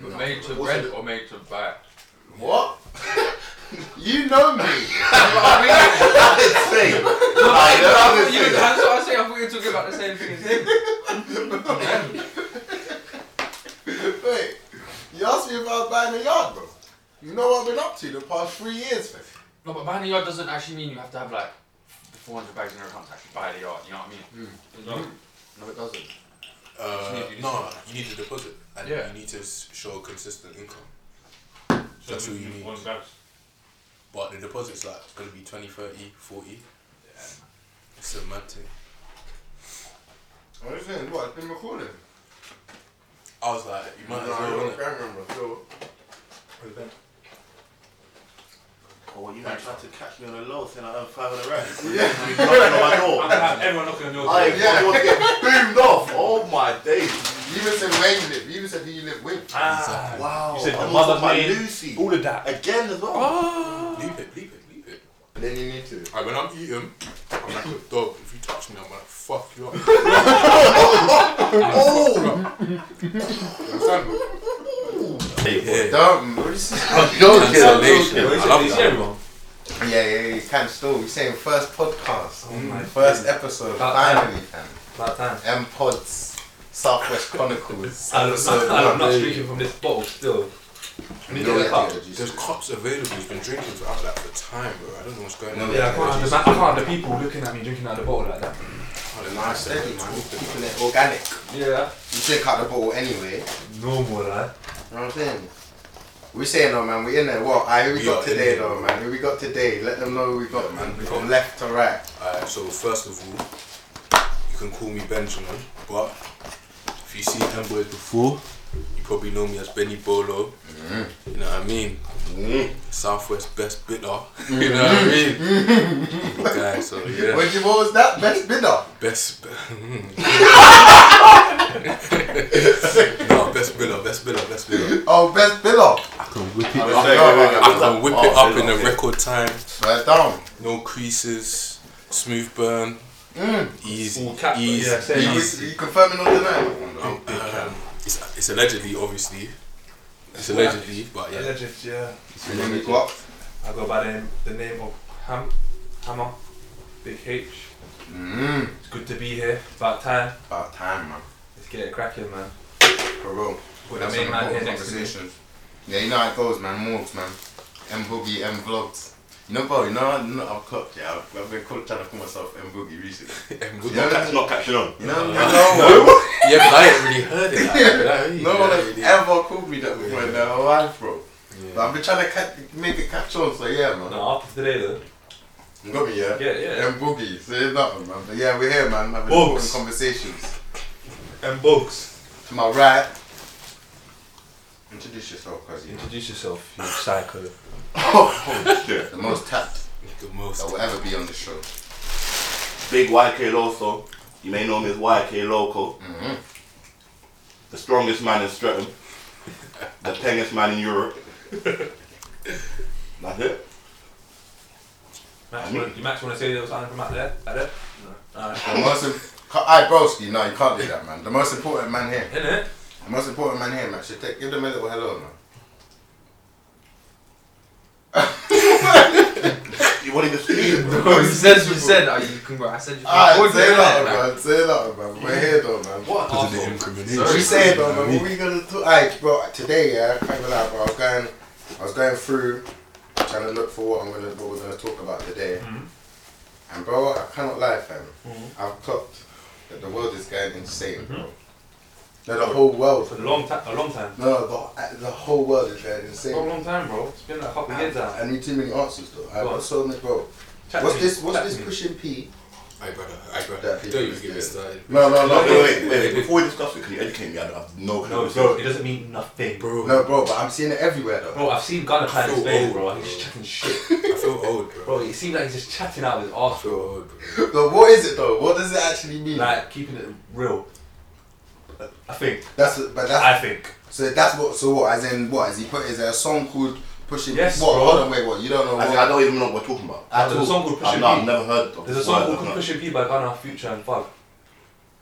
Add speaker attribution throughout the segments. Speaker 1: But made to
Speaker 2: What's
Speaker 1: rent
Speaker 2: it-
Speaker 1: or made to buy?
Speaker 2: What? you know me.
Speaker 1: I
Speaker 2: Same.
Speaker 1: thought you-
Speaker 2: I
Speaker 1: that's what I was saying. I thought you were talking about the same thing as him.
Speaker 2: Wait, you asked me if I was buying a yard, bro. You know what I've been up to the past three years, fam.
Speaker 1: No, but buying a yard doesn't actually mean you have to have like the 400 bags in your account to actually buy the yard. You know what I mean? No, no, it doesn't.
Speaker 3: Uh,
Speaker 1: Just need to-
Speaker 3: no, you need to deposit and
Speaker 1: Yeah.
Speaker 3: you need to s- show consistent income.
Speaker 4: So
Speaker 3: That's what you
Speaker 4: it's
Speaker 3: need.
Speaker 4: One bags.
Speaker 3: But the deposit's like gonna be 20, 30, 40. It's a mad thing.
Speaker 2: I was saying, what? It's been recording.
Speaker 3: I was like, you might as
Speaker 2: Nah, you're
Speaker 3: well.
Speaker 2: on
Speaker 3: innit?
Speaker 2: camera, bro. Yo.
Speaker 5: Oh, you might try to catch me on the low saying I earn 500 racks.
Speaker 2: Yeah.
Speaker 5: You're knocking on my
Speaker 4: I'm
Speaker 6: Oh,
Speaker 5: door.
Speaker 4: gonna have everyone knocking on your
Speaker 5: I
Speaker 4: door.
Speaker 5: am yeah. going to get boomed off. Oh my days.
Speaker 2: You even said where you live. You even said who you live with.
Speaker 3: Exactly.
Speaker 5: Wow.
Speaker 4: You said the
Speaker 5: Oh, I'm
Speaker 4: mother
Speaker 5: talking about
Speaker 4: name,
Speaker 5: Lucy.
Speaker 4: All of that.
Speaker 5: Again as well.
Speaker 3: Leave it, leave it, leave it.
Speaker 2: Then you need to.
Speaker 3: Alright, when I'm eating, I'm like a dog. If you touch me, I'm gonna fuck you up.
Speaker 2: Oh!
Speaker 3: Yeah.
Speaker 2: Dumb. What is
Speaker 3: Cancellation.
Speaker 2: What is
Speaker 3: I
Speaker 2: it?
Speaker 3: love that.
Speaker 2: Yeah, yeah, you can still. We're saying first podcast. Mm.
Speaker 6: Oh my
Speaker 2: First episode,
Speaker 6: About
Speaker 2: finally, fam.
Speaker 6: About time.
Speaker 2: M Pods, Southwest Chronicles.
Speaker 6: I'm not,
Speaker 2: episode
Speaker 1: um,
Speaker 6: I'm not
Speaker 2: one.
Speaker 6: drinking from this bottle still.
Speaker 2: You
Speaker 6: get a cup.
Speaker 2: yeah, yeah,
Speaker 3: There's cups available. He's been drinking for out like for time, bro. I don't know what's going on.
Speaker 6: Yeah, I can't understand. I can't have the people looking at me drinking out of the bottle like that.
Speaker 3: Oh, the
Speaker 2: Nice,
Speaker 3: nice
Speaker 2: steady,
Speaker 3: thing, man.
Speaker 2: man. Keeping it organic.
Speaker 6: Yeah.
Speaker 2: You take out the bottle anyway.
Speaker 6: Normal, lad.
Speaker 2: You know what I'm saying? We saying though, man, we in there. What? I who we
Speaker 3: We
Speaker 2: got
Speaker 3: are in
Speaker 2: today
Speaker 3: there.
Speaker 2: though, man? Who we got today? Let them know who we got,
Speaker 3: Yeah,
Speaker 2: man.
Speaker 3: man, we
Speaker 2: From
Speaker 3: got-
Speaker 2: left to right.
Speaker 3: Alright, so first of all, you can call me Benjamin, but if you see them boys before, you probably know me as Benny Bolo. You know what I mean? Southwest best bitter. You know what I mean? Guy, so yeah,
Speaker 2: What, you- what was that? Best bidder.
Speaker 3: best. no, best bitter, best bitter, best bitter.
Speaker 2: Oh, best bidder.
Speaker 3: I can whip
Speaker 2: I
Speaker 3: it up.
Speaker 2: was
Speaker 3: I
Speaker 2: saying, wait, wait, wait.
Speaker 3: can whip it
Speaker 5: Oh,
Speaker 3: up in a
Speaker 5: okay.
Speaker 3: record time.
Speaker 2: First down.
Speaker 3: No creases, smooth burn, easy,
Speaker 6: Full cap,
Speaker 3: easy,
Speaker 6: yeah, same.
Speaker 3: easy.
Speaker 2: You, you confirming on the night?
Speaker 3: Um, um, it's, it's allegedly, obviously. It's allegedly, but yeah.
Speaker 6: Alleged, yeah.
Speaker 2: When you got
Speaker 6: I go by the name, the name of Ham, Hammer, Big H.
Speaker 2: mm,
Speaker 6: It's good to be here. About time.
Speaker 2: about time, man.
Speaker 6: Let's get it cracking, man.
Speaker 2: For real.
Speaker 6: Put the
Speaker 2: That's
Speaker 6: main
Speaker 2: an
Speaker 6: man
Speaker 2: important
Speaker 6: here next to me.
Speaker 2: conversation. Yeah, you know how it goes, man. Morgs, man. M Boogie, M Vlogs. You know, bro, you know, you know I've clocked, yeah. I've, I've been called, trying to call myself M Boogie recently.
Speaker 3: Um, good-
Speaker 2: Yeah.
Speaker 3: yeah.
Speaker 5: That's not catching on.
Speaker 2: You know, no,
Speaker 3: but I ain't really heard it. Like, yeah,
Speaker 2: no, one has ever called me that before in their whole life, bro. But
Speaker 3: yeah.
Speaker 2: I've been trying to ca- make it catch on, so yeah, man.
Speaker 6: No, after today though.
Speaker 2: You got me, yeah?
Speaker 6: Yeah, yeah.
Speaker 2: M Boogie, say nothing, man. But yeah, we're here, man. Having
Speaker 6: Boogs.
Speaker 2: important conversations.
Speaker 6: And Bugs.
Speaker 2: To my right. Introduce yourself, cause you
Speaker 6: Introduce yourself, you psycho.
Speaker 2: know, the most tapped
Speaker 3: The most.
Speaker 2: that will ever be on the show.
Speaker 5: Big YK Loso. You may know me as YK Loco.
Speaker 2: Mhm.
Speaker 5: The strongest man in Streatham. the pengest man in Europe. That's it.
Speaker 6: Max, you wanna- you Max want to say there was something from out there? Out there? No. Alright.
Speaker 2: The most. Im- I broski, no, you can't do that, man. The most important man here.
Speaker 6: In it?
Speaker 2: The most important man here, man. Should take, give them a little hello, man.
Speaker 5: You wanted to speak?
Speaker 1: you said, you said, uh, you can go. I said you can
Speaker 2: Alright,
Speaker 1: What do you
Speaker 2: say that,
Speaker 1: like, man?
Speaker 2: man. Say that, man. We're here, though, man.
Speaker 5: What?
Speaker 3: Because of the
Speaker 5: arsehole.
Speaker 3: incrimination.
Speaker 2: What we saying, though, man? What we gonna do? Alright, bro. Today, yeah, I can't gonna lie, bro. I was going, I was going through, trying to look for what I'm gonna, what we're gonna talk about today.
Speaker 6: Mhm.
Speaker 2: And bro, I cannot lie, fam.
Speaker 6: Mhm.
Speaker 2: I've clocked that the world is going insane, bro. No, the whole world.
Speaker 6: Mm-hmm. For a long time. A long time.
Speaker 2: No, uh, the, the whole world is going
Speaker 6: A
Speaker 2: insane.
Speaker 6: long time, bro. It's been like a couple of years now.
Speaker 2: I need too many answers though. I
Speaker 6: Go on.
Speaker 2: got so much, bro.
Speaker 6: Chat
Speaker 2: what's
Speaker 6: to me,
Speaker 2: this? What's
Speaker 6: chat
Speaker 2: this
Speaker 6: to me.
Speaker 2: pushing P?
Speaker 3: I brother, I brother.
Speaker 2: That people
Speaker 3: Don't even
Speaker 2: is
Speaker 3: get me
Speaker 2: dead.
Speaker 3: started.
Speaker 2: No, no,
Speaker 5: No,
Speaker 2: no,
Speaker 5: wait,
Speaker 2: no,
Speaker 5: wait, wait. Before we discuss it, can you educate me? I have no clue.
Speaker 6: No, it's not, it doesn't mean nothing. Bro,
Speaker 3: Bro,
Speaker 2: no, bro. But I'm seeing it everywhere though.
Speaker 6: I've seen Gunner playing
Speaker 3: Feel
Speaker 6: his name,
Speaker 3: old,
Speaker 6: bro.
Speaker 3: bro.
Speaker 6: He's chatting shit.
Speaker 3: I feel old, bro.
Speaker 6: Bro, it seems like he's just chatting out of his
Speaker 3: I
Speaker 6: arse,
Speaker 3: feel
Speaker 6: bro.
Speaker 3: old, bro.
Speaker 2: But what is it though? What does it actually mean?
Speaker 6: Like, keeping it real. I think.
Speaker 2: that's what- but that's
Speaker 6: I think.
Speaker 2: so that's what so what as in what as he put is there a song called pushing
Speaker 6: Yes,
Speaker 2: what
Speaker 6: bro.
Speaker 2: hold on wait what you don't know
Speaker 5: I,
Speaker 2: what
Speaker 5: think I don't even know what we're talking about.
Speaker 6: There's a song called
Speaker 5: I've,
Speaker 6: Pusha
Speaker 5: not, I've
Speaker 6: P.
Speaker 5: never heard of
Speaker 6: There's a
Speaker 5: the
Speaker 6: song
Speaker 5: word,
Speaker 6: called
Speaker 2: uh,
Speaker 5: I've not-
Speaker 6: Pusha P by Gunner, Future, and Bug.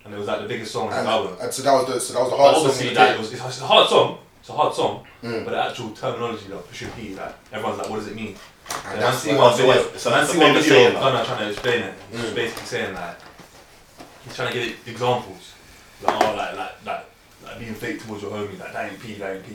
Speaker 6: And it was like the biggest song on the
Speaker 2: and,
Speaker 6: album.
Speaker 2: and so that was the so that was the
Speaker 6: But
Speaker 2: hard song.
Speaker 6: obviously,
Speaker 2: of the
Speaker 6: that
Speaker 2: day.
Speaker 6: was, it's a hard song, It's a hard song,
Speaker 2: Mm.
Speaker 6: but the actual terminology like pushing P, like everyone's like, what does it mean?
Speaker 2: And
Speaker 6: And I
Speaker 2: that's
Speaker 6: see
Speaker 2: why-
Speaker 6: one
Speaker 5: so
Speaker 6: video.
Speaker 5: what-
Speaker 6: So
Speaker 5: so
Speaker 6: I
Speaker 5: that's
Speaker 6: see
Speaker 5: the
Speaker 6: one
Speaker 5: thing
Speaker 6: video
Speaker 5: you're
Speaker 6: of
Speaker 5: saying,
Speaker 6: Gunnar trying to explain it. He's basically saying like he's trying to get examples. Like oh like like like, like being fake towards your homie, like that ain't P, that ain't P.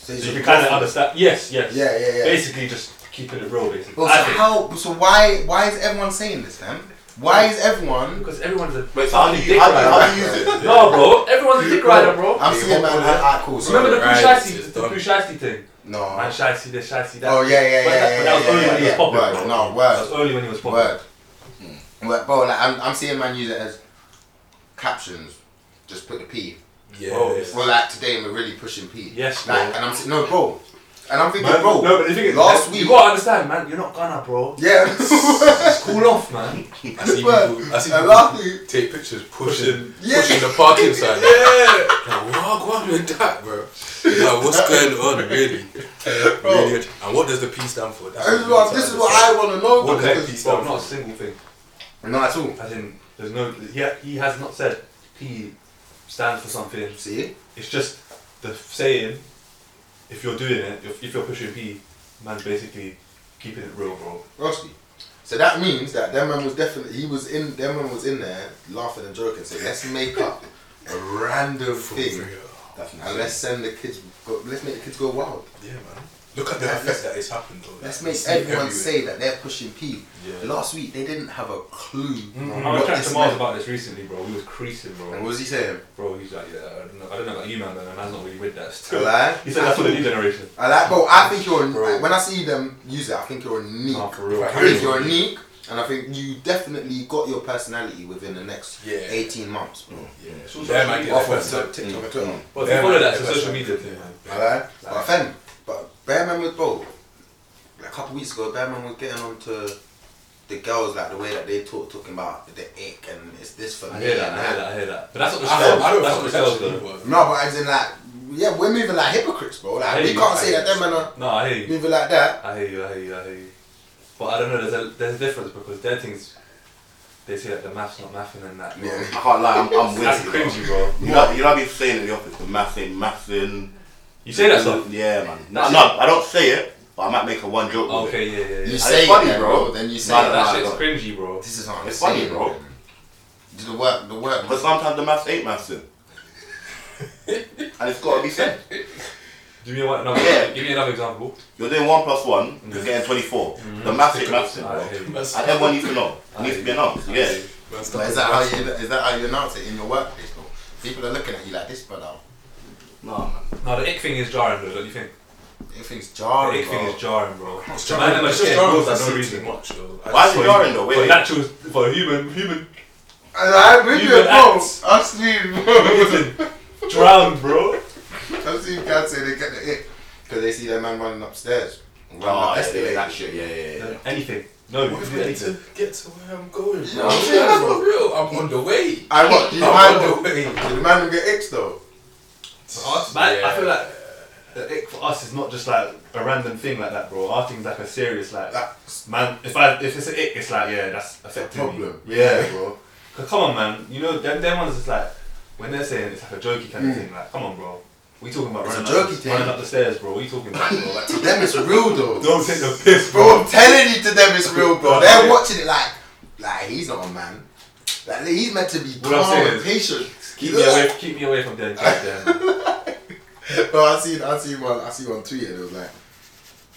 Speaker 2: So
Speaker 6: So
Speaker 2: it's
Speaker 6: you can
Speaker 2: your
Speaker 6: kind of
Speaker 2: platform.
Speaker 6: understand. Yes, yes.
Speaker 2: Yeah, yeah, yeah.
Speaker 6: Basically, just keeping it real, basically.
Speaker 2: Well,
Speaker 6: I
Speaker 2: so
Speaker 6: think.
Speaker 2: how? So why? Why is everyone saying this then? Why is everyone?
Speaker 6: Because everyone's a
Speaker 5: Wait, so how do
Speaker 6: fucking
Speaker 5: you,
Speaker 6: dick
Speaker 5: how do you, how
Speaker 6: rider.
Speaker 5: do you use it?
Speaker 6: No, bro. Everyone's a dick rider, bro.
Speaker 2: I'm seeing man. Alright, cool. So
Speaker 6: Remember the
Speaker 3: Right,
Speaker 6: Pooh
Speaker 3: it's
Speaker 6: the
Speaker 3: done.
Speaker 6: Pooh Shiesty thing? Man,
Speaker 2: no.
Speaker 6: Shiesty this, Shiesty that.
Speaker 2: Uh-huh. Oh yeah, yeah, yeah,
Speaker 6: But that-
Speaker 2: yeah,
Speaker 6: but that was
Speaker 2: yeah,
Speaker 6: only
Speaker 2: yeah,
Speaker 6: when he was
Speaker 2: yeah.
Speaker 6: popular,
Speaker 2: Word,
Speaker 6: bro.
Speaker 2: no
Speaker 6: That was
Speaker 2: word,
Speaker 6: only when he was popular.
Speaker 2: word. Mm. Word, bro. Like I'm, I'm seeing man use it as captions. Just put the P.
Speaker 3: Yeah.
Speaker 2: Oh.
Speaker 6: Bro,
Speaker 3: yeah.
Speaker 2: Well, like today we're really pushing P.
Speaker 6: Yes,
Speaker 2: Like,
Speaker 6: bro.
Speaker 2: and I'm se- no, bro. And I'm thinking,
Speaker 6: Man,
Speaker 2: bro.
Speaker 6: no, but the thing is,
Speaker 2: last
Speaker 6: man,
Speaker 2: week.
Speaker 6: you gotta understand, man. You're not Gunner, bro.
Speaker 2: yeah.
Speaker 6: Just cool off, man.
Speaker 3: I see
Speaker 2: But-
Speaker 3: people. I see
Speaker 2: and
Speaker 3: people
Speaker 2: last week.
Speaker 3: take pictures pushing,
Speaker 2: Yeah.
Speaker 3: pushing the parking sign. Yeah. Like, what going on with that, bro? Like, what's going on, really? really? And what does the P stand for? That's
Speaker 2: This is what, this is what I want to know.
Speaker 3: What
Speaker 2: because-
Speaker 3: the heck?
Speaker 6: Bro, not a single thing.
Speaker 2: Not at all.
Speaker 6: As in, there's no. He, he has not said P stands for something.
Speaker 2: See?
Speaker 6: It's just the saying. If you're doing it, if, if you're pushing P, man's basically keeping it real, bro.
Speaker 2: Rusty. So that means that them man was definitely he was in them man was in there laughing and joking. So let's make up a random thing
Speaker 3: That's
Speaker 2: and let's send the kids. Go, let's make the kids go wild.
Speaker 3: Yeah, man. Look at the effect that it's happened, though.
Speaker 2: Let's
Speaker 3: Like,
Speaker 2: make
Speaker 3: you see it
Speaker 2: everyone
Speaker 3: everywhere.
Speaker 2: say that they're pushing P.
Speaker 3: Yeah.
Speaker 2: Last week they didn't have a clue.
Speaker 6: Mm-hmm. I was
Speaker 2: what
Speaker 6: chatting to
Speaker 2: this
Speaker 6: Miles
Speaker 2: meant.
Speaker 6: about this recently, bro. We was creasing,
Speaker 2: Mm-hmm. And
Speaker 6: bro.
Speaker 2: what was he saying?
Speaker 6: Bro, he's like, yeah, I don't know, I don't know about you, man, but man's not really with that
Speaker 2: A
Speaker 6: still.
Speaker 2: lie?
Speaker 6: He said that's for the new generation.
Speaker 2: I like, bro. I think you're
Speaker 6: Bro.
Speaker 2: when I see them use it. I think you're unique.
Speaker 6: Nah, for real.
Speaker 2: I think you're unique, and I think you definitely got your personality within the next
Speaker 3: Yeah.
Speaker 2: eighteen months. Bro.
Speaker 3: Yeah. They might get
Speaker 2: Off
Speaker 3: their
Speaker 2: of
Speaker 3: best up.
Speaker 6: Mm.
Speaker 2: TikTok and Twitter.
Speaker 6: Well,
Speaker 3: Yeah,
Speaker 6: they follow
Speaker 3: man,
Speaker 6: that to
Speaker 3: that's
Speaker 6: social
Speaker 3: right.
Speaker 6: media thing,
Speaker 3: Yeah.
Speaker 6: man.
Speaker 2: Alright? But fam, but Bearman was bro. Like a couple weeks ago, Bearman was getting on to the girls like the way that they talk, talking about the ick and it's this for
Speaker 6: I
Speaker 2: me
Speaker 6: hear
Speaker 2: and
Speaker 6: that, I hear
Speaker 2: that.
Speaker 6: that, I hear that. But that's not the
Speaker 3: I don't, I
Speaker 6: show.
Speaker 3: don't
Speaker 6: That's not the show,
Speaker 3: fucking
Speaker 6: though.
Speaker 3: actually,
Speaker 2: No, but as in like, yeah, we're moving like hypocrites, bro.
Speaker 6: I
Speaker 2: Like
Speaker 6: hear
Speaker 2: we
Speaker 6: you,
Speaker 2: can't
Speaker 6: I
Speaker 2: say
Speaker 6: hear
Speaker 2: that them man are
Speaker 6: No, I hear you.
Speaker 2: moving like that.
Speaker 6: I hear you, I hear you, I hear you. But I don't know, there's a, there's a difference because their things, they say that the math's not mathing and that. bro.
Speaker 2: Yeah.
Speaker 5: I can't lie, I'm, I'm with
Speaker 6: That's
Speaker 5: you.
Speaker 6: cringy, bro.
Speaker 5: You know, you know what I've been saying in the office? The massing, massing.
Speaker 6: You say that stuff?
Speaker 5: Yeah, man. No,
Speaker 6: That's
Speaker 5: no, I don't say it, but I might make a one joke with it.
Speaker 6: Okay, yeah, yeah,
Speaker 2: You
Speaker 6: yeah.
Speaker 2: say
Speaker 5: funny,
Speaker 2: it,
Speaker 5: bro.
Speaker 2: bro. Then you say
Speaker 5: Nah,
Speaker 2: it.
Speaker 5: nah,
Speaker 6: That
Speaker 5: I
Speaker 6: shit's
Speaker 5: got-
Speaker 6: cringy, bro.
Speaker 2: This is what I'm
Speaker 5: It's funny,
Speaker 2: saying,
Speaker 5: bro.
Speaker 2: man. Do the work, the work.
Speaker 5: But sometimes the maths ain't massing. and it's got to be said.
Speaker 6: Give me one, another,
Speaker 5: Yeah.
Speaker 6: give me another example.
Speaker 5: You're doing 1 plus 1, you're getting 24. The maths ain't massing,
Speaker 6: Mm-hmm. I
Speaker 5: bro.
Speaker 6: hear you.
Speaker 3: That's-
Speaker 5: And everyone needs to know. It needs to be announced,
Speaker 6: I
Speaker 5: yeah.
Speaker 6: hear you.
Speaker 3: that's
Speaker 2: But is that how you is that how you announce it in your workplace? Bro? People are looking at you like this, brother.
Speaker 5: No, man.
Speaker 6: No, the ick thing is jarring, though, don't you think?
Speaker 2: Everything's
Speaker 6: The
Speaker 2: jarring.
Speaker 6: ick thing
Speaker 2: bro.
Speaker 6: is jarring, bro.
Speaker 3: It's
Speaker 6: The man
Speaker 3: jarring.
Speaker 6: that
Speaker 3: It's
Speaker 6: must
Speaker 3: just
Speaker 6: get
Speaker 3: jarring
Speaker 6: rules
Speaker 3: because
Speaker 6: for
Speaker 3: I
Speaker 6: no
Speaker 3: see
Speaker 6: reason.
Speaker 3: too much, though. I
Speaker 5: Why
Speaker 3: just-
Speaker 5: is it jarring though? Wait,
Speaker 6: For
Speaker 5: wait.
Speaker 6: natural, for human, human,
Speaker 2: And I'm with
Speaker 6: You
Speaker 2: you,
Speaker 6: would
Speaker 2: bro.
Speaker 6: act.
Speaker 2: I've seen, bro.
Speaker 6: drowned, bro.
Speaker 2: I've seen cats say they get the it because they see their man running upstairs. Running
Speaker 5: Oh,
Speaker 2: up
Speaker 5: yeah, yeah,
Speaker 2: escalator.
Speaker 5: that shit, yeah, yeah, yeah.
Speaker 6: Anything. No,
Speaker 3: What
Speaker 6: you
Speaker 3: if
Speaker 6: do
Speaker 3: I need
Speaker 6: anything.
Speaker 3: to get to where I'm going,
Speaker 2: You know
Speaker 3: bro?
Speaker 2: what I'm saying, bro?
Speaker 3: For real, I'm on the way.
Speaker 2: I what? Do you
Speaker 3: I'm on the
Speaker 2: mind?
Speaker 3: way.
Speaker 2: Do the man get icks though?
Speaker 6: For us, man, I feel
Speaker 3: Yeah.
Speaker 6: like the ick for us is not just like a random thing like that, bro. Our thing's like a serious like
Speaker 2: That's
Speaker 6: man. If I if it's an ick, it's like yeah, that's affecting
Speaker 2: problem.
Speaker 6: me. Yeah, bro. 'Cause come on, man. You know them them ones is like when they're saying it's like a jokey kind of thing. Like come on, bro. We talking about
Speaker 2: Mm. It's a
Speaker 6: running,
Speaker 2: jokey
Speaker 6: up,
Speaker 2: thing.
Speaker 6: running up the stairs, bro. What you talking about, bro? Like,
Speaker 2: to them it's real though.
Speaker 6: don't take the piss,
Speaker 2: Bro, I'm telling you, to them it's real, bro.
Speaker 6: Bro,
Speaker 2: They're
Speaker 6: yeah.
Speaker 2: watching it like, like he's not a man. Like he's meant to be
Speaker 6: What I'm
Speaker 2: calm
Speaker 6: saying
Speaker 2: and
Speaker 6: is-
Speaker 2: patient.
Speaker 6: Keep me away. Keep me away from them. guys, yeah.
Speaker 2: Bro, I seen, I seen one, I seen one tweet and it was like,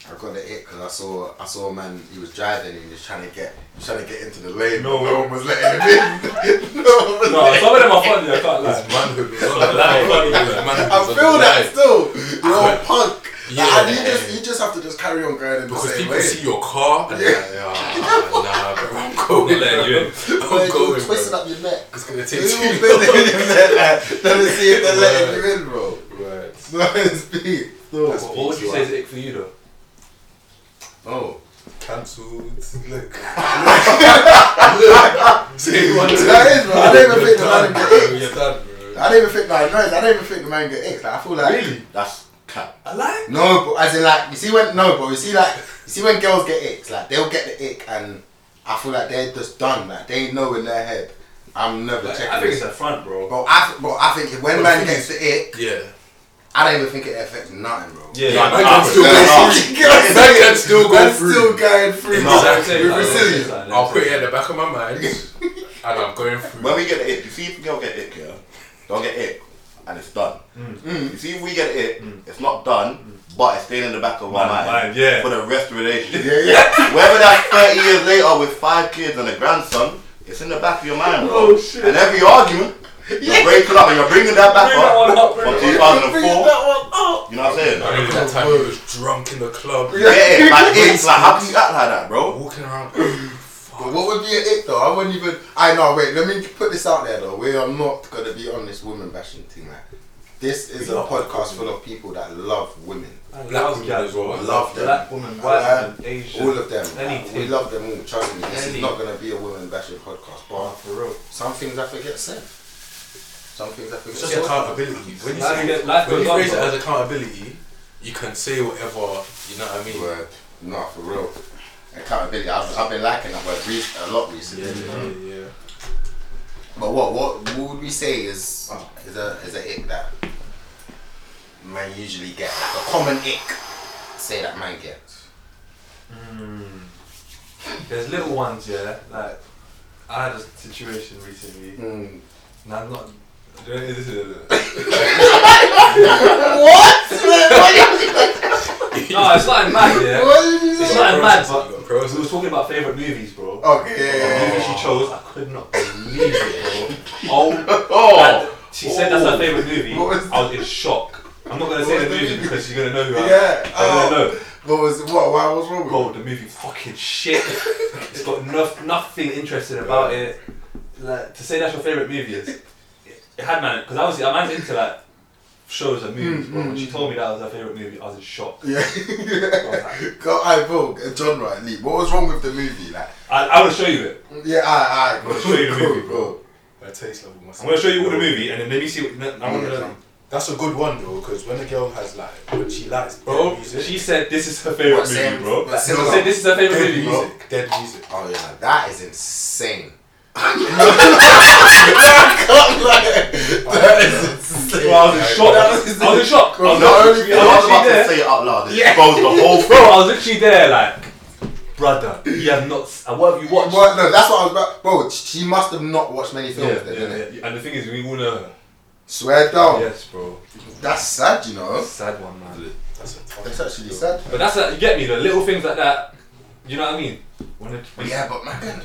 Speaker 2: I got the it because I saw, I saw a man. He was driving and he was trying to get, he was trying to get into the lane.
Speaker 6: No.
Speaker 2: No, no one was letting him in. no one was
Speaker 6: No,
Speaker 2: letting
Speaker 6: some of them are funny. I can't lie.
Speaker 3: His manhood was
Speaker 6: Like, like,
Speaker 3: alive.
Speaker 6: like,
Speaker 3: His manhood
Speaker 2: I
Speaker 3: was
Speaker 2: feel that
Speaker 3: alive.
Speaker 2: still. You're a punk. Yeah.
Speaker 3: Yeah.
Speaker 2: you just, you just have to just carry on going in the
Speaker 3: Because
Speaker 2: same
Speaker 3: people
Speaker 2: way.
Speaker 3: see your car and they're like, nah, nah, bro, I'm going.
Speaker 6: Not letting you in.
Speaker 3: I'm
Speaker 2: Like, you're
Speaker 3: going,
Speaker 2: twisting
Speaker 3: bro.
Speaker 2: up your neck.
Speaker 3: It's gonna
Speaker 2: They
Speaker 3: take
Speaker 2: all been
Speaker 3: too long.
Speaker 2: in there, like, Let me see if they're letting you in, bro.
Speaker 3: Right.
Speaker 2: So it's beat.
Speaker 3: That's
Speaker 2: So,
Speaker 6: What what would you say is ick for you though?
Speaker 2: oh.
Speaker 3: Cancelled. Look. Say one
Speaker 2: That is, bro. I don't even think the man get it.
Speaker 3: You're done, bro.
Speaker 2: I don't even think like no, I don't even think the man get X. Like I feel like
Speaker 5: That's cap.
Speaker 6: I like.
Speaker 2: no, but as in like you see when no, but you see like you see when girls get X, like they'll get the ick, and I feel like they're just done. Like they know in their head, I'm never
Speaker 6: I
Speaker 2: checking.
Speaker 6: think it's
Speaker 2: This.
Speaker 6: a front, bro.
Speaker 2: But I, th- but I think if when
Speaker 3: But
Speaker 2: man
Speaker 3: the thing
Speaker 2: gets the ick,
Speaker 3: Yeah.
Speaker 2: I don't even think it affects nothing, bro.
Speaker 6: Yeah,
Speaker 5: Nah,
Speaker 3: I
Speaker 5: nah,
Speaker 3: can still
Speaker 5: nah,
Speaker 3: go
Speaker 5: nah.
Speaker 3: through. I can still go
Speaker 2: I'm
Speaker 3: through.
Speaker 2: still going through.
Speaker 5: Nah,
Speaker 2: bro.
Speaker 5: Exactly.
Speaker 2: We're resilient.
Speaker 3: I'll put it at the back of my mind, and I'm going through.
Speaker 5: When we get it, you see if girl get it, yeah, don't get it, and it's done.
Speaker 6: Mm.
Speaker 5: You see if we get it, it's not done, but it's staying in the back of my
Speaker 6: My
Speaker 5: mind,
Speaker 6: Mm. mind, yeah.
Speaker 5: for the rest of the relationship.
Speaker 2: Yeah, yeah.
Speaker 5: Whether that's 30 years later with five kids and a grandson, it's in the back of your mind, bro.
Speaker 6: Oh, shit.
Speaker 5: And every argument, you're breaking up and you're bringing that back
Speaker 6: Bring that one up,
Speaker 5: up
Speaker 6: bring
Speaker 5: from
Speaker 6: that
Speaker 5: 2004.
Speaker 2: that
Speaker 5: You know what I'm saying?
Speaker 3: I remember that time he was drunk in the club,
Speaker 5: Yeah, yeah, like, it's like, how can you act like that, bro?
Speaker 3: walking around.
Speaker 2: But what would be an ick though? I wouldn't even. I know. Wait, let me put this out there though. We are not gonna be on this woman bashing thing. Like, this is a podcast full of people that love women.
Speaker 3: Black women as well.
Speaker 2: Love them.
Speaker 6: Black woman, white
Speaker 2: Alright.
Speaker 6: woman, Asian.
Speaker 2: All of them.
Speaker 6: Any
Speaker 2: we
Speaker 6: team.
Speaker 2: love them all. Trust me. This
Speaker 6: Any.
Speaker 2: is not gonna be a woman bashing podcast. But
Speaker 6: Oh, for real.
Speaker 2: some things I forget said. Some things I forget
Speaker 3: It's just
Speaker 2: said.
Speaker 3: accountability. When you,
Speaker 6: Life
Speaker 3: say,
Speaker 6: get- life
Speaker 3: when you
Speaker 6: goes on,
Speaker 3: phrase it
Speaker 6: bro.
Speaker 3: as accountability, you can say whatever, you know what I mean?
Speaker 2: Word. Nah, for real. Accountability. I've, I've been liking that word re- a lot recently.
Speaker 3: Yeah, yeah.
Speaker 2: But what what what would we say is
Speaker 6: Oh.
Speaker 2: is a is a ick that man usually get like a common ick say that man gets.
Speaker 6: There's little ones, yeah. Like, I had a situation recently.
Speaker 2: Mm.
Speaker 6: And I'm not. This is
Speaker 2: What?
Speaker 6: no, it's not in mad, yeah.
Speaker 2: what did you
Speaker 6: It's
Speaker 2: say?
Speaker 6: not in mad, but
Speaker 3: You got
Speaker 6: we were
Speaker 3: process.
Speaker 6: talking about favourite movies, bro.
Speaker 2: Okay, yeah,
Speaker 6: The
Speaker 2: yeah,
Speaker 6: movie
Speaker 2: yeah.
Speaker 6: she chose, I could not believe it, bro. Oh,
Speaker 5: Oh,
Speaker 6: that- she said that's her favourite movie.
Speaker 2: What was-
Speaker 6: I was in shock. I'm not gonna
Speaker 2: What
Speaker 6: say the
Speaker 2: was the
Speaker 6: movie
Speaker 2: movie?
Speaker 6: because she's gonna know who I am.
Speaker 2: Yeah,
Speaker 6: I'm gonna
Speaker 2: oh.
Speaker 6: know.
Speaker 2: What was what? Why was wrong with
Speaker 6: Bro, the movie fucking shit. it's got no, nothing interesting about it. Like to say that's your favourite movie is it, it had man because obviously I'm man's into like shows and
Speaker 2: Mm,
Speaker 6: movies, bro. When she told me that was her favourite movie, I was in shock.
Speaker 2: Yeah.
Speaker 6: I was like,
Speaker 2: Go, I broke a genre at least. What was wrong with the movie? Like,
Speaker 6: I, I will show you it.
Speaker 2: yeah, I, I.
Speaker 6: I'll show you the movie,
Speaker 2: bro.
Speaker 3: My taste level must
Speaker 6: I'm gonna show you all the movie and then let me see. What, I want to know.
Speaker 3: That's a good one though, because when a girl has like, when she likes dead
Speaker 6: Bro,
Speaker 3: music,
Speaker 6: she said this is her favourite
Speaker 2: What,
Speaker 6: movie,
Speaker 2: same-
Speaker 6: bro.
Speaker 2: what,
Speaker 6: Like, she
Speaker 2: same
Speaker 6: said this is her favourite
Speaker 3: dead
Speaker 6: movie,
Speaker 3: music,
Speaker 6: bro.
Speaker 3: dead music.
Speaker 2: Oh yeah, that is insane. That is insane.
Speaker 6: Bro, I was in shock.
Speaker 2: That was-
Speaker 6: I was in shock. I
Speaker 2: Bro,
Speaker 6: was
Speaker 2: the only
Speaker 6: literally-
Speaker 2: thing
Speaker 6: I
Speaker 5: I
Speaker 6: was
Speaker 5: was about
Speaker 6: literally
Speaker 5: to
Speaker 6: there.
Speaker 5: say it out loud. It exposed the whole
Speaker 6: Bro,
Speaker 5: thing.
Speaker 6: I was literally there, like, brother, you have not. s- uh, What have you watched?
Speaker 2: Well, no, that's what I was about. Bro, she must have not watched many
Speaker 6: Yeah,
Speaker 2: films
Speaker 6: yeah,
Speaker 2: then, didn't it? Oh.
Speaker 6: yeah. And the thing is, we all know her.
Speaker 2: Swear down.
Speaker 6: Yes, bro.
Speaker 2: That's sad, you know.
Speaker 6: Sad one, man.
Speaker 3: That's a tough
Speaker 2: That's actually sad.
Speaker 6: But that's like, you get me. The little things like that. You know what I mean? When it,
Speaker 2: Yeah, but man can,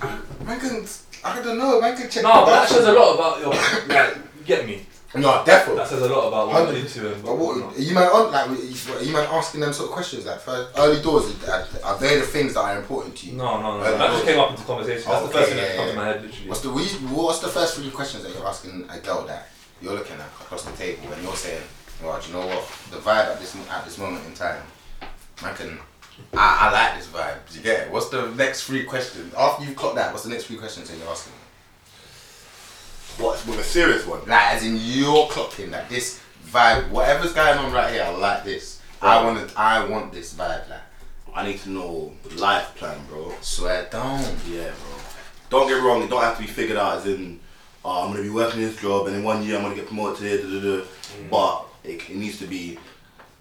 Speaker 2: man can, I don't know, man can check.
Speaker 6: No, but that says a lot about your. Like, you get me.
Speaker 2: No, definitely.
Speaker 6: That says a lot about what you're
Speaker 2: Hundred.
Speaker 6: into and
Speaker 2: But
Speaker 6: whatnot.
Speaker 2: what, you man on like you, you man asking them sort of questions like first, early doors is- are, are they the things that are important to you?
Speaker 6: No, no, no.
Speaker 2: Uh,
Speaker 6: That just came up into conversation. That's the
Speaker 2: okay,
Speaker 6: first thing
Speaker 2: yeah,
Speaker 6: that comes to
Speaker 2: yeah.
Speaker 6: my head, literally.
Speaker 2: What's the re- what's the first three questions that you're asking a girl that you're looking at across the table and you're saying, well, do you know what the vibe at this mo- at this moment in time, man can. I, I like this vibe. Do you get it? What's the next three questions? After you've clocked that, what's the next three questions that you're asking?
Speaker 5: What, with a serious one?
Speaker 2: Like, as in you're clocking that this vibe, whatever's going on right here, I like this. I want to, I want this vibe. Like,
Speaker 5: I need to know life plan, bro.
Speaker 2: swear down.
Speaker 5: Yeah, bro. Don't get me wrong, it don't have to be figured out as in, oh, I'm gonna be working this job and in one year I'm gonna get promoted to here, da, da, da.
Speaker 6: Mm.
Speaker 5: But it, it needs to be,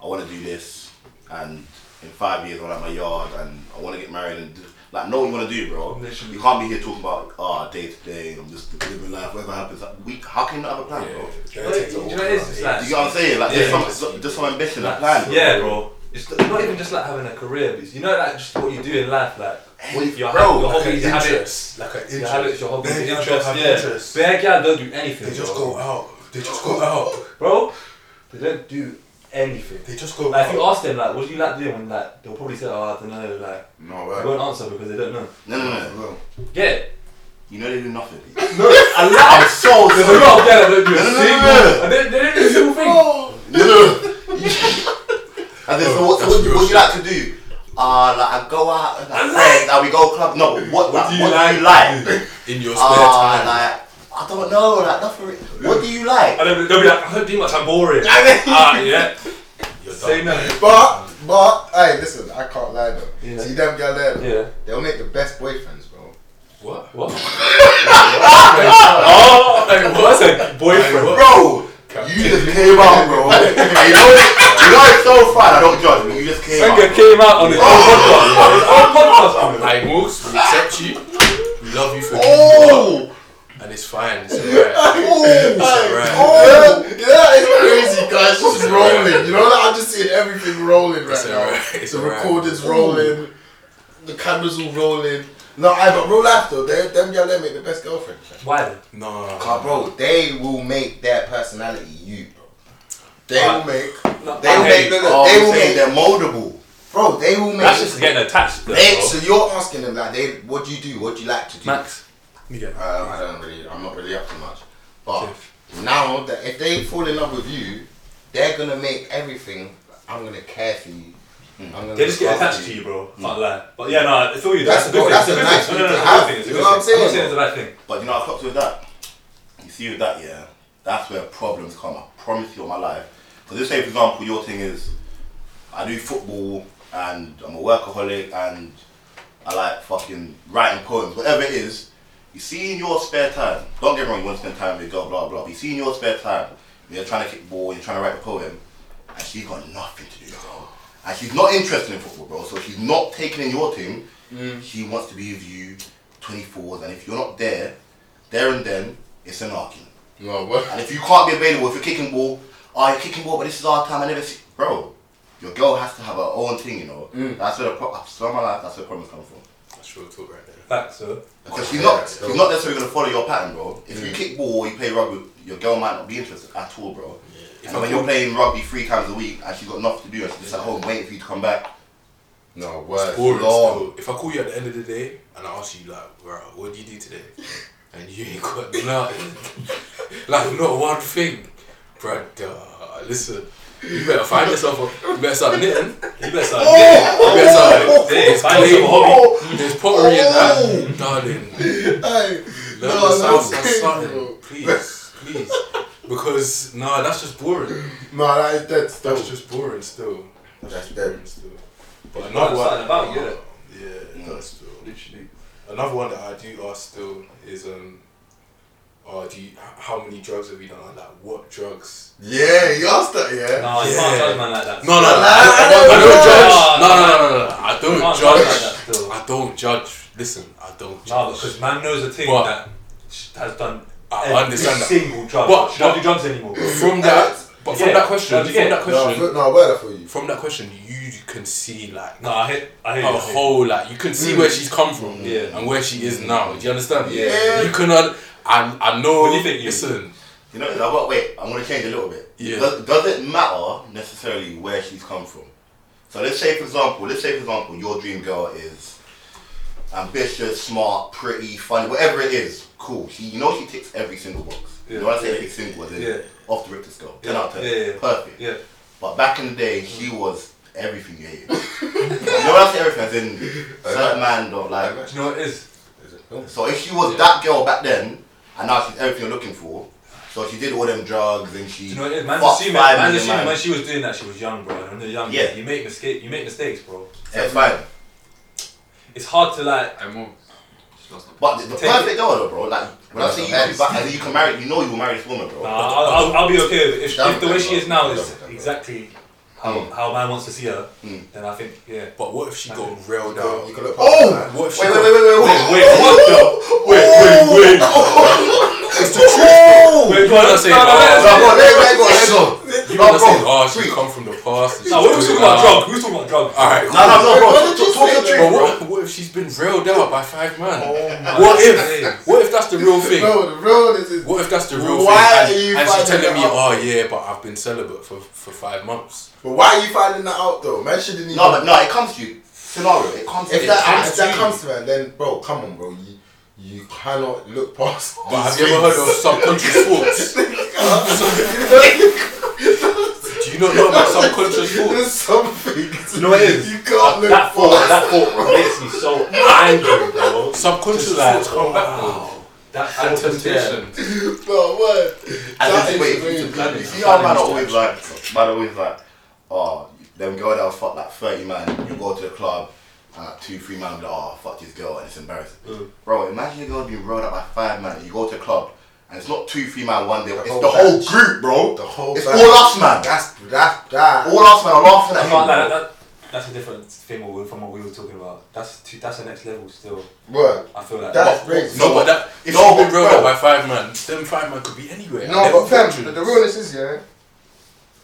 Speaker 5: I wanna do this and in five years I'll have my yard and I wanna get married and do, like, know what you wanna do, bro.
Speaker 6: Literally.
Speaker 5: You can't be here talking about, oh, day to day, I'm just living life, whatever happens. We, how can you not have a plan,
Speaker 3: Yeah,
Speaker 5: bro?
Speaker 3: yeah,
Speaker 6: But
Speaker 3: it takes a
Speaker 6: you know
Speaker 3: whole
Speaker 6: what it is? It's
Speaker 3: lot.
Speaker 5: Do you know what I'm saying? Like,
Speaker 3: Yeah.
Speaker 5: there's, some, there's some ambition, a plan. bro.
Speaker 6: Yeah, bro. It's not even just like having a career, because you know like just what you do in life, like what you- your,
Speaker 5: Bro,
Speaker 6: your
Speaker 3: Like an
Speaker 6: hobbies, your habits,
Speaker 3: interest, like an
Speaker 6: your
Speaker 3: interest.
Speaker 6: habits, your hobbies,
Speaker 3: Bare
Speaker 6: your
Speaker 3: girls
Speaker 6: interests.
Speaker 3: have
Speaker 6: Yeah,
Speaker 3: interests.
Speaker 6: bare girls don't do anything.
Speaker 3: They just
Speaker 6: bro.
Speaker 3: go out. They just go out.
Speaker 6: bro. They don't do anything.
Speaker 3: They just go
Speaker 6: Like if you
Speaker 3: out.
Speaker 6: ask them like, what do you like doing? Like they'll probably say, oh, I don't know. Like
Speaker 2: No
Speaker 6: they
Speaker 2: way.
Speaker 6: won't answer because they don't know.
Speaker 5: No, no, no.
Speaker 2: Bro.
Speaker 6: Get it?
Speaker 5: You know they do nothing.
Speaker 6: No, a lot.
Speaker 5: I'm so
Speaker 6: There's a lot of them that don't do a
Speaker 5: No, no, Oh. no,
Speaker 6: single.
Speaker 5: no.
Speaker 6: and They, they don't do a single thing.
Speaker 5: And then, so what, what, what do you like to do? Uh, like I go out with my friends and we go club. No, but what, like, what do you like?
Speaker 3: In your
Speaker 2: Ah.
Speaker 3: spare
Speaker 5: Uh,
Speaker 3: time.
Speaker 5: like I don't know, like nothing. really- What do you like?
Speaker 6: And they'll be- they'll be like, I don't do much. I'm boring. Ah, yeah.
Speaker 3: You're
Speaker 6: Say
Speaker 3: done.
Speaker 6: no.
Speaker 2: But, but, hey, listen, I can't lie though.
Speaker 6: Yeah.
Speaker 2: See them girl there, though,
Speaker 6: Yeah.
Speaker 2: they'll make the best boyfriends, bro.
Speaker 3: What?
Speaker 6: What? oh, like, what's a boyfriend?
Speaker 3: Like, what?
Speaker 5: Bro,
Speaker 3: cap.
Speaker 5: You just came out, bro. And you, know, you know it's so fun. I don't judge, but you just came
Speaker 6: Wenger
Speaker 5: out.
Speaker 6: came out on his own
Speaker 5: Oh.
Speaker 6: podcast. On his own podcast. bro.
Speaker 3: Like Wolves, we accept you. We love you for who you are,
Speaker 5: Oh!
Speaker 3: and it's fine. It's alright.
Speaker 2: Oh,
Speaker 3: Right.
Speaker 2: oh, yeah, it's crazy, guys. She's rolling. You know, like, I'm just seeing everything rolling right
Speaker 3: It's
Speaker 2: now.
Speaker 3: alright, it's
Speaker 2: the
Speaker 3: alright.
Speaker 2: recording's rolling, the cameras all rolling. No, I but real life though, they, them girl they make the best girlfriend.
Speaker 6: Why?
Speaker 2: Car,
Speaker 3: No,
Speaker 2: bro, they will make their personality you, bro. They will make,
Speaker 6: No,
Speaker 2: they will
Speaker 6: okay.
Speaker 2: make, no, no,
Speaker 5: Oh,
Speaker 2: they
Speaker 5: they
Speaker 2: will make,
Speaker 5: saying they're moldable.
Speaker 2: bro, they will make.
Speaker 6: That's just getting attached. Though,
Speaker 2: They,
Speaker 6: bro.
Speaker 2: so you're asking them like, they, what do you do? What do you like to do?
Speaker 6: Max.
Speaker 3: yeah.
Speaker 2: Um, I don't really. I'm not really up to much. But now that if they fall in love with you, they're gonna make everything. I'm gonna care for you. I'm gonna
Speaker 6: Hmm. They just get
Speaker 2: look after
Speaker 6: attached to you, bro. Can't lie. But yeah, no, it's all you. though.
Speaker 2: That's
Speaker 6: That's, a good
Speaker 2: cool.
Speaker 6: thing.
Speaker 2: That's
Speaker 6: it's
Speaker 2: a
Speaker 6: a good
Speaker 2: nice
Speaker 6: thing. No,
Speaker 2: thing
Speaker 6: no, no,
Speaker 2: to
Speaker 6: it's a
Speaker 2: have.
Speaker 6: good thing. It's a
Speaker 2: You
Speaker 6: good
Speaker 2: know what
Speaker 6: thing.
Speaker 2: I'm
Speaker 6: I'm
Speaker 2: saying?
Speaker 6: not saying it's a bad thing.
Speaker 5: But you know, I stopped with that. You see, with that, yeah, that's where problems come. I promise you on my life. Because let's say, for example, your thing is, I do football and I'm a workaholic and I like fucking writing poems, whatever it is. You see, in your spare time, don't get me wrong, you want to spend time with your girl, blah blah. But you see, in your spare time, you're trying to kick ball, you're trying to write a poem, and she's got nothing to do, bro. And she's not interested in football, bro. So she's not taking in your team. She wants to be with you 24s, and if you're not there, there and then, it's an argument.
Speaker 2: you. No, what?
Speaker 5: And if you can't be available, if you're kicking ball, oh, you're kicking ball, but this is our time. I never see, bro. Your girl has to have her own thing, you know. That's where the pro- I swear on my life, that's where problems come from.
Speaker 3: That's real talk right there.
Speaker 6: Facts, so.
Speaker 5: Because she's not, she's not necessarily gonna follow your pattern, bro. If
Speaker 6: Mm.
Speaker 5: you kick ball or you play rugby, your girl might not be interested at all, bro.
Speaker 3: If
Speaker 5: And
Speaker 3: I
Speaker 5: when you're playing rugby three times a week and she's got nothing to do and she's just at home waiting for you to come back,
Speaker 2: No,
Speaker 3: It's
Speaker 2: what?
Speaker 3: boring
Speaker 5: long.
Speaker 3: still. If I call you at the end of the day and I ask you like, bro, what do you do today? And you ain't got nothing. like not one thing. Brother, listen. You better find yourself a you better start knitting.
Speaker 6: You better start.
Speaker 3: You better start
Speaker 6: Hey,
Speaker 3: there's
Speaker 6: Oh! find yourself a hobby. Oh!
Speaker 3: clay, there's pottery in that. Darling.
Speaker 2: Hey,
Speaker 3: Learn
Speaker 2: no,
Speaker 3: the sounds of
Speaker 2: that's
Speaker 3: something. Please. Please. Because nah, that's just boring.
Speaker 2: no, that is dead still.
Speaker 3: That's just boring still.
Speaker 2: That's
Speaker 3: just
Speaker 2: dead.
Speaker 3: boring still. But
Speaker 6: not
Speaker 3: another one
Speaker 6: something about you, innit?
Speaker 3: Yeah, that's still.
Speaker 6: Literally.
Speaker 3: Another one that I do ask still is um, uh, do you, h- how many drugs have you done? Like what drugs?
Speaker 2: Yeah, you asked that, yeah.
Speaker 6: No, you
Speaker 3: Yeah.
Speaker 6: can't judge man like that.
Speaker 3: No, no, no,
Speaker 2: Nah,
Speaker 3: I
Speaker 2: I
Speaker 3: don't, I
Speaker 2: don't
Speaker 3: don't
Speaker 6: judge.
Speaker 3: judge. No, no, no, no, no, I
Speaker 6: You
Speaker 3: don't
Speaker 6: can't judge like
Speaker 3: judge.
Speaker 6: that still.
Speaker 3: I don't judge. Listen, I don't
Speaker 6: No,
Speaker 3: judge.
Speaker 6: because man knows a thing
Speaker 3: What?
Speaker 6: that sh- has done
Speaker 3: I
Speaker 6: every
Speaker 3: understand that.
Speaker 6: single drug.
Speaker 3: What?
Speaker 6: She don't do drugs anymore. bro.
Speaker 3: From that, but from
Speaker 6: Yeah,
Speaker 3: that question,
Speaker 6: don't
Speaker 3: from
Speaker 6: you get-
Speaker 3: that
Speaker 2: No,
Speaker 3: question,
Speaker 2: no, no, word for you.
Speaker 3: from that question, you can see like
Speaker 6: No, I hate. I hate.
Speaker 3: a whole like you can see where she's come from
Speaker 6: Yeah.
Speaker 3: and where she is now. Do you understand?
Speaker 2: Yeah.
Speaker 3: You cannot. I I know.
Speaker 6: What do you think, you?
Speaker 3: Listen,
Speaker 5: you know, I've got, wait, I'm gonna change a little bit.
Speaker 3: Yeah.
Speaker 5: Does, does it matter necessarily where she's come from? So let's say, for example, let's say, for example, your dream girl is ambitious, smart, pretty, funny, whatever it is, cool. She, you know she ticks every single box. You know what I say, every single, as in
Speaker 6: Yeah.
Speaker 5: off the Richter scale, 10
Speaker 6: Yeah.
Speaker 5: out of 10,
Speaker 6: Yeah, yeah, yeah.
Speaker 5: perfect.
Speaker 6: Yeah.
Speaker 5: But back in the day, she was everything you hated. you know what I say, everything, as in, certain man don't like,
Speaker 6: Do you know what it is?
Speaker 5: so if she was that girl back then, and now she's everything you're looking for, so she did all them drugs and she
Speaker 6: Do you know what it is? Man's
Speaker 5: fucked
Speaker 6: assuming,
Speaker 5: five
Speaker 6: man's
Speaker 5: million
Speaker 6: assuming
Speaker 5: man.
Speaker 6: when she was doing that, she was young, bro. And when you're young,
Speaker 5: Yeah.
Speaker 6: you make mistake, you make mistakes, bro.
Speaker 5: Yeah, it's fine.
Speaker 6: It's hard to like.
Speaker 1: I moved. She lost the
Speaker 5: But the, the
Speaker 6: Take
Speaker 5: perfect girl though, bro, like when I
Speaker 2: That's
Speaker 5: say you
Speaker 2: the
Speaker 5: can,
Speaker 2: best.
Speaker 5: back, as in you can marry, you know you will marry this woman, bro.
Speaker 6: Nah, I'll, I'll, I'll be okay with it. If,
Speaker 2: Damn
Speaker 6: if the
Speaker 2: it,
Speaker 6: way she
Speaker 2: bro.
Speaker 6: is now
Speaker 2: Damn
Speaker 6: is
Speaker 2: it, bro.
Speaker 6: exactly how how man wants to see her, then I think yeah.
Speaker 3: but what if she got railed
Speaker 2: No,
Speaker 3: out?
Speaker 2: you can look
Speaker 5: Oh!
Speaker 3: What if she
Speaker 5: Wait, wait,
Speaker 3: got- Wait, what the?
Speaker 5: wait, wait, wait, wait,
Speaker 3: Wait, wait, wait. It's the truth. Wait, you wanna say,
Speaker 6: no, no,
Speaker 2: No,
Speaker 3: oh,
Speaker 2: bro, let let go, let go.
Speaker 3: you
Speaker 2: No, bro,
Speaker 3: wanna say, oh, she
Speaker 2: free.
Speaker 3: come from the past. and
Speaker 6: No, we were talking
Speaker 3: she doing
Speaker 6: about
Speaker 3: that.
Speaker 6: drugs. We were talking about drugs.
Speaker 3: All right, cool.
Speaker 5: No, no, no, bro.
Speaker 2: What did you
Speaker 5: Talk, talk
Speaker 2: say,
Speaker 5: the truth,
Speaker 3: But
Speaker 5: bro.
Speaker 3: what, what if she's been railed out by five men?
Speaker 6: my
Speaker 3: what
Speaker 6: days.
Speaker 3: if? What if that's the real thing?
Speaker 2: No, the real this is.
Speaker 3: What if that's the real
Speaker 2: Why
Speaker 3: thing?
Speaker 2: are you
Speaker 3: and and she's
Speaker 2: finding
Speaker 3: telling me,
Speaker 2: it out?
Speaker 3: oh yeah, but I've been celibate for, for five months.
Speaker 2: But why are you finding that out though? Man, she didn't even.
Speaker 5: No, but no, it comes to you. Scenario, it comes to
Speaker 2: If
Speaker 5: you.
Speaker 2: that comes,
Speaker 5: It comes
Speaker 2: if that
Speaker 5: to
Speaker 2: comes to her, then bro, come on, bro, you you cannot look past.
Speaker 3: But have you ever heard of subconscious thoughts? Do you not know about subconscious thoughts?
Speaker 2: There's something. You
Speaker 6: know what it is?
Speaker 2: You can't look
Speaker 6: That thought,
Speaker 2: past.
Speaker 6: that thought makes me so angry, bro.
Speaker 3: Subconscious
Speaker 6: Just like, oh,
Speaker 3: thoughts come back
Speaker 6: wow.
Speaker 3: now.
Speaker 6: That
Speaker 3: And
Speaker 6: thought was there.
Speaker 3: temptation.
Speaker 2: No word.
Speaker 5: And
Speaker 2: That
Speaker 5: then
Speaker 2: is
Speaker 5: wait,
Speaker 2: crazy.
Speaker 5: you see how man are always like, man are always like, oh, them girl that will fuck like 30 man, you go to the club, and like two, three man be like, oh, fuck this girl, and it's embarrassing. Bro, imagine your girl being rolled up by five man, you go to the club, And it's not two, three man one day.
Speaker 2: The
Speaker 5: it's
Speaker 2: whole
Speaker 5: the whole
Speaker 2: batch.
Speaker 5: group, bro.
Speaker 2: The whole
Speaker 5: It's
Speaker 2: batch.
Speaker 5: all us, man.
Speaker 2: That's that that.
Speaker 5: All us, man, are laughing
Speaker 6: I
Speaker 5: at
Speaker 6: can't lie,
Speaker 5: him.
Speaker 6: that,
Speaker 5: bro.
Speaker 6: that, that's a different thing what we- from what we were talking about. That's too, that's the next level still.
Speaker 2: Word.
Speaker 6: I feel like
Speaker 2: That's crazy.
Speaker 3: No, but that if
Speaker 5: No,
Speaker 3: you've been
Speaker 5: but
Speaker 3: rolled up
Speaker 5: bro.
Speaker 3: by five man, them five man could be anywhere.
Speaker 2: No,
Speaker 3: They're
Speaker 2: but fam, the,
Speaker 3: veterans.
Speaker 2: the realness is yeah.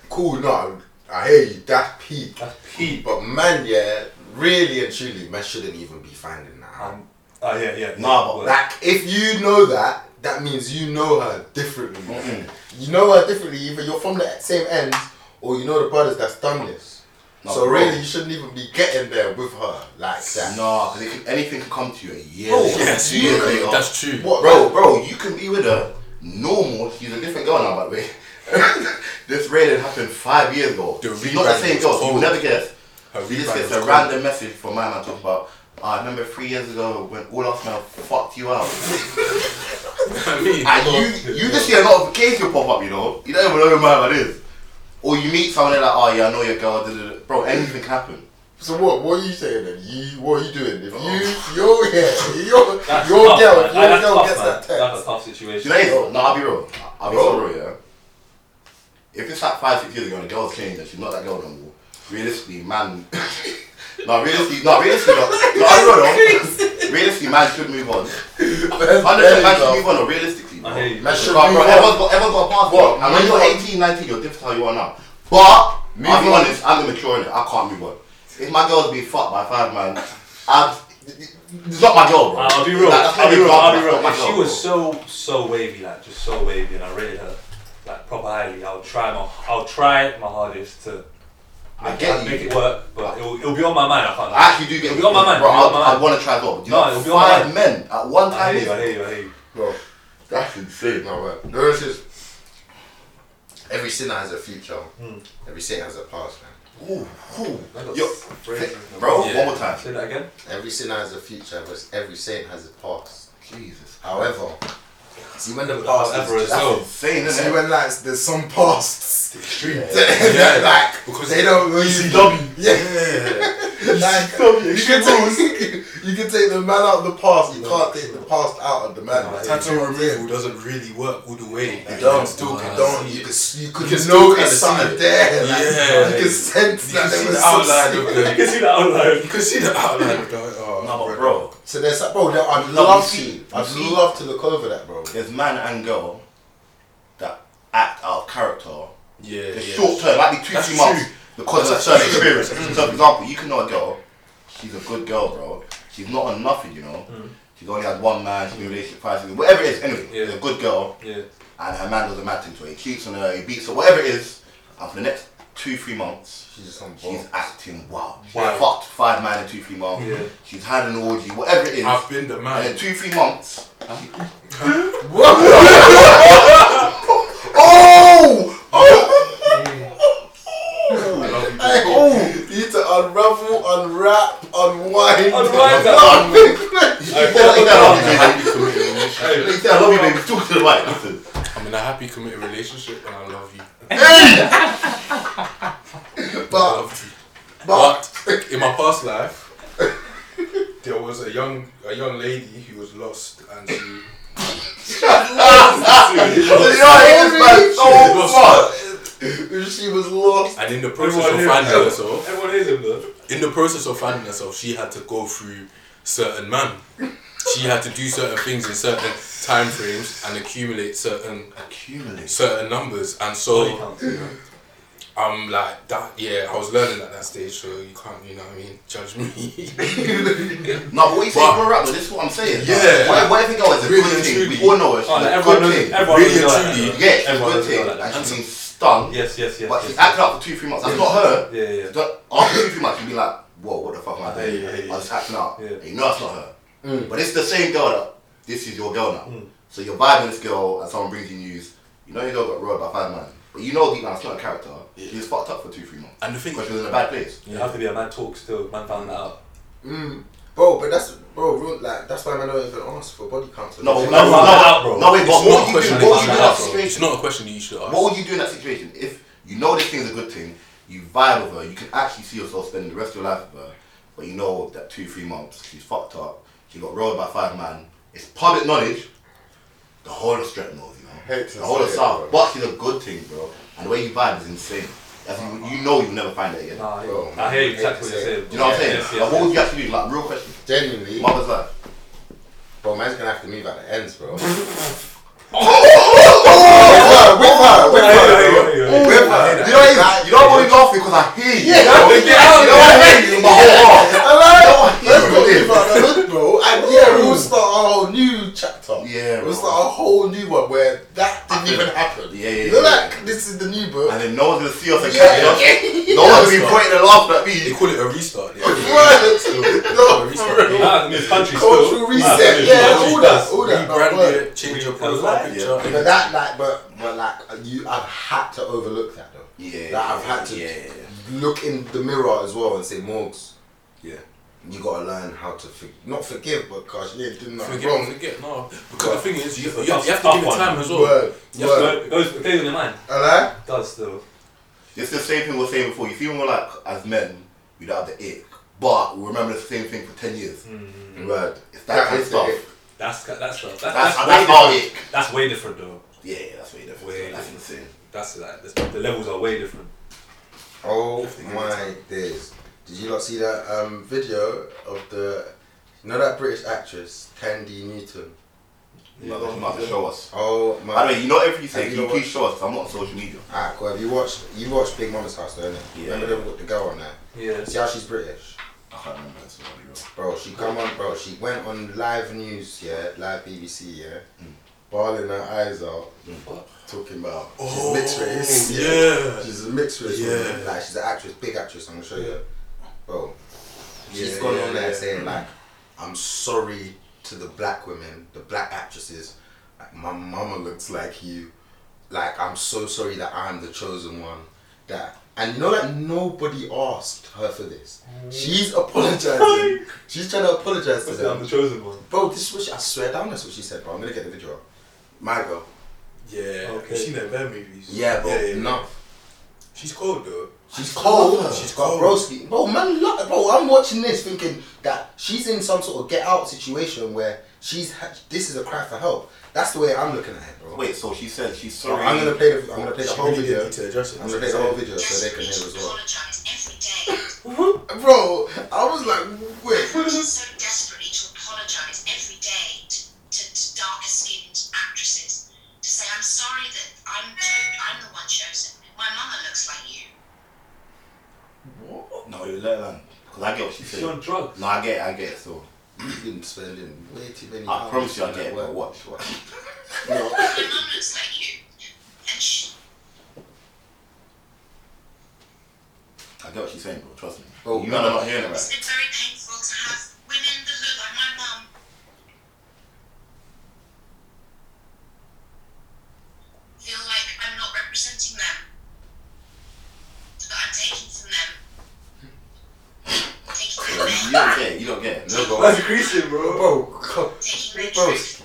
Speaker 2: Cool, no, I hear you. That's peak.
Speaker 6: That's
Speaker 2: peak. But man, yeah, really and truly, man shouldn't even be finding that out.
Speaker 6: Um, oh yeah, yeah.
Speaker 5: Nah, but
Speaker 2: Like, if you know that, that means you know her differently.
Speaker 5: Mm-mm.
Speaker 2: You know her differently, either you're from the same end or you know the brothers that's done this.
Speaker 5: No,
Speaker 2: so
Speaker 5: bro.
Speaker 2: really, you shouldn't even be getting there with her like that.
Speaker 5: Nah, because can, anything can come to you a year
Speaker 2: Bro,
Speaker 5: later,
Speaker 3: Yes,
Speaker 5: two years later.
Speaker 3: yeah, that's true.
Speaker 2: What,
Speaker 5: Bro, bro, you can be with her normal. She's a different girl now, by the way. this raiding happened five years ago.
Speaker 3: The
Speaker 5: She's not the
Speaker 3: rebrand
Speaker 5: same
Speaker 3: was
Speaker 5: girl. so You
Speaker 3: cold.
Speaker 5: will never guess.
Speaker 3: Her
Speaker 5: She just
Speaker 3: rebrand
Speaker 5: gets
Speaker 3: was
Speaker 5: a
Speaker 3: cold.
Speaker 5: random message from my man talking about. "Ah, I remember three years ago when all us men fucked you out.
Speaker 3: I mean,
Speaker 5: And you, you just see a notification pop up, you know. You don't even know who my man is. Or you meet someone they're like, oh yeah, I know your girl. da, da, da." Bro, anything can happen.
Speaker 2: So what? What are you saying then? You what are you doing? If you your yeah your your
Speaker 6: tough,
Speaker 2: girl
Speaker 6: man.
Speaker 2: if your
Speaker 6: Aye, Oh. that's
Speaker 2: girl
Speaker 6: tough,
Speaker 2: gets
Speaker 6: man.
Speaker 2: that
Speaker 6: That's
Speaker 2: text,
Speaker 6: a tough
Speaker 5: Do
Speaker 6: situation.
Speaker 5: you know, it's- no, I'll be real. I'll be
Speaker 2: Bro.
Speaker 5: so real, yeah. If it's like five, six years ago and the girl's changed and she's not that girl no more, realistically, man. no, realistically, no, realistically, no. No, I'll be real, though. Realistically, man should move on. I
Speaker 2: There you
Speaker 5: don't man should
Speaker 2: go.
Speaker 5: move on, though, realistically. Bro.
Speaker 6: I hear you.
Speaker 2: Man should
Speaker 5: Bro,
Speaker 2: move
Speaker 5: bro,
Speaker 2: on.
Speaker 5: everyone's got, everyone's got a passport.
Speaker 2: What?
Speaker 5: And when
Speaker 2: Move
Speaker 5: you're
Speaker 2: on.
Speaker 5: 18, 19, you're different to how you are now. But,
Speaker 2: Move
Speaker 5: I'll be
Speaker 2: on.
Speaker 5: honest, I'm immature in it. I can't move on. If my girl's being fucked by five, man, I'm. It's not my girl, bro.
Speaker 6: I'll be real.
Speaker 5: Like, that's not
Speaker 6: I'll be real.
Speaker 5: my girl,
Speaker 6: I'll be
Speaker 5: that's
Speaker 6: real.
Speaker 5: not my
Speaker 6: If she
Speaker 5: girl,
Speaker 6: was
Speaker 5: bro.
Speaker 6: so so wavy, like just so wavy, and I rated her like proper highly, I'll try my I'll try my hardest to
Speaker 5: I
Speaker 6: make,
Speaker 5: get
Speaker 6: it,
Speaker 5: you.
Speaker 6: make it work, but it'll, it'll be on my mind. I can't.
Speaker 5: I actually do get.
Speaker 6: It'll be on my mind.
Speaker 5: Bro,
Speaker 6: it'll be on my
Speaker 5: I, I
Speaker 6: mind.
Speaker 5: want to try as well. But you
Speaker 6: No,
Speaker 5: know,
Speaker 6: it'll be on my
Speaker 5: five
Speaker 6: mind.
Speaker 5: men at one
Speaker 6: I
Speaker 5: time.
Speaker 6: hear you. I
Speaker 5: is-
Speaker 6: hear you. I hear you.
Speaker 2: Bro, that's insane, my man. No, it's just every sinner has a future.
Speaker 6: Hmm.
Speaker 2: Every saint has a past, man.
Speaker 5: Ooh, ooh.
Speaker 6: I got
Speaker 5: Yo,
Speaker 6: crazy.
Speaker 5: bro,
Speaker 3: Yeah.
Speaker 5: one more time.
Speaker 6: Say that again.
Speaker 2: Every sinner has a future, but every saint has a past.
Speaker 5: Jesus,
Speaker 2: However, see when the past
Speaker 6: However
Speaker 2: is
Speaker 6: as well.
Speaker 5: insane,
Speaker 2: See
Speaker 5: isn't it?
Speaker 2: when like there's some pasts
Speaker 3: extreme.
Speaker 2: that like
Speaker 3: Because
Speaker 2: they don't really
Speaker 3: ECW.
Speaker 2: yeah. Like, you can take you can take the man out of the past. You can't take the past out of the man. Like, you
Speaker 3: Tattoo
Speaker 2: know what I'm saying?
Speaker 3: removal doesn't really work all the way. Like,
Speaker 2: You don't.
Speaker 3: can still
Speaker 2: you
Speaker 3: kinda
Speaker 2: don't.
Speaker 3: see
Speaker 2: You
Speaker 3: it.
Speaker 2: can. s- You could
Speaker 3: can still
Speaker 2: know
Speaker 3: kinda
Speaker 2: it's something
Speaker 3: see it.
Speaker 2: there. Like,
Speaker 3: Yeah.
Speaker 2: You can sense
Speaker 3: You
Speaker 2: that
Speaker 3: can
Speaker 2: there
Speaker 3: see
Speaker 2: was
Speaker 3: the outline
Speaker 2: something.
Speaker 3: of
Speaker 6: You
Speaker 3: the.
Speaker 6: can see that outline.
Speaker 3: You can see the outline of the. Oh,
Speaker 5: No, but bro,
Speaker 2: So there's that, bro. There, I'd
Speaker 5: You
Speaker 2: love to.
Speaker 5: see-
Speaker 2: I'd
Speaker 5: you see-
Speaker 2: love to look over that, bro.
Speaker 5: there's man and girl that act out of character.
Speaker 3: Yeah,
Speaker 5: The
Speaker 3: yeah.
Speaker 5: short term, might be two,
Speaker 3: That's
Speaker 5: three months
Speaker 3: true.
Speaker 5: because of a
Speaker 3: That's
Speaker 5: certain
Speaker 3: actually true.
Speaker 5: experience. So, for example, you can know a girl. She's a good girl, bro. She's not on nothing, you know. She's only had one man. She's been in a relationship five, six, whatever it is. Anyway,
Speaker 6: Mm. Yeah.
Speaker 5: she's a good girl.
Speaker 6: Yeah.
Speaker 5: and her man does a mad thing to her. He cheats on her, he beats her, whatever it is. And for the next two, three months,
Speaker 2: She's just on
Speaker 5: she's
Speaker 2: board.
Speaker 5: acting wow. She
Speaker 6: Wow.
Speaker 5: fucked five man in two, three months.
Speaker 6: Yeah.
Speaker 5: She's had an orgy, whatever it is.
Speaker 3: I've been the
Speaker 5: and in
Speaker 3: man.
Speaker 5: two, three months.
Speaker 2: Oh!
Speaker 3: I love you.
Speaker 2: Hey, oh! You need to unravel, unwrap, unwind.
Speaker 6: Unwind
Speaker 5: Hey, say I love you, baby.
Speaker 3: happy committed relationship.
Speaker 5: Hey, say I love you, baby. Talk to the mic. Listen.
Speaker 3: I'm in a happy committed relationship and I love you. I
Speaker 2: But,
Speaker 3: love you.
Speaker 2: but,
Speaker 3: But in my past life, there was a young a young lady who was lost and she
Speaker 2: you know, it is, man,
Speaker 3: She
Speaker 2: so
Speaker 3: was
Speaker 2: far.
Speaker 5: Oh,
Speaker 2: She was lost.
Speaker 3: and in the process of finding herself,
Speaker 6: Everyone hears him though.
Speaker 3: in the process of finding herself, she had to go through certain man. She had to do certain things in certain time frames and accumulate certain
Speaker 5: Accumulate.
Speaker 3: certain numbers. And
Speaker 5: Oh,
Speaker 6: Body
Speaker 3: so
Speaker 6: counts. you know.
Speaker 3: I'm like that. Yeah, I was learning at that stage, so you can't, you know, what I mean, judge me.
Speaker 5: No, but what you saying
Speaker 3: Bruh.
Speaker 5: from a rapper, this is what I'm saying.
Speaker 3: Yeah.
Speaker 5: What, what if a girl is a
Speaker 3: Really
Speaker 5: good
Speaker 3: and
Speaker 5: thing? We
Speaker 3: truly.
Speaker 5: all know it. She's
Speaker 6: Oh, like,
Speaker 5: a
Speaker 6: everyone
Speaker 5: good
Speaker 6: knows.
Speaker 5: thing.
Speaker 6: Everyone
Speaker 3: Really
Speaker 6: knows.
Speaker 3: and
Speaker 6: that,
Speaker 3: truly.
Speaker 5: Yeah, she's a
Speaker 6: Everyone
Speaker 5: good
Speaker 6: knows
Speaker 5: thing.
Speaker 6: that.
Speaker 5: And she's been stung.
Speaker 6: Yes, yes, yes.
Speaker 5: But
Speaker 6: yes,
Speaker 5: she's acting out for two, three months. That's not her.
Speaker 6: Yeah, yeah.
Speaker 5: Don't- After two, three months, you'd be like, whoa, what the fuck am I doing?
Speaker 6: Yeah, yeah, yeah.
Speaker 5: I was acting out.
Speaker 6: Yeah. Mm.
Speaker 5: And you know that's not her. But it's the same girl that, this is your girl now. So you're vibing this girl and someone brings you news. You know your girl got robbed by five man. But you know deep down it's not a character.
Speaker 3: Yeah.
Speaker 5: She was fucked up for two, three months.
Speaker 3: And the thing
Speaker 5: Because she was in a bad place.
Speaker 6: You have to be a man talk still. Man found that out.
Speaker 2: Mm. Bro, but that's bro, real- like that's why man don't even ask for body counts.
Speaker 5: No, but
Speaker 6: not
Speaker 5: no, no,
Speaker 6: about that,
Speaker 5: no,
Speaker 6: bro.
Speaker 5: no, wait,
Speaker 3: It's
Speaker 5: but
Speaker 3: not
Speaker 5: what
Speaker 3: a
Speaker 5: would you
Speaker 3: question
Speaker 5: do? What would you do in that
Speaker 6: about that, bro.
Speaker 5: situation?
Speaker 3: It's not a question that you should ask.
Speaker 5: What would you do in that situation if you know this thing's a good thing, you vibe with her, you can actually see yourself spending the rest of your life with her, but you know that two, three months she's fucked up, she got rolled by five man, it's public knowledge, the whole of Stretton North, you know.
Speaker 2: Hate to
Speaker 5: the whole of
Speaker 2: say it,
Speaker 5: South.
Speaker 2: bro.
Speaker 5: Bucks is a good thing, bro. And the way you vibe is insane. That's- you, you know you'll never find that again.
Speaker 6: Nah,
Speaker 2: Bro,
Speaker 6: I hear
Speaker 2: man,
Speaker 6: exactly what
Speaker 2: it's
Speaker 6: you're saying.
Speaker 5: Do you know what I'm saying?
Speaker 6: Yes,
Speaker 5: Like,
Speaker 6: yes,
Speaker 5: what
Speaker 6: yes.
Speaker 5: would you actually do? Like, real question.
Speaker 2: Genuinely,
Speaker 5: Mother's life.
Speaker 2: bro, man's gonna have to move out the ends, bro. With her, with her, with her, bro. With her.
Speaker 5: You know, what it is? you don't want to laugh because I hear you. bro.
Speaker 2: Yeah, get out
Speaker 5: you know what I hear you in my whole heart.
Speaker 2: Hello?
Speaker 5: You know
Speaker 2: Let's
Speaker 5: what
Speaker 2: go
Speaker 5: I
Speaker 2: leave
Speaker 5: hear
Speaker 2: out the hood, bro. And yeah, we'll start a whole new chapter.
Speaker 5: Oh. Yeah,
Speaker 2: We'll
Speaker 5: bro.
Speaker 2: start a whole new one where that didn't even happen.
Speaker 5: Yeah, yeah,
Speaker 2: You know,
Speaker 5: yeah.
Speaker 2: like, this is the new book.
Speaker 5: And then no one's gonna see us and
Speaker 2: Yeah,
Speaker 5: catch us.
Speaker 2: yeah.
Speaker 5: No one's gonna be pointing and laughing at
Speaker 3: They
Speaker 5: me.
Speaker 3: call it a restart. Yeah.
Speaker 2: Word. No, for real.
Speaker 6: Nah, I mean, it's country
Speaker 2: Cultural
Speaker 6: still. Nah, it's
Speaker 2: reset.
Speaker 6: country
Speaker 2: Yeah,
Speaker 6: still.
Speaker 2: all that, all that. that
Speaker 3: Rebrand
Speaker 2: word.
Speaker 3: it, change your
Speaker 6: Yeah.
Speaker 3: profile
Speaker 5: Yeah.
Speaker 3: picture.
Speaker 2: But that, like, but, but like, you, I've had to overlook that though.
Speaker 5: Yeah,
Speaker 2: Like, I've had to
Speaker 5: yeah, yeah.
Speaker 2: look in the mirror as well and say, Morgs,
Speaker 5: Yeah.
Speaker 2: you gotta learn how to for- not forgive, but gosh, yeah, didn't I
Speaker 3: Forget,
Speaker 2: wrong?
Speaker 3: forget, no. Because the thing is, you,
Speaker 6: It's a
Speaker 3: you, have, you have to
Speaker 6: tough
Speaker 3: give it
Speaker 6: one.
Speaker 3: time as well.
Speaker 2: Word,
Speaker 3: Yeah,
Speaker 2: word.
Speaker 6: It goes, it plays on your mind.
Speaker 2: Hello?
Speaker 6: It does still.
Speaker 5: It's the same thing we were saying before. You see, when we're like, as men, we don't have the ick, but we remember the same thing for 10 years. Right. It's that,
Speaker 2: That
Speaker 5: kind of
Speaker 2: is the
Speaker 5: stuff.
Speaker 2: ick.
Speaker 6: That's that's that's, that's,
Speaker 5: That's,
Speaker 6: way
Speaker 5: that's, our
Speaker 6: different.
Speaker 5: ick.
Speaker 6: That's way different though.
Speaker 5: Yeah, yeah, that's way different.
Speaker 6: Way
Speaker 5: that's
Speaker 6: different.
Speaker 5: insane.
Speaker 6: That's like the, the levels are way different.
Speaker 2: Oh my days. Did you not see that um, video of the, you know that British actress, Tandy Newton?
Speaker 5: You're not about to show us.
Speaker 2: Oh my.
Speaker 5: By the way, you know everything you say,
Speaker 2: Have
Speaker 5: can
Speaker 2: you
Speaker 5: you
Speaker 2: watched-
Speaker 5: please show us? I'm not on social media.
Speaker 2: Alright, cool. Have you watched, you watched Big Mama's House though, innit?
Speaker 5: Yeah.
Speaker 2: Remember the, the girl on that?
Speaker 6: Yeah.
Speaker 2: See how she's British?
Speaker 5: I can't remember. That's what I wrote.
Speaker 2: Bro, she come on, bro. She went on live news, yeah, live BBC, yeah,
Speaker 5: Mm.
Speaker 2: bawling her eyes out, talking about she's mixed race,
Speaker 3: Oh,
Speaker 2: yeah.
Speaker 3: yeah.
Speaker 2: She's a mixed race
Speaker 3: Yeah.
Speaker 2: woman. Like she's an actress, big actress. I'm gonna show you, bro. She's
Speaker 3: Yeah,
Speaker 2: gone
Speaker 3: yeah,
Speaker 2: on there
Speaker 3: yeah.
Speaker 2: saying like, "I'm sorry to the black women, the black actresses. Like my mama looks like you. Like I'm so sorry that I'm the chosen one. That and you know that nobody asked her for this. She's apologizing. She's trying to apologize to
Speaker 6: I'm the
Speaker 2: them.
Speaker 6: chosen one.
Speaker 2: Bro, this is what she, I swear down. That's what she said. Bro, I'm gonna get the video. up. My girl.
Speaker 3: Yeah.
Speaker 6: Okay.
Speaker 3: You've seen that Bear movies.
Speaker 2: Yeah, bro. No.
Speaker 3: She's cold though.
Speaker 2: She's cold.
Speaker 3: She's cold.
Speaker 2: Broski. Bro, man, lo- bro, I'm watching this thinking that she's in some sort of get out situation where she's ha- this is a cry for help. That's the way I'm looking at it, bro.
Speaker 5: Wait, so she said she's
Speaker 2: So
Speaker 5: sorry.
Speaker 2: Oh, I'm gonna play the I'm gonna play the
Speaker 3: She
Speaker 2: whole
Speaker 3: really did
Speaker 2: video.
Speaker 3: need to address it.
Speaker 2: I'm gonna play the whole video so they can hear as well.
Speaker 7: well.
Speaker 2: Bro, I was like, wait.
Speaker 7: Everyone is so desperately to apologise every day to, to, to darker skinned actresses to say, I'm sorry that I'm, cho- I'm the one chosen. My mama looks like you.
Speaker 5: No, you let her land. Because I get what she
Speaker 6: She's on
Speaker 5: said.
Speaker 6: drugs.
Speaker 5: No, I get it, I get it. So
Speaker 2: You've been spending way too many.
Speaker 5: I
Speaker 2: hours
Speaker 5: promise you I
Speaker 2: on
Speaker 5: get
Speaker 2: that
Speaker 5: it, but
Speaker 2: work.
Speaker 5: watch, watch.
Speaker 2: No.
Speaker 7: My mum looks like you. And she,
Speaker 5: I get what she's saying, bro. Trust me.
Speaker 2: Oh,
Speaker 5: you
Speaker 2: no.
Speaker 5: man are not hearing it
Speaker 7: it's
Speaker 5: right.
Speaker 7: been very painful to have women that look like my mum. Feel like I'm not representing them. That I'm taking from them. Taking
Speaker 5: You
Speaker 7: from them.
Speaker 5: don't get it. You don't get it. No,
Speaker 2: That's
Speaker 3: creasing,
Speaker 2: Bro, come-
Speaker 7: Taking their
Speaker 2: bro,
Speaker 7: truth.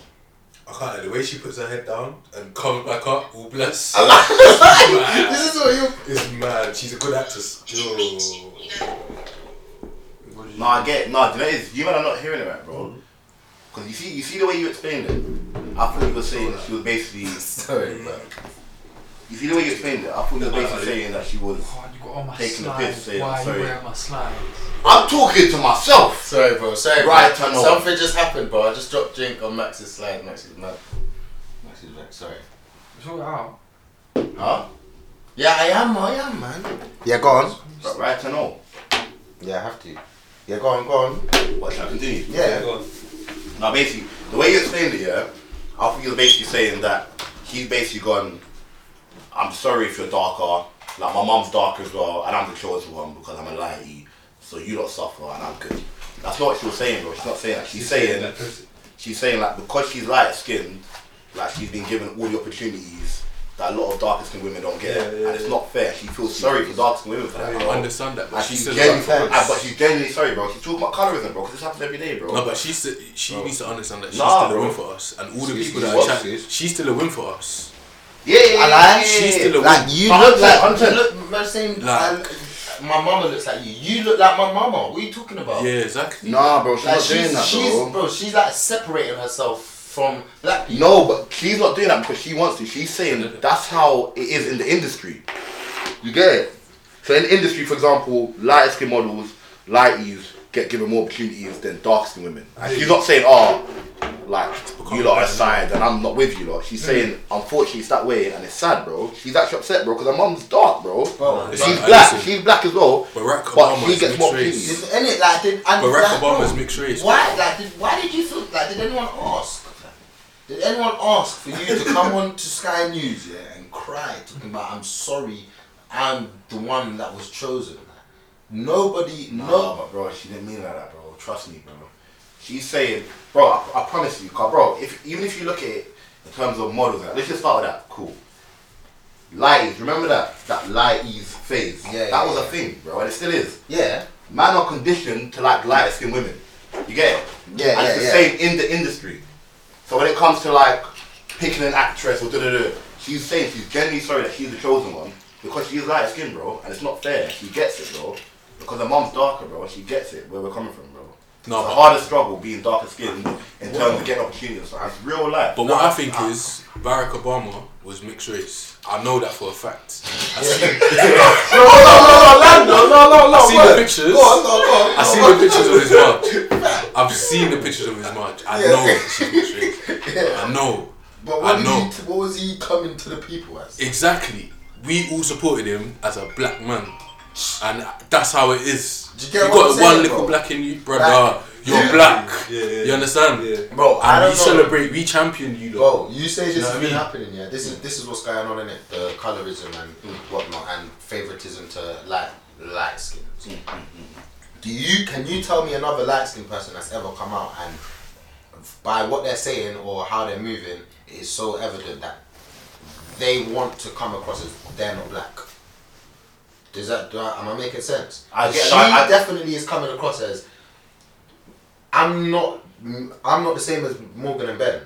Speaker 3: I can't. The way she puts her head down and comes back up, all bless.
Speaker 2: this is what you.
Speaker 3: It's mad. She's a good actress.
Speaker 7: I didn't mean to,
Speaker 3: Yo.
Speaker 7: you know.
Speaker 5: No, I get it. No, do you know what it is? You man are not hearing it right, bro.
Speaker 2: Mm.
Speaker 5: Because you see, you see the way you explained it. I thought you were saying that she was basically.
Speaker 2: Sorry, bro.
Speaker 5: You see the way you explained it. I thought you were basically saying that she was.
Speaker 1: God, you got all my
Speaker 5: Taking the
Speaker 1: slides.
Speaker 5: piss, yeah,
Speaker 1: Why are
Speaker 5: sorry.
Speaker 1: you wearing my slides?
Speaker 5: I'm talking to myself.
Speaker 2: Sorry, bro. Sorry,
Speaker 5: Right,
Speaker 2: bro.
Speaker 5: I know.
Speaker 2: Something just happened, bro. I just dropped drink on Max's slide. Max is mad. Max is mad. Sorry.
Speaker 1: It's all out.
Speaker 2: Huh? Yeah, I am. I am, man. Yeah, go on.
Speaker 5: But right to know.
Speaker 2: Yeah, I have to. Yeah, go on, go on.
Speaker 5: What should I continue?
Speaker 2: Yeah.
Speaker 6: Go on.
Speaker 5: Now, basically, the way you explained it, yeah, I think you're basically saying that he's basically gone, I'm sorry if you're darker, like my mum's dark as well, and I'm the chosen one because I'm a lighty, so you don't suffer and I'm good. That's not what she was saying, bro. She's not saying that. She's saying, she's saying, like, because she's light skinned, like, she's been given all the opportunities that a lot of darker skinned women don't get.
Speaker 6: Yeah, yeah,
Speaker 5: and it's
Speaker 6: yeah.
Speaker 5: not fair. She feels sorry for dark skinned women for that.
Speaker 3: I
Speaker 5: bro.
Speaker 3: understand that, but
Speaker 5: And
Speaker 3: she
Speaker 5: she's
Speaker 3: said
Speaker 5: genuinely,
Speaker 2: that for us.
Speaker 5: but she's genuinely sorry, bro. She's talking about colorism, bro, because this happens every day, bro.
Speaker 3: No, but she said she needs to understand that she's
Speaker 5: Nah,
Speaker 3: still a
Speaker 5: bro.
Speaker 3: win for us, and all the
Speaker 2: She's- she's
Speaker 3: people that are
Speaker 2: what,
Speaker 3: chatting,
Speaker 2: sis?
Speaker 3: she's still a win for us.
Speaker 5: yeah, yeah, yeah, yeah, yeah,
Speaker 3: She's
Speaker 5: yeah.
Speaker 3: still a
Speaker 2: Like
Speaker 3: win.
Speaker 2: you
Speaker 5: No,
Speaker 2: look
Speaker 5: I'm
Speaker 2: like.
Speaker 5: saying- I'm saying-
Speaker 2: you look, man, saying I
Speaker 3: Like-
Speaker 2: look- my mama looks like you. You look like my mama. What are you talking about?
Speaker 3: Yeah, exactly.
Speaker 2: Like, she's, she's, bro. She's like separating herself from black people.
Speaker 5: No, but she's not doing that because she wants to. She's saying that's how it is in the industry. You get it? So in the industry, for example, light skin models, lighties get given more opportunities than dark skin women. And she's not saying, oh, like, you lot are signed and I'm not with you lot.
Speaker 2: Mm.
Speaker 5: She's saying, unfortunately, it's that way and it's sad, bro. She's actually upset, bro, because her mum's dark, bro.
Speaker 2: Bro,
Speaker 5: She's
Speaker 3: But
Speaker 5: black.
Speaker 3: listen,
Speaker 5: She's black as well.
Speaker 3: Barack
Speaker 5: but
Speaker 3: Obama
Speaker 5: she
Speaker 3: is
Speaker 5: gets more
Speaker 3: mixed race.
Speaker 5: opportunities.
Speaker 2: isn't it like did and
Speaker 3: Barack
Speaker 2: like, bro,
Speaker 3: Obama's mixed race.
Speaker 2: Why like did, why did you feel like did anyone ask? Did anyone ask for you to come on to Sky News yeah, and cry talking about I'm sorry, I'm the one that was chosen. Nobody,
Speaker 5: No,
Speaker 2: no.
Speaker 5: but bro, she didn't mean it like that, bro. Trust me, bro. She's saying, bro, I, I promise you, 'cause, bro, if even if you look at it in terms of models, like, let's just start with that. Cool. Lighties, remember that that lighties phase.
Speaker 2: Yeah,
Speaker 5: that
Speaker 2: yeah,
Speaker 5: was a
Speaker 2: yeah.
Speaker 5: thing, bro, and it still is.
Speaker 2: Yeah,
Speaker 5: Man are conditioned to like light skinned women. You get it?
Speaker 2: Yeah,
Speaker 5: And
Speaker 2: yeah,
Speaker 5: it's the same in the industry. So when it comes to like picking an actress or da da da, she's saying she's genuinely sorry that she's the chosen one because she is light skinned, bro, and it's not fair. She gets it, bro, because her mom's darker, bro, and she gets it where we're coming from, bro.
Speaker 3: No,
Speaker 5: it's
Speaker 3: but-
Speaker 5: the hardest struggle being darker skinned in terms of getting opportunities. So it's real life.
Speaker 3: But what I think is Barack Obama was mixed race. I know that for a fact. I see,
Speaker 2: no, no, no, no, Lando, no, no, no.
Speaker 3: I see the
Speaker 2: word.
Speaker 3: pictures.
Speaker 2: Go on, go on, go on.
Speaker 3: I see the pictures of his march. I've seen the pictures of his march. I know she's mixed race. I know.
Speaker 2: But what,
Speaker 3: I
Speaker 2: did
Speaker 3: know.
Speaker 2: He, what was he coming to the people as?
Speaker 3: Exactly. We all supported him as a black man. And that's how it is.
Speaker 2: Do you get
Speaker 3: you
Speaker 2: what
Speaker 3: got
Speaker 2: I'm
Speaker 3: one
Speaker 2: saying,
Speaker 3: little
Speaker 2: bro?
Speaker 3: black in you, brother.
Speaker 2: Black.
Speaker 3: You're
Speaker 2: Yeah.
Speaker 3: black.
Speaker 6: Yeah, yeah.
Speaker 3: You understand?
Speaker 6: Yeah.
Speaker 2: Bro, I
Speaker 3: And
Speaker 2: don't
Speaker 3: we
Speaker 2: know.
Speaker 3: celebrate, we champion you, though.
Speaker 2: Bro, you say this
Speaker 3: know
Speaker 2: has
Speaker 3: what I
Speaker 2: been
Speaker 3: mean?
Speaker 2: happening, yeah. This is this is what's going on in it. The colorism and whatnot, and favoritism to light light skins. Do you can you tell me another light skinned person that's ever come out and by what they're saying or how they're moving, it is so evident that they want to come across as they're not black. Does that do I, am I making sense?
Speaker 5: I get-
Speaker 2: she
Speaker 5: I- I-
Speaker 2: definitely is coming across as I'm not I'm not the same as Morgan and Ben.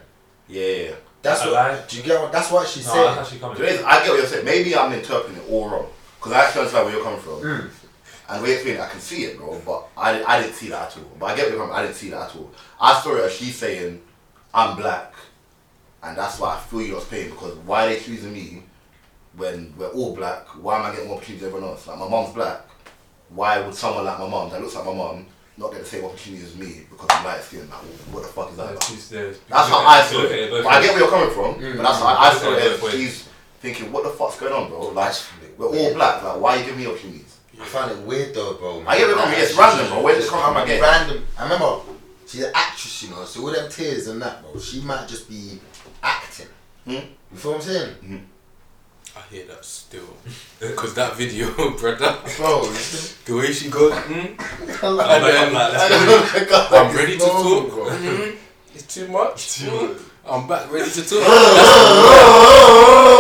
Speaker 5: Yeah, yeah. yeah.
Speaker 2: That's
Speaker 6: I
Speaker 2: what.
Speaker 6: lied.
Speaker 2: Do you get what? That's what she's
Speaker 6: No,
Speaker 2: saying.
Speaker 6: that's actually coming.
Speaker 5: There is- I get what you're saying. Maybe I'm interpreting it all wrong because I actually understand where you're coming from. And where you're saying, I can see it, bro, but I, di- I didn't see that at all. But I get what you're coming from. I didn't see that at all. I saw it as she saying, I'm black, and that's why I feel you lot's pain because why are they choosing me when we're all black? Why am I getting more opportunities than everyone else? Like, my mom's black. Why would someone like my mom, that looks like my mom, not get the same opportunities as me because I'm light skinned? Like, what the fuck is that
Speaker 6: Yeah,
Speaker 5: about?
Speaker 6: she's there.
Speaker 5: That's how
Speaker 6: Look
Speaker 5: I
Speaker 6: at-
Speaker 5: saw
Speaker 6: look at
Speaker 5: it.
Speaker 6: both
Speaker 5: But I
Speaker 6: ways.
Speaker 5: get where you're coming from.
Speaker 2: Mm.
Speaker 5: But that's how I saw
Speaker 6: Look at it
Speaker 5: it.
Speaker 6: both ways.
Speaker 5: She's thinking, what the fuck's going on, bro? Like, we're all black. Like, why are you giving me opportunities?
Speaker 2: I find it weird though, bro. Man.
Speaker 5: I get it, I mean, it's random, bro. Where did it come from again?
Speaker 2: Random. I remember she's an actress, you know. So all them tears and that, bro. She might just be acting.
Speaker 5: Hmm?
Speaker 2: You feel what I'm saying,
Speaker 3: I hear that still. Because that video, brother,
Speaker 2: bro?
Speaker 3: the way she goes, mm,
Speaker 6: I'm
Speaker 3: and
Speaker 6: like,
Speaker 3: then
Speaker 6: I'm like, let's go.
Speaker 3: I'm ready to talk.
Speaker 2: bro.
Speaker 3: Mhm. It's too much. Mm. I'm back ready to talk. That's-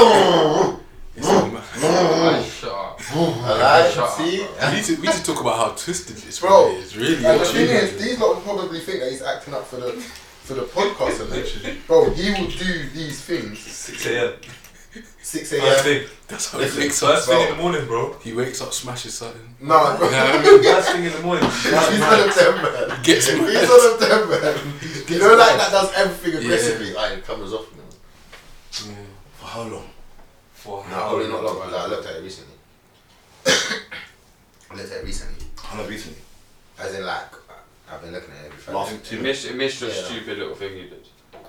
Speaker 3: It's a ma-
Speaker 1: Alright, shut up.
Speaker 2: Alright,
Speaker 1: Shut up,
Speaker 2: see.
Speaker 1: bro.
Speaker 3: we, need to, we need to talk about how twisted this
Speaker 2: Bro.
Speaker 3: bro is. Really,
Speaker 2: And the thing
Speaker 3: Jesus.
Speaker 2: is, these lot will probably think that he's acting up for the for the podcast and that. Bro, he will do these things.
Speaker 6: 6 a.m.
Speaker 2: Six
Speaker 6: First
Speaker 2: a.m.
Speaker 6: thing.
Speaker 3: that's how
Speaker 5: Listen,
Speaker 3: he wakes up.
Speaker 6: First thing in the morning, bro.
Speaker 3: He wakes up, smashes something.
Speaker 2: No, bro.
Speaker 3: You know what I mean?
Speaker 6: First thing in the morning.
Speaker 2: He's one of them, man.
Speaker 3: Gets
Speaker 2: He's
Speaker 3: mad.
Speaker 2: one of them, man. You know, like that does everything
Speaker 3: Yeah.
Speaker 2: aggressively. Yeah. Like, cameras off now.
Speaker 5: For how long?
Speaker 6: For
Speaker 2: No, probably not long. Like, I looked at it recently. I looked at it recently.
Speaker 5: How long recently?
Speaker 2: As in, like, I've been looking at it every Friday.
Speaker 5: Last two
Speaker 1: It
Speaker 5: minutes.
Speaker 1: missed, it missed a
Speaker 2: Yeah.
Speaker 1: stupid little thing you did.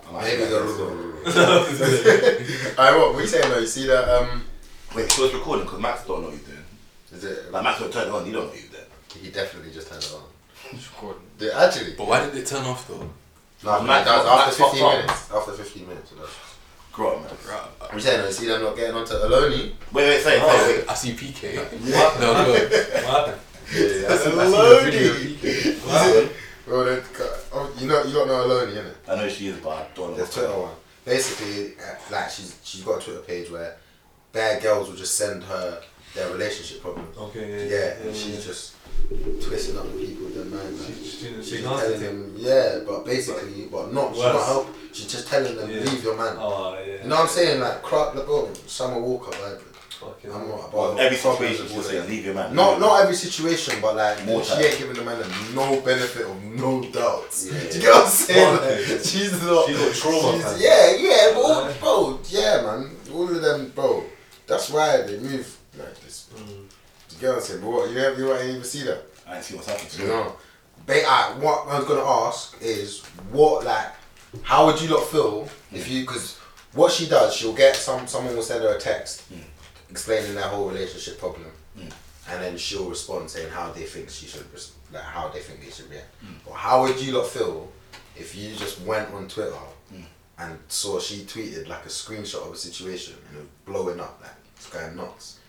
Speaker 5: I'm like,
Speaker 2: Maybe
Speaker 5: yeah,
Speaker 2: the.
Speaker 5: so-
Speaker 2: Alright, what were you saying though? You see that? Um,
Speaker 5: Wait, so it's recording because Max don't know what you're doing.
Speaker 2: is it?
Speaker 5: Like, Max will turn it on. You don't know what you're doing.
Speaker 2: He definitely just turned it on.
Speaker 1: It's recording.
Speaker 2: Did, actually,
Speaker 3: But why did it turn off though?
Speaker 2: no,
Speaker 5: Matt-
Speaker 2: that was
Speaker 5: Matt
Speaker 2: after
Speaker 5: fucked
Speaker 2: 15
Speaker 5: up.
Speaker 2: minutes. After 15 minutes. You know.
Speaker 5: Grow up, man.
Speaker 3: Right.
Speaker 2: I'm saying, though, you see them not getting onto Aloni.
Speaker 5: Wait, wait, say it, say it,
Speaker 3: I see PK. No, no.
Speaker 6: What?
Speaker 2: Aloni. Bro, that- oh, you know, you don't know Aloni, innit?
Speaker 5: wait. I know she is, but I don't know.
Speaker 2: The Twitter one. Basically, uh, like she's she's got a Twitter page where bad girls will just send her their relationship problems.
Speaker 6: Okay, Oh, yeah.
Speaker 2: Yeah, and she's just twisting up the people with their mind. Like,
Speaker 6: She's doing it.
Speaker 2: she's
Speaker 6: She's
Speaker 2: telling
Speaker 6: nasty.
Speaker 2: them, yeah, but basically, but not she's not
Speaker 6: Worse.
Speaker 2: help. She's just telling them
Speaker 6: Yeah.
Speaker 2: leave your man.
Speaker 6: Oh, yeah.
Speaker 2: You know what I'm saying? Like, crap, look on Summer Walker vibe.
Speaker 6: Fucking
Speaker 2: I'm not about
Speaker 5: Well, every
Speaker 2: fuck
Speaker 5: situation
Speaker 2: with
Speaker 5: will say,
Speaker 2: that.
Speaker 5: leave your man.
Speaker 2: No, not every situation, but like
Speaker 5: More
Speaker 2: she
Speaker 5: time.
Speaker 2: ain't giving the man no benefit of no doubt.
Speaker 5: Yeah.
Speaker 2: Do you get what I'm saying?
Speaker 3: Fuck
Speaker 2: Like,
Speaker 3: it.
Speaker 2: she's not.
Speaker 3: She got trauma,
Speaker 2: she's-
Speaker 3: fam.
Speaker 2: yeah, yeah, but all, bro, yeah, man, all of them, bro. That's why they move like this. Bro. Do you get what I'm saying? But what, you have you ain't even see that.
Speaker 5: I ain't see what's happening.
Speaker 2: No. But uh, what I was gonna ask is what like how would you lot feel if you because what she does she'll get some someone will send her a text explaining their whole relationship problem and then she'll respond saying how they think she should res- like how they think they should react. But how would you lot feel if you just went on Twitter and saw she tweeted like a screenshot of a situation and it was blowing up like it's going nuts.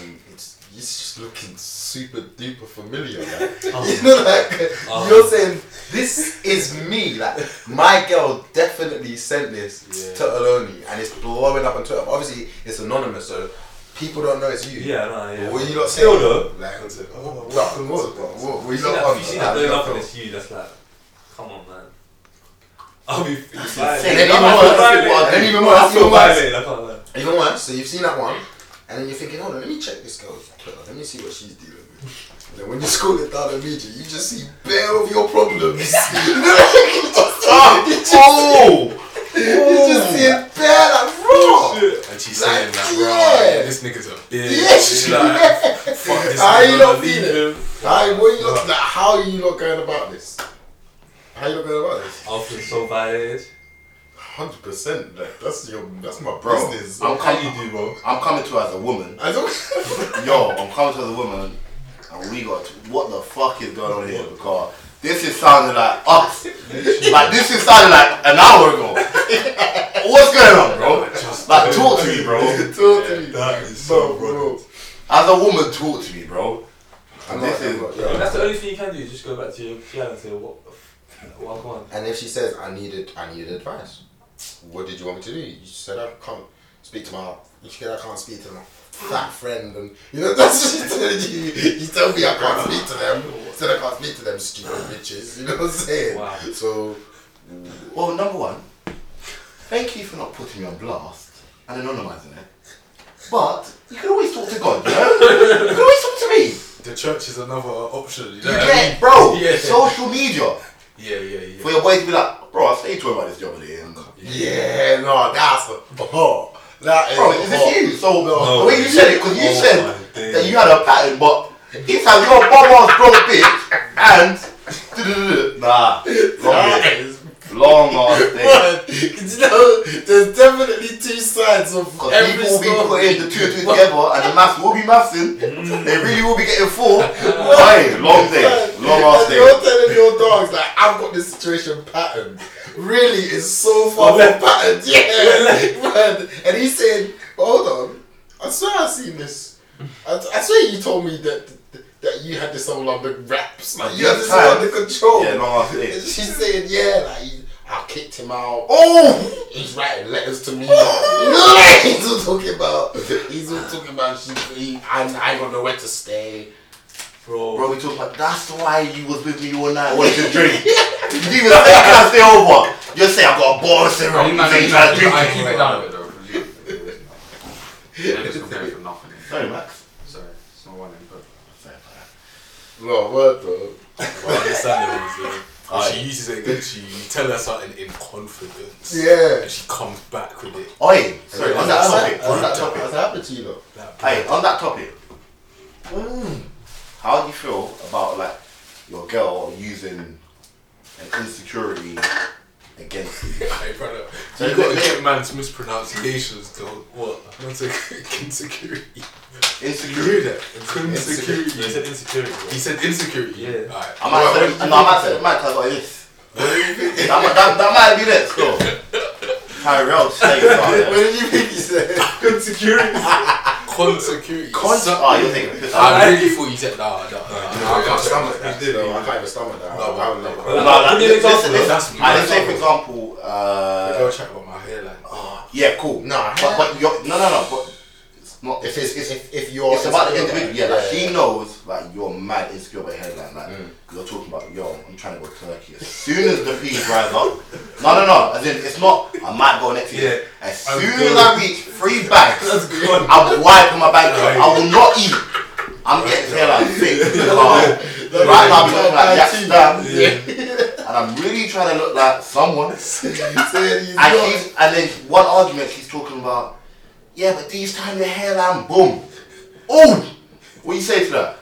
Speaker 2: And it's, it's just looking super duper familiar. Like.
Speaker 6: Oh.
Speaker 2: You know, like you're saying, this is me. Like my girl definitely sent this to Aloni, and it's blowing up on Twitter. Obviously, it's anonymous, so people don't know it's you.
Speaker 6: Yeah, no, yeah.
Speaker 2: What you lot
Speaker 6: Still
Speaker 2: saying?
Speaker 6: though.
Speaker 2: Like, no,
Speaker 3: Oh,
Speaker 2: what, what, what, what
Speaker 6: You
Speaker 2: you
Speaker 6: see
Speaker 2: lot
Speaker 6: that,
Speaker 2: on?
Speaker 6: you see
Speaker 2: Like,
Speaker 6: that blowing
Speaker 2: you lot
Speaker 6: up
Speaker 2: feel-
Speaker 6: and it's you, that's like, come on, man. I'll be feeling
Speaker 2: And
Speaker 6: violated.
Speaker 2: then
Speaker 5: That's
Speaker 2: even
Speaker 5: what
Speaker 2: worse,
Speaker 5: I feel about
Speaker 2: and then even
Speaker 6: I
Speaker 2: worse,
Speaker 6: feel
Speaker 2: even worse,
Speaker 6: violated, I can't lie.
Speaker 2: even worse. So you've seen that one, and then you're thinking, hold on, let me check this girl's Twitter. Let me see what she's dealing with. And then when you scroll it down immediately, you just see bare of your problems.
Speaker 5: Oh!
Speaker 2: You just see it bare like raw.
Speaker 3: And she's saying
Speaker 2: Like,
Speaker 3: that, like,
Speaker 2: yeah.
Speaker 3: this nigga's a bitch.
Speaker 2: Yes,
Speaker 3: Like, fuck this
Speaker 2: How you
Speaker 3: nigga,
Speaker 2: not
Speaker 3: leave
Speaker 2: feeling?
Speaker 3: him.
Speaker 2: How what you not? Like, how you not going about this? How you not going about this?
Speaker 6: I'll feel so violated.
Speaker 2: Hundred percent. Like that's your that's my
Speaker 5: Bro,
Speaker 2: business.
Speaker 5: I'm
Speaker 2: How
Speaker 5: coming-
Speaker 2: you do, bro?
Speaker 5: I'm coming to her as a woman.
Speaker 2: I don't.
Speaker 5: Yo, I'm coming to the woman, and we got to, what the fuck is going on here? Because this is sounding like us. like this is sounding like an hour ago. What's going on, bro? Like talk to me, bro.
Speaker 2: Talk to me.
Speaker 3: That is so
Speaker 2: Bro,
Speaker 3: bro.
Speaker 2: bro.
Speaker 5: As a woman, talk to me, bro.
Speaker 2: I'm
Speaker 5: This
Speaker 2: not-
Speaker 5: is-
Speaker 2: I'm not-
Speaker 6: And
Speaker 2: yeah.
Speaker 6: that's the only thing you can do is just go back to your piano and say, what the f- Welcome on.
Speaker 2: And if she says I needed I needed advice, what did you want me to do? You said I can't speak to my. You said I can't speak to my fat friend, and you know that's what she told you. You told me I can't speak to them. Said I can't speak to them stupid bitches. You know what I'm saying?
Speaker 6: Wow.
Speaker 2: So.
Speaker 5: Well, number one, thank you for not putting me on blast and anonymising it. But you can always talk to God, you know? You can always talk to me.
Speaker 3: The church is another option. You know
Speaker 5: You
Speaker 3: what I mean?
Speaker 5: get, bro.
Speaker 3: Yeah.
Speaker 5: Social media.
Speaker 3: Yeah, yeah, yeah.
Speaker 5: For your boy to be like, bro, I say to him about this job at the end.
Speaker 2: Yeah, no, that's a oh, that is
Speaker 5: Bro,
Speaker 2: a
Speaker 5: is
Speaker 2: oh.
Speaker 5: this you? So
Speaker 2: No.
Speaker 5: the way you said it, because you
Speaker 3: Oh my
Speaker 5: said
Speaker 3: days.
Speaker 5: that you had a pattern, but it's like you're a bum ass broke bitch and nah, long
Speaker 2: That
Speaker 5: day,
Speaker 2: is
Speaker 5: long ass day.
Speaker 2: bad. 'Cause you know, there's definitely two sides of
Speaker 5: Because
Speaker 2: every
Speaker 5: people will be
Speaker 2: story.
Speaker 5: putting the two and two together, and the maths will be mathsing. They really will be getting four. Aye, long day, long ass
Speaker 2: And You're
Speaker 5: day.
Speaker 2: telling your dogs like I've got this situation patterned. Really, it's so far from patterned. Yeah, man. And he said, "Hold on, I swear I've seen this. I, I swear you told me that that you had this all under wraps. Like you had this all
Speaker 5: Time.
Speaker 2: under control."
Speaker 5: Yeah, long ass day.
Speaker 2: And she said, "Yeah, like he- I kicked him out.
Speaker 5: Oh,
Speaker 2: He's writing letters to me. you know, like, he's all talking about. He's all talking about. She, he, I, I don't know where to stay.
Speaker 6: Bro.
Speaker 5: bro, we talking about that's why you was with me all night wanting to drink. You didn't even say can I stay over. You say I got a ball of syrup.
Speaker 1: I
Speaker 5: You say you trying to drink.
Speaker 1: I keep it down a bit though. 'cause you- They're just comparing for nothing.
Speaker 5: Sorry, Max.
Speaker 1: Sorry, it's not one input.
Speaker 2: No word, bro.
Speaker 3: But I understand what I'm saying. If
Speaker 5: Aye.
Speaker 3: she uses it against you, you tell her something in confidence.
Speaker 2: Yeah.
Speaker 3: And she comes back with it.
Speaker 5: Oi, sorry, on that
Speaker 2: Has
Speaker 5: topic,
Speaker 2: has
Speaker 5: on that
Speaker 2: that-
Speaker 5: topic.
Speaker 2: has that happened to you though?
Speaker 3: That
Speaker 5: Hey, on that topic,
Speaker 2: Mm.
Speaker 5: how do you feel about like your girl using an insecurity against you?
Speaker 3: Hey, brother.
Speaker 5: So
Speaker 3: you
Speaker 5: you
Speaker 3: got to
Speaker 5: got-
Speaker 3: get man's mispronunciations, though. What? Not insecurity. You hear
Speaker 5: Insecurity.
Speaker 3: that? Insecurity.
Speaker 6: You said insecurity.
Speaker 3: He said insecurity.
Speaker 6: Yeah.
Speaker 3: Alright.
Speaker 5: I might say, no, I might say, I might tell her this. that, might- that, that might be next, go. Tyrell, say it,
Speaker 2: What
Speaker 5: sorry.
Speaker 2: did you think he said?
Speaker 3: Insecurity. Consecurity.
Speaker 5: Cons- oh, you're taking a piss.
Speaker 3: I really thought you said nah, nah, nah. nah.
Speaker 2: I can't stomach that. No, I can't even stomach that.
Speaker 3: No,
Speaker 2: I would never.
Speaker 5: No, like,
Speaker 6: Give me an
Speaker 5: listen,
Speaker 6: example,
Speaker 5: listen,
Speaker 3: that's-
Speaker 5: I didn't say, for example, uh,
Speaker 3: Go chat about my hairline.
Speaker 5: yeah, cool.
Speaker 2: No, I
Speaker 5: But, but you're, no, no, no. But Not
Speaker 2: If it's if, if you're
Speaker 5: it's about the individual.
Speaker 2: like-
Speaker 5: Yeah, Mm. like she knows like you're mad insecure about your headline. Like you're talking about, yo, I'm trying to go to Turkey. As soon as the fees rise up, no, no, no. As in, it's not. I might go next year. As soon as I reach three bags, I will wipe on my bank account. I will not eat. I'm getting hairline sick. Like, right now, I'm looking like Jack Stam, and I'm really trying to look like someone.
Speaker 2: Saying he's
Speaker 5: And,
Speaker 2: not-
Speaker 5: she's, and then one argument she's talking about, yeah, but these time the hairline, boom. Oh! What you say to that?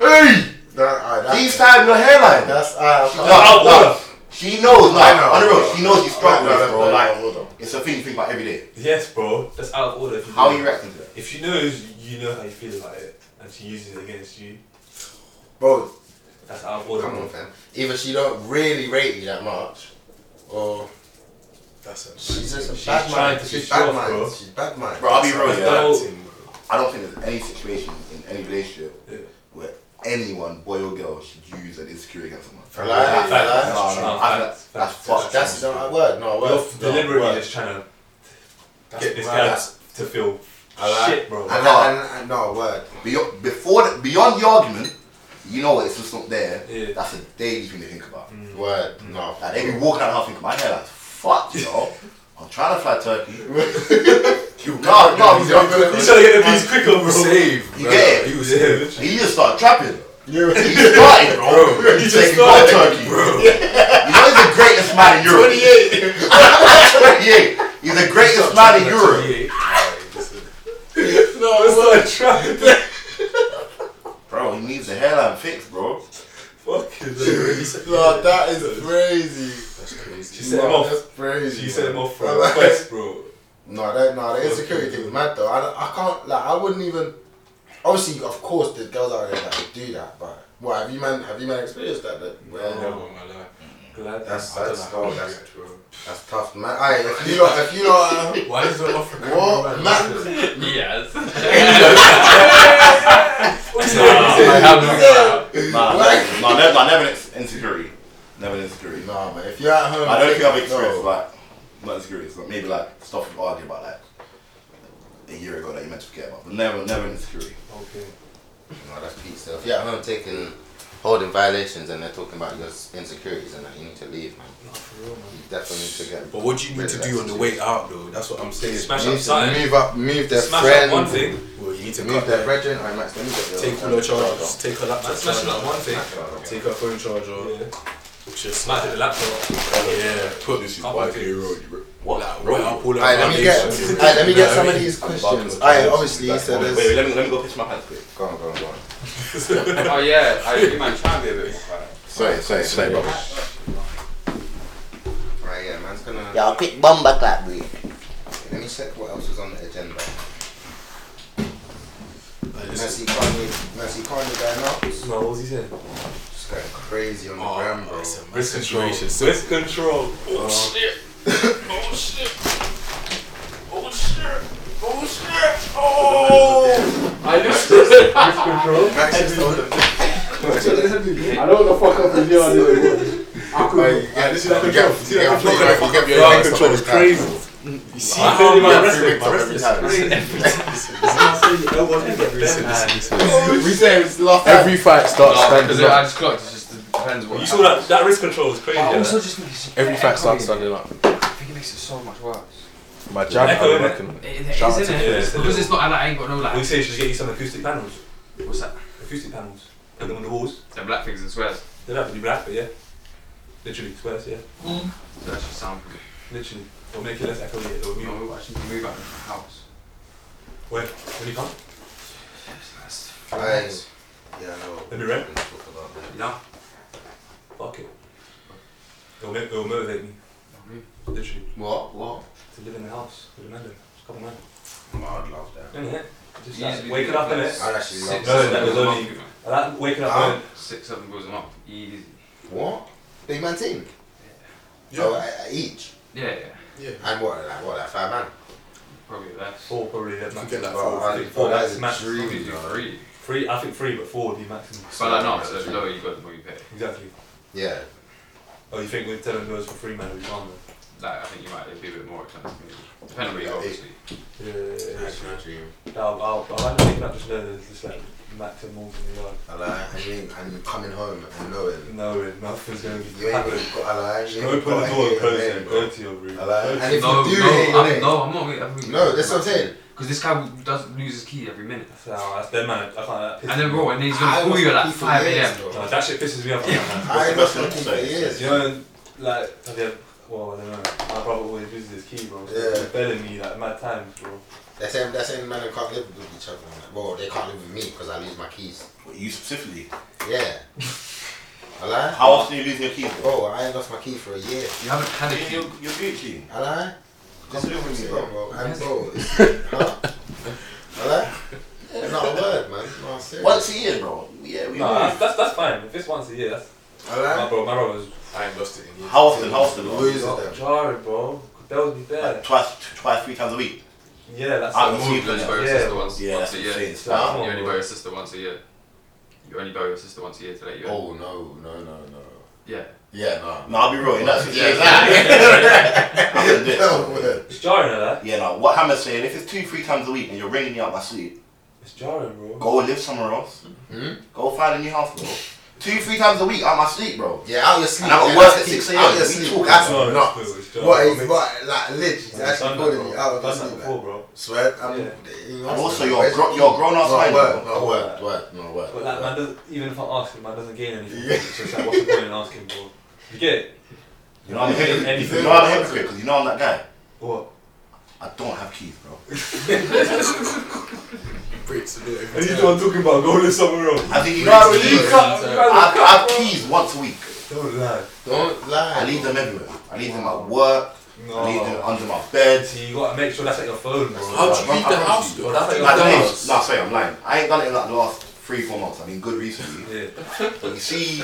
Speaker 5: Hey!
Speaker 2: Nah, alright, that's-
Speaker 5: These time your hairline.
Speaker 2: That's uh,
Speaker 5: no, no. She knows,
Speaker 2: I
Speaker 5: like,
Speaker 2: know.
Speaker 5: on the real, she knows you struggle
Speaker 2: I know,
Speaker 5: with it, bro.
Speaker 2: I know, I
Speaker 5: Like,
Speaker 2: know.
Speaker 5: it's a thing you think about every day.
Speaker 6: Yes, bro. That's out of order. if
Speaker 5: How are
Speaker 6: do
Speaker 5: you
Speaker 6: that.
Speaker 5: reacting to that?
Speaker 6: If she knows you know how you feel about it and she uses it against you,
Speaker 2: bro.
Speaker 6: that's out of order.
Speaker 2: Come on,
Speaker 6: bro.
Speaker 2: fam. Either she don't really rate you that much, or
Speaker 3: That's a
Speaker 2: she's just a
Speaker 6: She's
Speaker 2: bad
Speaker 6: trying
Speaker 2: mind.
Speaker 6: to
Speaker 2: She's
Speaker 6: piss
Speaker 2: bad
Speaker 6: you off,
Speaker 2: mind.
Speaker 6: bro.
Speaker 2: She's bad mind.
Speaker 5: Bro, I'll be real, yeah.
Speaker 6: That's
Speaker 3: acting, bro.
Speaker 5: I don't think there's any situation in any relationship
Speaker 6: Yeah.
Speaker 5: where anyone, boy or girl, should use an insecurity against someone.
Speaker 2: For life, for
Speaker 5: No,
Speaker 2: life.
Speaker 5: no,
Speaker 6: true.
Speaker 5: no, I-
Speaker 6: Facts,
Speaker 5: That's
Speaker 6: facts.
Speaker 5: fucked.
Speaker 2: That's not a word. No a
Speaker 6: You're
Speaker 2: word.
Speaker 6: f-
Speaker 2: No,
Speaker 6: deliberately
Speaker 2: word.
Speaker 6: just trying to
Speaker 2: That's
Speaker 6: get this
Speaker 2: word.
Speaker 6: guy to feel
Speaker 2: I like-
Speaker 6: shit, bro.
Speaker 2: And, and, and, and no a word.
Speaker 5: Beyond, before the, beyond the argument, you know it's just not there.
Speaker 6: Yeah.
Speaker 5: That's a daily thing to think about.
Speaker 2: Word. No.
Speaker 5: Like they be walking out the house thinking, my hair like fuck, you know. I'm trying to fly Turkey. you no, no, you don't do it.
Speaker 6: He's trying to get the piece quicker, bro.
Speaker 3: Save,
Speaker 5: You
Speaker 3: bro.
Speaker 5: get it?
Speaker 3: You saved.
Speaker 5: He just started trapping.
Speaker 2: You.
Speaker 5: He started, bro.
Speaker 3: Bro,
Speaker 5: He's
Speaker 6: just
Speaker 5: taking my
Speaker 6: started,
Speaker 5: Turkey. You know he's the greatest man in Europe.
Speaker 2: 28.
Speaker 5: 28. He's the greatest man in Europe.
Speaker 2: No, it's
Speaker 6: It's not a trap.
Speaker 5: Bro, he needs a hairline fix, bro.
Speaker 6: Fucking hell.
Speaker 2: No, that is crazy.
Speaker 3: That's
Speaker 6: She
Speaker 3: crazy.
Speaker 6: set him
Speaker 2: No,
Speaker 6: off.
Speaker 2: That's crazy.
Speaker 6: She set him
Speaker 2: man.
Speaker 6: off for a quest, bro.
Speaker 2: No, that no, the insecurity thing is mad though. I, I can't like I wouldn't even. Obviously, of course, there's girls out there that do that, but what have you man? Have you man experienced that? that well,
Speaker 3: Never in Oh, my life.
Speaker 6: Glad
Speaker 2: That's-
Speaker 6: I don't
Speaker 2: that's-
Speaker 6: know how
Speaker 2: oh,
Speaker 6: you
Speaker 2: that's-
Speaker 6: react, bro.
Speaker 2: that's tough, man. Aye, if you lot, if you lot, uh,
Speaker 3: Why is Oh, there off
Speaker 2: what man?
Speaker 1: Yes.
Speaker 5: Nah,
Speaker 2: Like-
Speaker 5: nah, never, nah, never an insecurity. Never an insecurity.
Speaker 2: No, man. If you're at home,
Speaker 5: I don't think I've experienced
Speaker 2: no.
Speaker 5: like not insecurities, but maybe like stuff we argued about like a year ago that you meant to forget about, but never, never insecurity.
Speaker 6: Okay.
Speaker 2: No, that's peak stuff. If you're at home taking holding violations and they're talking about your insecurities and that, you need to leave, man.
Speaker 6: Not for real, man.
Speaker 2: You definitely need to get.
Speaker 3: But what do you need to do on the way out, though? That's what I'm saying.
Speaker 6: Smash
Speaker 2: You
Speaker 6: up
Speaker 2: need to
Speaker 6: something.
Speaker 2: move up, move their
Speaker 6: Smash
Speaker 2: friend,
Speaker 6: up one thing.
Speaker 3: Well, you need to
Speaker 2: move
Speaker 3: cut
Speaker 2: their
Speaker 3: that.
Speaker 2: brethren. Alright, Max, let me get your-
Speaker 3: Take all her chargers. Take her
Speaker 6: Man,
Speaker 3: laptop
Speaker 6: smash up
Speaker 3: charger.
Speaker 6: one thing.
Speaker 3: Take her phone charger.
Speaker 6: Yeah.
Speaker 3: Just
Speaker 6: Smash it the laptop.
Speaker 3: Oh, yeah. Put this is
Speaker 6: Couple
Speaker 3: why
Speaker 6: things.
Speaker 3: you road. What? Like, roll up all
Speaker 2: Alright, let me get, alright, let me get some of these questions. Alright, obviously, so
Speaker 5: Wait, wait,
Speaker 2: there's.
Speaker 5: let me let me go pitch my pants quick.
Speaker 2: Go on, go on, go on.
Speaker 1: oh yeah, I, you might try and be a bit more quiet.
Speaker 2: Sorry, sorry, sorry, brother. Right, yeah, man's gonna.
Speaker 8: Y'all quick bumper clap, bro.
Speaker 2: Let me check what else is on the agenda.
Speaker 3: Like,
Speaker 2: Messi, Kanye, Messi, Kanye going up.
Speaker 6: No, what was he saying?
Speaker 2: Just going crazy on the gram, bro.
Speaker 3: oh, risk situation. So
Speaker 6: Risk control.
Speaker 1: I just risk control.
Speaker 2: Max is told him.
Speaker 4: I don't know fuck up with you on this. I could.
Speaker 2: Yeah, this is like a joke. Yeah, I'm not gonna fuck up your
Speaker 3: Crowd
Speaker 2: legs
Speaker 3: control
Speaker 2: up
Speaker 3: is
Speaker 2: every time.
Speaker 3: crazy. You see,
Speaker 6: I heard about wrestling,
Speaker 2: Every time. We say it's last time.
Speaker 3: Oh, Every fight starts
Speaker 1: No, because
Speaker 3: standing
Speaker 1: it, I
Speaker 3: up.
Speaker 1: just clocked. It just depends what.
Speaker 6: You saw that? That risk control was crazy.
Speaker 1: But
Speaker 6: yeah.
Speaker 1: also just makes it,
Speaker 3: Every fight
Speaker 1: starts
Speaker 3: starts standing up.
Speaker 1: I think it makes it so much worse.
Speaker 3: My jab,
Speaker 6: Echo,
Speaker 3: I
Speaker 6: innit?
Speaker 3: reckon.
Speaker 1: It, it is,
Speaker 3: Shout out
Speaker 1: isn't
Speaker 3: to
Speaker 1: it?
Speaker 6: Chris.
Speaker 1: Because it's not. I, like, I ain't got no
Speaker 6: We
Speaker 1: like.
Speaker 6: say you should get you some acoustic panels.
Speaker 1: What's that?
Speaker 6: Acoustic panels. Put them on the walls.
Speaker 1: The black things and swears.
Speaker 6: They don't have to be black, but yeah. Literally, squares, yeah.
Speaker 1: So that should sound good.
Speaker 6: Literally. Or make it less echoey. It'll be
Speaker 1: You know, I should move out of my house.
Speaker 6: When? When you come?
Speaker 1: That's-
Speaker 2: Aye. Yeah, I know.
Speaker 6: Let me rent.
Speaker 2: Talk about that.
Speaker 1: No.
Speaker 6: Fuck it. It'll, make, it'll motivate me. Literally.
Speaker 2: What? What?
Speaker 6: To live in the house with Amanda. It's a couple man.
Speaker 2: Oh, I'd love that.
Speaker 6: Innit? Just
Speaker 1: Easily
Speaker 6: like, waking
Speaker 1: do
Speaker 6: up,
Speaker 1: this.
Speaker 6: innit?
Speaker 2: I'd actually love
Speaker 1: Six,
Speaker 2: that.
Speaker 6: No, that
Speaker 1: seven
Speaker 6: was
Speaker 1: goals a
Speaker 6: only-
Speaker 1: month, you know.
Speaker 6: That, waking up,
Speaker 2: Ah.
Speaker 6: innit?
Speaker 1: Six, seven goals a month. Easy.
Speaker 2: What? Big man team?
Speaker 3: Yeah.
Speaker 2: Oh, uh, each.
Speaker 1: Yeah, yeah.
Speaker 2: And what, like, what, like five man?
Speaker 1: Probably less.
Speaker 6: Four, probably. Yeah,
Speaker 3: You can
Speaker 6: maximum.
Speaker 3: get like four.
Speaker 2: I
Speaker 6: three,
Speaker 2: think
Speaker 6: four,
Speaker 2: that
Speaker 6: that's
Speaker 2: is
Speaker 6: max.
Speaker 1: Probably
Speaker 2: dream,
Speaker 1: do
Speaker 2: though.
Speaker 1: three.
Speaker 6: Three, I think three, but four would be maximum.
Speaker 1: But um, like, no, so the lower you go, the more you pay.
Speaker 6: Exactly.
Speaker 2: Yeah.
Speaker 6: Oh, you think we're telling those for free, man? We can't, man.
Speaker 1: Like, I think you might it'd be a bit more expensive. Maybe. Depending on where you go, obviously.
Speaker 6: Yeah, yeah, yeah.
Speaker 2: National dream.
Speaker 6: I'll, I'll, I'll end up picking up just learning just like Matt and Morgan in the yard.
Speaker 2: I lie. I mean, I'm coming home and knowing
Speaker 6: No, nothing's going to
Speaker 2: you
Speaker 6: be
Speaker 2: ain't
Speaker 6: happening.
Speaker 2: gonna go. I lie. You ain't
Speaker 6: Open the
Speaker 2: gonna
Speaker 6: door,
Speaker 2: hate
Speaker 6: close
Speaker 2: on
Speaker 6: it,
Speaker 2: them,
Speaker 6: go
Speaker 2: bro.
Speaker 6: to your room.
Speaker 2: I lie. And if
Speaker 1: No,
Speaker 2: you do
Speaker 1: no,
Speaker 2: hate on
Speaker 1: I'm,
Speaker 2: it,
Speaker 1: no, I'm not. I'm not
Speaker 2: No, that's what I'm saying.
Speaker 1: Because this guy does lose his key every minute,
Speaker 6: So, that's them, man. I can't. That pisses
Speaker 1: and then
Speaker 6: me off.
Speaker 1: bro, and then he's
Speaker 2: I
Speaker 1: gonna call
Speaker 2: was
Speaker 1: you at
Speaker 2: lucky
Speaker 1: like
Speaker 2: for
Speaker 1: five
Speaker 2: years,
Speaker 1: a.m.
Speaker 2: bro.
Speaker 6: No, that shit pisses me off. like, man.
Speaker 2: I
Speaker 5: What's
Speaker 2: was lucky
Speaker 5: the best
Speaker 2: for
Speaker 5: one to say?
Speaker 2: years.
Speaker 6: You know, like, have you, well, I don't know. My brother always loses his key, bro. So
Speaker 2: Yeah.
Speaker 6: He's belling me like mad times, bro.
Speaker 2: They're saying, they're saying man can't live with each other. I'm like, well, they can't live with me because I lose my keys.
Speaker 5: You specifically.
Speaker 2: Yeah. I lie.
Speaker 5: How often are you losing your keys? Bro?
Speaker 2: Bro, I ain't lost my keys for a year.
Speaker 1: You haven't had a
Speaker 5: You're,
Speaker 1: key.
Speaker 5: you're Gucci.
Speaker 2: I lie.
Speaker 5: Come live with me, bro.
Speaker 2: bro. I'm bro. it's- Huh? I lie. It's not a word, man. No, I'm serious.
Speaker 5: Once a year, bro. Yeah, we
Speaker 6: No, that's,
Speaker 5: move.
Speaker 6: that's, that's fine. If it's once a year, that's.
Speaker 2: I
Speaker 6: My
Speaker 2: lie.
Speaker 6: bro, my brother's
Speaker 3: I ain't lost it in years.
Speaker 5: How often? How often? bro?
Speaker 2: Lose
Speaker 6: not
Speaker 2: them.
Speaker 6: jarring, bro. Bells me
Speaker 5: Like
Speaker 6: there.
Speaker 5: twice, t- twice, three times a week.
Speaker 6: Yeah, that's
Speaker 5: Ah,
Speaker 6: like,
Speaker 5: more-
Speaker 1: You only bury your
Speaker 6: Yeah,
Speaker 1: sister once,
Speaker 5: Yeah,
Speaker 1: once
Speaker 5: that's
Speaker 1: a
Speaker 5: what
Speaker 1: year.
Speaker 5: I'm saying.
Speaker 1: You
Speaker 5: It's
Speaker 6: Nah,
Speaker 5: not-
Speaker 6: come on,
Speaker 1: only
Speaker 6: bro.
Speaker 1: bury your sister once a year. You only bury your sister once a year today. You
Speaker 2: Oh no, no, no, no.
Speaker 1: Yeah.
Speaker 2: Yeah, no.
Speaker 5: No, I'll be real. In that
Speaker 2: Yeah,
Speaker 5: situation, I'm
Speaker 2: lie. No
Speaker 5: gonna do it.
Speaker 2: word.
Speaker 6: It's jarring, eh? like that.
Speaker 5: Yeah, no. What Hammer's saying, if it's two, three times a week and you're ringing me up my sleep,
Speaker 6: It's jarring, bro.
Speaker 5: go live somewhere else.
Speaker 2: Hmm?
Speaker 5: Go find a new house, bro. Two, three times a week out my sleep, bro.
Speaker 2: Yeah, out your sleep.
Speaker 5: And I'm at
Speaker 2: yeah,
Speaker 5: work
Speaker 2: that's
Speaker 5: at
Speaker 2: it.
Speaker 5: 6 a.m.
Speaker 2: Out your
Speaker 5: We
Speaker 2: sleep.
Speaker 5: talking
Speaker 2: That's
Speaker 6: No, it's
Speaker 2: not.
Speaker 6: cool, it's jarring.
Speaker 2: What
Speaker 6: I've
Speaker 2: is what like literally? He's actually
Speaker 6: done that,
Speaker 2: calling me
Speaker 6: bro.
Speaker 2: out of
Speaker 6: I've
Speaker 2: my
Speaker 6: done that
Speaker 2: sleep.
Speaker 6: before,
Speaker 2: Like,
Speaker 6: bro.
Speaker 2: swear, I'm.
Speaker 6: Yeah.
Speaker 2: you
Speaker 5: And
Speaker 2: ask
Speaker 5: also
Speaker 2: me,
Speaker 5: your
Speaker 2: where's
Speaker 5: gro-
Speaker 2: the
Speaker 5: your
Speaker 2: key?
Speaker 5: grown ass
Speaker 2: Not
Speaker 5: mind,
Speaker 2: word,
Speaker 5: bro.
Speaker 2: not word, word, not word.
Speaker 6: But like,
Speaker 2: word.
Speaker 6: man doesn't, even if I ask him, man doesn't gain anything.
Speaker 2: Yeah.
Speaker 6: It's just like, what's the point in asking, bro? You get it?
Speaker 5: You know I'm a hypocrite.
Speaker 6: Anything.
Speaker 5: You know I'm a hypocrite because you know I'm that guy.
Speaker 6: What?
Speaker 5: I don't have keys, bro.
Speaker 3: Breaks a bit every
Speaker 6: And you
Speaker 3: time.
Speaker 6: know what I'm talking about, go live somewhere else.
Speaker 5: I think you know I
Speaker 6: You
Speaker 5: really.
Speaker 6: can't- you
Speaker 5: I
Speaker 6: can't-
Speaker 5: have, I have keys once a week.
Speaker 6: Don't lie.
Speaker 2: Don't lie.
Speaker 5: I leave them everywhere. I leave them at work. I leave them
Speaker 6: No.
Speaker 5: under my bed.
Speaker 6: See, you gotta make sure that's at your phone, bro.
Speaker 3: How'd you
Speaker 5: Bro,
Speaker 3: leave
Speaker 5: I
Speaker 3: the
Speaker 5: promise
Speaker 3: house,
Speaker 5: you.
Speaker 3: though?
Speaker 6: That's
Speaker 3: How'd you
Speaker 6: like
Speaker 5: I
Speaker 3: leave
Speaker 5: don't
Speaker 3: the
Speaker 5: know.
Speaker 3: house?
Speaker 5: No, sorry, I'm lying. I ain't done it in like the last three, four months. I've been good recently.
Speaker 6: Yeah.
Speaker 5: But you see,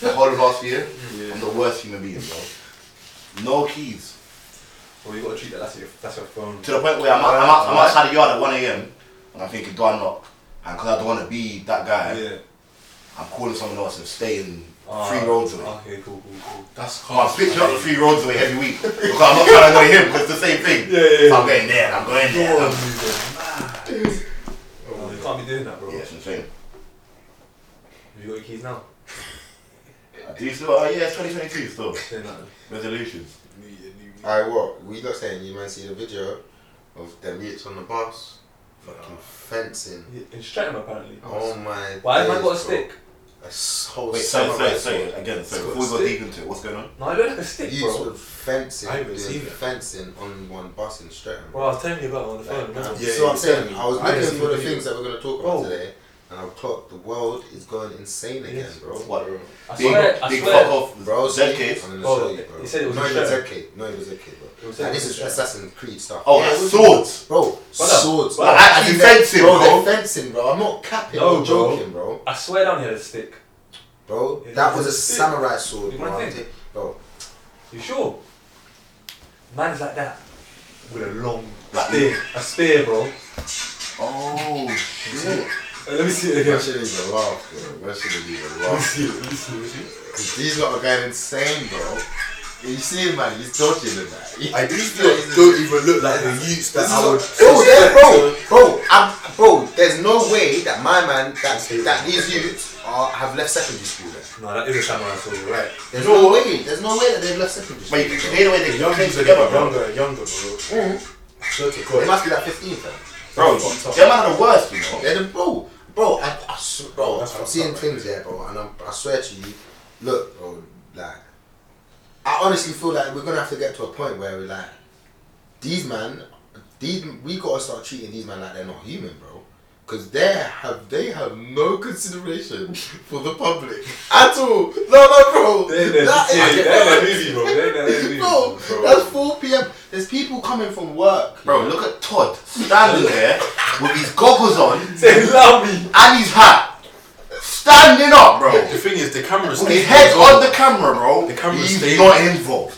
Speaker 5: the whole of last year, I'm the worst human being, bro. No keys.
Speaker 6: Well, you gotta treat that. That's your. That's your phone.
Speaker 5: To the point where I'm, out, I'm, out, I'm outside the yard at 1 a.m. and I'm thinking, do I knock? And because I don't want to be that guy,
Speaker 6: Yeah.
Speaker 5: I'm calling someone else and staying
Speaker 6: Ah,
Speaker 5: three roads away.
Speaker 6: Okay, cool, cool, cool.
Speaker 3: That's
Speaker 5: I'm
Speaker 3: harsh.
Speaker 5: switching up three roads away every week because I'm not trying to go him because it's the same thing.
Speaker 6: Yeah, yeah,
Speaker 5: So
Speaker 6: yeah.
Speaker 5: I'm going there and I'm going there. and I'm-
Speaker 6: Oh, No, you can't be doing that, bro.
Speaker 5: Yeah, it's insane.
Speaker 6: Have you got your keys now?
Speaker 5: Do you still? Oh yeah, it's 2022 still.
Speaker 6: Say nothing.
Speaker 5: Resolutions.
Speaker 3: Need a new-
Speaker 2: I what? We got saying you man see the video of them youths on the bus fucking fencing.
Speaker 6: Yeah, In Streatham, apparently.
Speaker 2: Oh my.
Speaker 6: Why have
Speaker 2: days,
Speaker 6: I got a
Speaker 2: bro.
Speaker 6: stick?
Speaker 2: A s- whole
Speaker 5: Wait, sorry,
Speaker 2: summer
Speaker 5: sorry,
Speaker 2: ride,
Speaker 5: sorry.
Speaker 2: bro.
Speaker 5: Again, sorry.
Speaker 2: It's got
Speaker 5: Before we go
Speaker 2: a stick.
Speaker 5: deep into it, what's going on?
Speaker 6: No, I don't have a stick,
Speaker 2: Youths
Speaker 6: bro.
Speaker 2: were fencing.
Speaker 3: I haven't
Speaker 2: doing
Speaker 3: seen that.
Speaker 2: fencing on one bus in Streatham.
Speaker 6: Bro, I was telling you about it on the phone.
Speaker 2: Like,
Speaker 6: remember?
Speaker 3: yeah,
Speaker 2: so
Speaker 3: you
Speaker 2: I'm
Speaker 3: sent
Speaker 2: saying
Speaker 3: me.
Speaker 2: I was
Speaker 3: I
Speaker 2: looking
Speaker 3: didn't see
Speaker 2: for
Speaker 3: the
Speaker 2: the
Speaker 3: video.
Speaker 2: things that we're gonna talk
Speaker 6: Bro.
Speaker 2: about today, and I've clocked the world is going insane again,
Speaker 6: Yes.
Speaker 2: bro.
Speaker 5: What?
Speaker 6: I
Speaker 5: Big,
Speaker 6: swear, I
Speaker 5: big
Speaker 6: swear.
Speaker 5: fuck off.
Speaker 2: Bro,
Speaker 5: Zed
Speaker 2: see,
Speaker 5: case.
Speaker 2: I'm gonna
Speaker 6: Bro,
Speaker 2: show you, bro.
Speaker 6: Oh, he said it was
Speaker 2: not
Speaker 6: a
Speaker 2: even
Speaker 6: shirt.
Speaker 2: ZK. Not even ZK,
Speaker 6: It
Speaker 2: bro.
Speaker 6: was
Speaker 2: Like,
Speaker 6: a
Speaker 2: this is
Speaker 6: shirt.
Speaker 2: Assassin's Creed stuff.
Speaker 5: Oh,
Speaker 2: Yeah, it was-
Speaker 5: swords.
Speaker 2: Bro,
Speaker 6: Well done.
Speaker 2: swords.
Speaker 6: Well
Speaker 2: bro.
Speaker 5: done. Actually fencing,
Speaker 2: bro.
Speaker 5: bro.
Speaker 2: They're fencing, bro. I'm not capping
Speaker 6: No,
Speaker 2: or
Speaker 6: bro.
Speaker 2: joking, bro.
Speaker 6: I swear down here, a stick.
Speaker 2: Bro,
Speaker 6: It
Speaker 2: that
Speaker 6: was
Speaker 2: was
Speaker 6: a
Speaker 2: a
Speaker 6: stick.
Speaker 2: samurai sword,
Speaker 6: It was
Speaker 2: bro.
Speaker 6: a stick.
Speaker 2: Bro,
Speaker 6: You sure? Man's like that. With a long
Speaker 5: Like-
Speaker 6: spear. A spear, bro.
Speaker 5: Oh shit.
Speaker 6: Uh, Let me see it
Speaker 2: that
Speaker 6: again.
Speaker 2: should have been a laugh, bro. That should have been a
Speaker 6: Let me
Speaker 2: laugh.
Speaker 6: see it. Let me see it.
Speaker 2: 'Cause These lot are going insane, bro. You see him, man, he's dodging and that. He-
Speaker 3: I these don't, don't even look like the youths that
Speaker 2: This
Speaker 3: I would.
Speaker 2: is bro, there, bro, bro, I'm, bro, there's no way that my man, that, that these youths are, have left secondary school then.
Speaker 6: No, that is a samurai sword, you're right.
Speaker 2: There's no way, there's no way that they've left secondary school.
Speaker 5: Wait, you can hear the way
Speaker 3: The
Speaker 5: they
Speaker 3: young
Speaker 5: came
Speaker 3: kids are getting
Speaker 5: together, bro.
Speaker 3: younger and younger, bro. Swear to
Speaker 2: They
Speaker 3: God.
Speaker 2: must be like 15, fam.
Speaker 5: Bro, them are the worst, you know.
Speaker 2: They're Oh. the, bro, bro, I, I, sw- bro,
Speaker 3: That's
Speaker 2: I'm
Speaker 3: fucked
Speaker 2: seeing
Speaker 3: up,
Speaker 2: things, yeah, bro, and I'm, I swear to you, look, bro, like, I honestly feel like we're gonna have to get to a point where we're like, these man, these we gotta start treating these man like they're not human, bro, because they have they have no consideration for the public at all. No, no, bro,
Speaker 6: They're in their
Speaker 2: That is-
Speaker 6: they're in their movie, bro. They're in their movie.
Speaker 2: bro, that's four p.m. There's people coming from work.
Speaker 5: Bro, look at Todd standing there with his goggles on
Speaker 6: Say, love me.
Speaker 5: and his hat, standing up, bro.
Speaker 3: The thing is, the camera's
Speaker 5: With his head on the camera, bro.
Speaker 3: The camera's
Speaker 5: He's
Speaker 3: stable.
Speaker 5: not involved.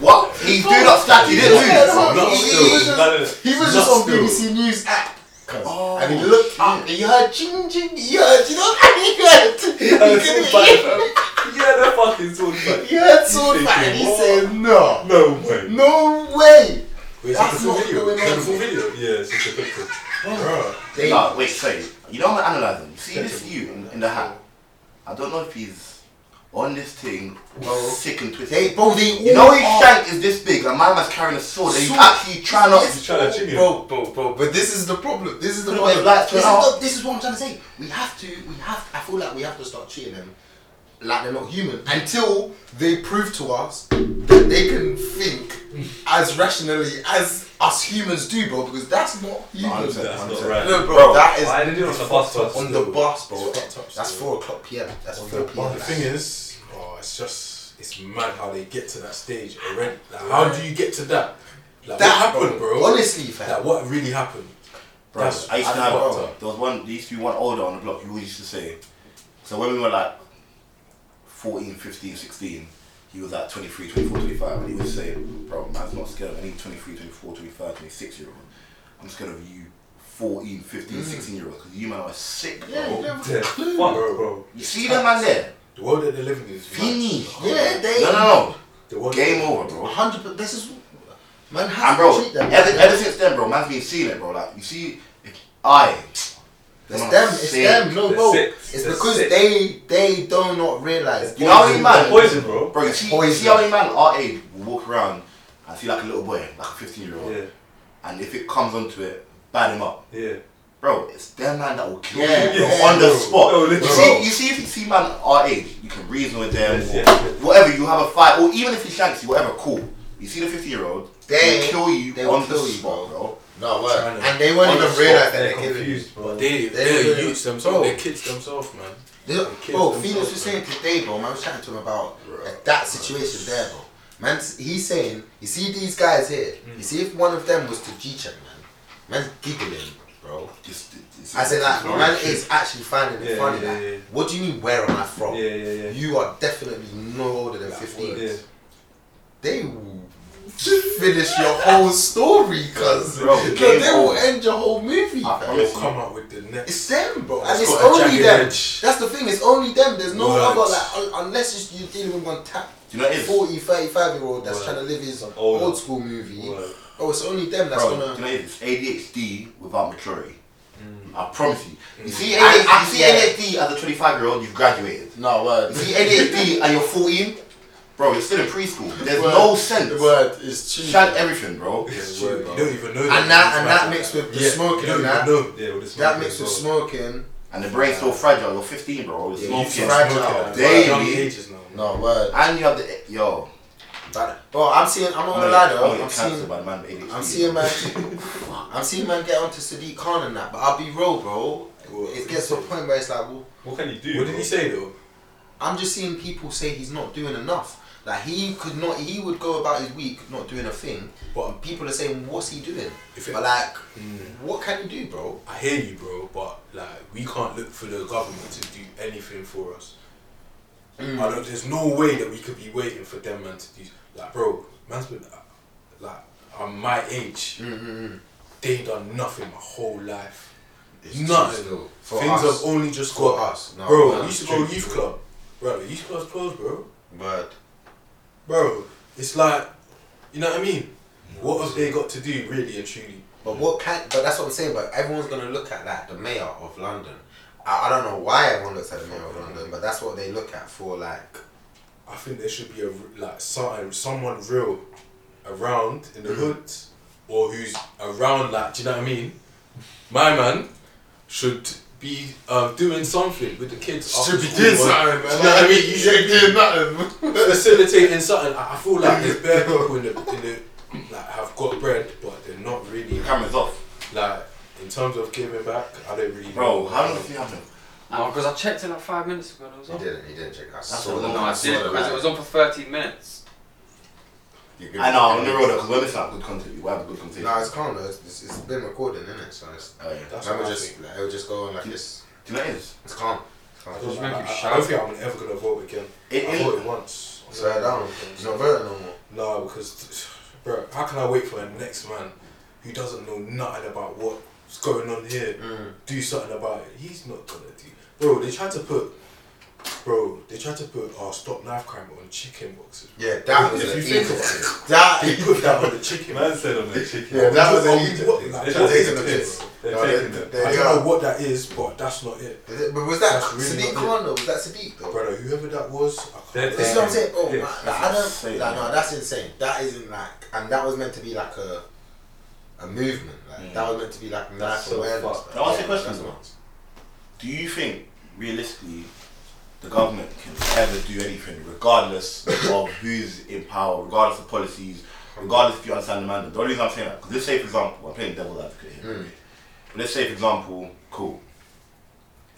Speaker 5: What? He's doing up statue,
Speaker 2: He's
Speaker 5: didn't
Speaker 2: not there, bro.
Speaker 5: move.
Speaker 3: Not
Speaker 2: He- he
Speaker 3: still.
Speaker 2: was just-
Speaker 6: No, no, no.
Speaker 2: He was
Speaker 3: Not
Speaker 2: just on
Speaker 3: still.
Speaker 2: BBC News app. Oh.
Speaker 5: Oh.
Speaker 2: And he looked
Speaker 5: Ah,
Speaker 2: up and he heard ching ching, he heard, you know, he heard. He
Speaker 6: That's
Speaker 2: couldn't
Speaker 6: so bad,
Speaker 2: hear.
Speaker 6: fam. Yeah, they're fucking
Speaker 3: fucking sword fight.
Speaker 2: You heard sword
Speaker 3: He's
Speaker 2: fight and he
Speaker 3: thinking,
Speaker 2: said no.
Speaker 3: No way.
Speaker 2: No way.
Speaker 3: Wait, is that
Speaker 2: That's
Speaker 3: the full
Speaker 2: not
Speaker 3: video?
Speaker 2: going
Speaker 3: Is that
Speaker 2: on.
Speaker 3: the full video? Yeah, it's just a picture. Bruh.
Speaker 2: They
Speaker 5: No, wait, sorry. You know I'm gonna analyze him. See this you in, in the hat. I don't know if he's on this thing
Speaker 2: Well,
Speaker 5: sick and twisted.
Speaker 2: They, bro, they all
Speaker 5: you know his
Speaker 2: are-
Speaker 5: shank is this big, and my man's carrying a sword, and he's
Speaker 2: Sword.
Speaker 5: actually trying not.
Speaker 3: He's trying to chimney.
Speaker 2: Bro, bro, bro, but this is the problem. This is the
Speaker 5: No,
Speaker 2: problem.
Speaker 5: but that's
Speaker 2: this, is
Speaker 5: what-
Speaker 2: the- this is what I'm trying to say. We have to, we have, I feel like we have to start treating them like they're not human until they prove to us that they can think as rationally as us humans do, bro, because that's not human.
Speaker 5: That's
Speaker 3: That's not
Speaker 5: Bro,
Speaker 3: right.
Speaker 2: No, bro,
Speaker 5: Bro,
Speaker 2: that is
Speaker 6: Why did you on the fast fast?
Speaker 2: on the bus, bro.
Speaker 3: It's fucked up
Speaker 2: That's
Speaker 3: still.
Speaker 2: 4 o'clock p.m. That's 4 p.m.
Speaker 3: But the thing is, oh, it's just it's mad how they get to that stage already. Like, how do you get to that? Like,
Speaker 2: that
Speaker 3: what happened, bro?
Speaker 2: Honestly, fam.
Speaker 3: Like, what really happened? That's
Speaker 5: I used to
Speaker 3: that's
Speaker 5: have-
Speaker 3: fucked up.
Speaker 5: There was one. There used to be one older on the block. He always used to say. So when we were like 14, 15, 16, he was like 23, 24, 25, and he was saying, "Bro, man's not scared of any 23, 24, 25, 26 year old. I'm scared of you." 14, 15, 16 year olds, because you man are sick, bro.
Speaker 2: Mm. Yeah, you never
Speaker 6: Yeah.
Speaker 2: clue.
Speaker 6: Fuck.
Speaker 3: Bro, bro,
Speaker 5: You see that man there?
Speaker 3: the world that they're living in is mad.
Speaker 2: Fini. Yeah, they.
Speaker 5: No, no,
Speaker 3: The
Speaker 5: no.
Speaker 3: world
Speaker 5: Game over, bro.
Speaker 2: 100%. This is. Man
Speaker 5: And
Speaker 2: has
Speaker 5: bro,
Speaker 2: to treat them.
Speaker 5: ever, ever since then, bro, man's been seeing it, bro. Like you see, if I,
Speaker 2: It's them, it's them, no,
Speaker 6: They're
Speaker 2: bro.
Speaker 6: sick.
Speaker 2: It's
Speaker 6: They're
Speaker 2: because
Speaker 6: sick.
Speaker 2: they they do not realize.
Speaker 5: You know how many man,
Speaker 6: Poison, bro.
Speaker 5: bro. You see, you
Speaker 2: Poison.
Speaker 5: see how many man our age will walk around and see like a little boy, like a fifteen year old,
Speaker 6: Yeah,
Speaker 5: and if it comes onto it, ban him up,
Speaker 6: yeah.
Speaker 5: bro. It's them man that will kill
Speaker 2: Yeah,
Speaker 5: you bro,
Speaker 2: yeah,
Speaker 5: on the
Speaker 3: bro.
Speaker 5: spot.
Speaker 6: No,
Speaker 5: you
Speaker 6: literally.
Speaker 5: see, you see, if you see man our age, you can reason with them,
Speaker 6: Yes,
Speaker 5: or
Speaker 6: yeah.
Speaker 5: whatever. You have a fight, or even if he shanks you, whatever, cool. You see the fifteen year old,
Speaker 2: They-
Speaker 5: they kill you
Speaker 2: they will
Speaker 5: on the
Speaker 2: kill you,
Speaker 5: spot,
Speaker 2: bro.
Speaker 5: bro.
Speaker 2: No,
Speaker 3: Trying
Speaker 2: word.
Speaker 3: to-
Speaker 2: And they won't
Speaker 5: on
Speaker 2: even
Speaker 5: the
Speaker 2: realize that
Speaker 5: spot,
Speaker 2: they're
Speaker 6: They're
Speaker 2: killing.
Speaker 6: confused, bro.
Speaker 3: They,
Speaker 2: They're
Speaker 3: they're,
Speaker 2: really-
Speaker 3: youths themselves,
Speaker 2: bro.
Speaker 3: they're kids themselves, man.
Speaker 2: They-
Speaker 3: kids
Speaker 2: Bro,
Speaker 3: themselves,
Speaker 2: Phoenix was
Speaker 3: man.
Speaker 2: saying today, bro. Man, I was chatting to him about like, that situation there, bro. Man, s- he's saying, you see these guys here.
Speaker 6: Mm.
Speaker 2: You see, if one of them was to G check, man, man's giggling, bro.
Speaker 5: Just, it's,
Speaker 2: I said, like,
Speaker 5: it's not
Speaker 2: man
Speaker 5: right.
Speaker 2: is actually finding it
Speaker 6: Yeah,
Speaker 2: funny.
Speaker 6: yeah,
Speaker 2: like,
Speaker 6: yeah.
Speaker 2: what do you mean, where am I from?
Speaker 6: Yeah, yeah, yeah.
Speaker 2: You are definitely no older than 15.
Speaker 6: Yeah.
Speaker 2: they will finish your whole story, cuz.
Speaker 5: Bro,
Speaker 2: No,
Speaker 5: game
Speaker 2: they will
Speaker 5: over.
Speaker 2: end your whole movie.
Speaker 5: I
Speaker 2: fam.
Speaker 5: promise you.
Speaker 3: Come out with the next.
Speaker 2: It's them, bro.
Speaker 3: It's
Speaker 2: And it's
Speaker 3: got a
Speaker 2: only
Speaker 3: jagged
Speaker 2: them.
Speaker 3: edge.
Speaker 2: That's the thing, it's only them. There's no
Speaker 3: Words.
Speaker 2: other, like, un- unless it's- you're dealing with one tap
Speaker 5: Do you know what it is?
Speaker 2: 40, 35 year old that's
Speaker 6: Word.
Speaker 2: trying to live his
Speaker 6: Older.
Speaker 2: old school movie.
Speaker 6: Word.
Speaker 2: Oh, it's only them that's
Speaker 5: Bro,
Speaker 2: gonna.
Speaker 5: do you know it's ADHD without maturity. I promise you. You see,
Speaker 2: I-
Speaker 5: ADHD,
Speaker 2: Mm. I-
Speaker 5: you see
Speaker 2: yeah.
Speaker 5: ADHD as a 25 year old, you've graduated.
Speaker 2: No,
Speaker 5: You
Speaker 2: word.
Speaker 5: see ADHD and you're 14, bro, you're still in preschool. There's
Speaker 2: Word.
Speaker 5: no sense.
Speaker 2: word is cheap.
Speaker 5: Shut everything, bro.
Speaker 3: You don't even know
Speaker 2: And that, and that mixed with the
Speaker 3: yeah,
Speaker 2: smoking
Speaker 3: You don't
Speaker 2: and that.
Speaker 3: even know.
Speaker 6: Yeah, with the smoke
Speaker 2: That mixed
Speaker 6: as
Speaker 2: with
Speaker 6: well.
Speaker 2: smoking.
Speaker 5: And the brain's so fragile. You're 15, bro. You're
Speaker 2: Yeah, you
Speaker 5: smoking.
Speaker 2: fragile.
Speaker 5: Daily.
Speaker 3: Young ages now. man.
Speaker 2: No, word.
Speaker 5: And you have the. Yo.
Speaker 2: But, bro, I'm seeing, I'm not
Speaker 5: I'm
Speaker 2: gonna
Speaker 5: gonna-
Speaker 2: lie
Speaker 5: I'm gonna
Speaker 2: though,
Speaker 5: get
Speaker 2: I'm
Speaker 5: cancelled
Speaker 2: seeing
Speaker 5: by the man with ADHD.
Speaker 2: I'm seeing man. I'm seeing man get onto Sadiq Khan and that, but I'll be real, bro.
Speaker 3: What?
Speaker 2: It gets to a point where it's like, well,
Speaker 6: What can you do?
Speaker 3: What did
Speaker 6: bro?
Speaker 3: he say though?
Speaker 2: I'm just seeing people say he's not doing enough. Like he could not, he would go about his week not doing a thing. But
Speaker 3: But-
Speaker 2: people are saying, what's he doing?
Speaker 3: If it-
Speaker 2: But like, what can you do, bro?
Speaker 3: I hear you, bro, but like we can't look for the government to do anything for us.
Speaker 2: Mm.
Speaker 3: I don't, there's no way that we could be waiting for them man to do. Like, bro, man's been uh, like I'm my age.
Speaker 2: Mm,
Speaker 3: They ain't done nothing my whole life. nothing.
Speaker 2: For us.
Speaker 3: Things have only just
Speaker 2: For
Speaker 3: got
Speaker 2: us. No,
Speaker 3: bro.
Speaker 2: man,
Speaker 3: I used to go
Speaker 2: true.
Speaker 3: youth club, bro. The youth club's closed, bro.
Speaker 2: Word.
Speaker 3: Bro, it's like, you know what I mean? What have they got to do, really and truly?
Speaker 2: But what can? But that's what I'm saying. But everyone's gonna look at that the mayor of London. I, I don't know why everyone looks at the mayor of London, but that's what they look at for like.
Speaker 3: I think there should be a r- like something, someone real around in the hood, or who's around. Like, do you know what I mean? My man should be um, doing something with the kids. after school, man. Do you know what I mean? You should be
Speaker 2: nothing.
Speaker 3: facilitating something. I I feel like there's bare people in the, in the like have got bread, but they're not really
Speaker 5: The camera's off.
Speaker 3: like in terms of giving back. I don't really.
Speaker 5: Bro,
Speaker 3: know.
Speaker 5: how long has it happened?
Speaker 1: Because I checked it like five minutes ago and it was
Speaker 2: He
Speaker 1: on.
Speaker 2: didn't. He didn't check. I
Speaker 5: That's
Speaker 2: saw
Speaker 5: what
Speaker 2: the
Speaker 5: I'm
Speaker 1: No, I
Speaker 2: I
Speaker 1: did
Speaker 2: saw the
Speaker 1: because it
Speaker 2: light.
Speaker 1: was on for 13 minutes.
Speaker 2: You're good.
Speaker 5: I know, I'm on the road because we're missing out good content. We have good content.
Speaker 2: No, it's calm though. It's, it's, it's been recording, isn't it? So it's. uh,
Speaker 5: Oh, yeah.
Speaker 3: That's
Speaker 2: Remember,
Speaker 3: what I
Speaker 2: just
Speaker 3: think.
Speaker 2: like, it'll just go on like this.
Speaker 5: Do you know what it is?
Speaker 2: It's calm. It's
Speaker 3: I
Speaker 2: calm.
Speaker 3: don't,
Speaker 1: Just make
Speaker 3: I-
Speaker 1: you
Speaker 3: I- I
Speaker 1: shout.
Speaker 3: don't think I'm ever gonna vote again. I
Speaker 5: It is-
Speaker 3: voted once.
Speaker 2: Slow down. It's not voting no more.
Speaker 3: No, because, bro, how can I wait for a next man who doesn't know nothing about what's going on here? Do something about it. He's not gonna do. Bro, they tried to put Bro, they tried to put uh, stop knife crime on chicken boxes.
Speaker 2: Yeah, that was
Speaker 3: If
Speaker 2: an
Speaker 3: you think
Speaker 2: Egypt.
Speaker 3: about
Speaker 2: That
Speaker 3: They put that on the chicken.
Speaker 6: Man said on the chicken.
Speaker 2: yeah, that was
Speaker 3: Are
Speaker 2: an
Speaker 3: we
Speaker 2: Egypt.
Speaker 3: what-
Speaker 2: thing.
Speaker 3: like,
Speaker 2: They're
Speaker 3: they're
Speaker 2: taking the
Speaker 3: taking
Speaker 2: piss.
Speaker 6: They're
Speaker 2: No,
Speaker 6: taking
Speaker 2: they-
Speaker 6: them.
Speaker 2: they
Speaker 3: I
Speaker 2: are.
Speaker 3: don't know what that is, but that's not it.
Speaker 2: Is it- But was that
Speaker 3: That's really
Speaker 2: Sadiq
Speaker 3: not
Speaker 2: Khan though? Was that Sadiq though?
Speaker 3: Brother, whoever that was, I can't
Speaker 6: They're
Speaker 2: This is what I'm
Speaker 6: taking-
Speaker 2: saying. Oh,
Speaker 6: Yeah.
Speaker 2: man, like, I
Speaker 5: That's
Speaker 2: don't.
Speaker 5: insane,
Speaker 2: Like, no,
Speaker 5: man.
Speaker 2: that's insane. That isn't like, and that was meant to be like a, a movement. Like
Speaker 5: Mm.
Speaker 2: that was meant to be like knife
Speaker 6: so
Speaker 2: awareness.
Speaker 6: fucked.
Speaker 2: man.
Speaker 5: Can I
Speaker 2: Yeah,
Speaker 5: ask you a question?
Speaker 2: that's what-
Speaker 5: Do you think realistically the government can ever do anything regardless of who's in power, regardless of policies, regardless if you understand the mandate? The only reason I'm saying that, because let's say for example, I'm playing devil's advocate here. But let's say for example, cool.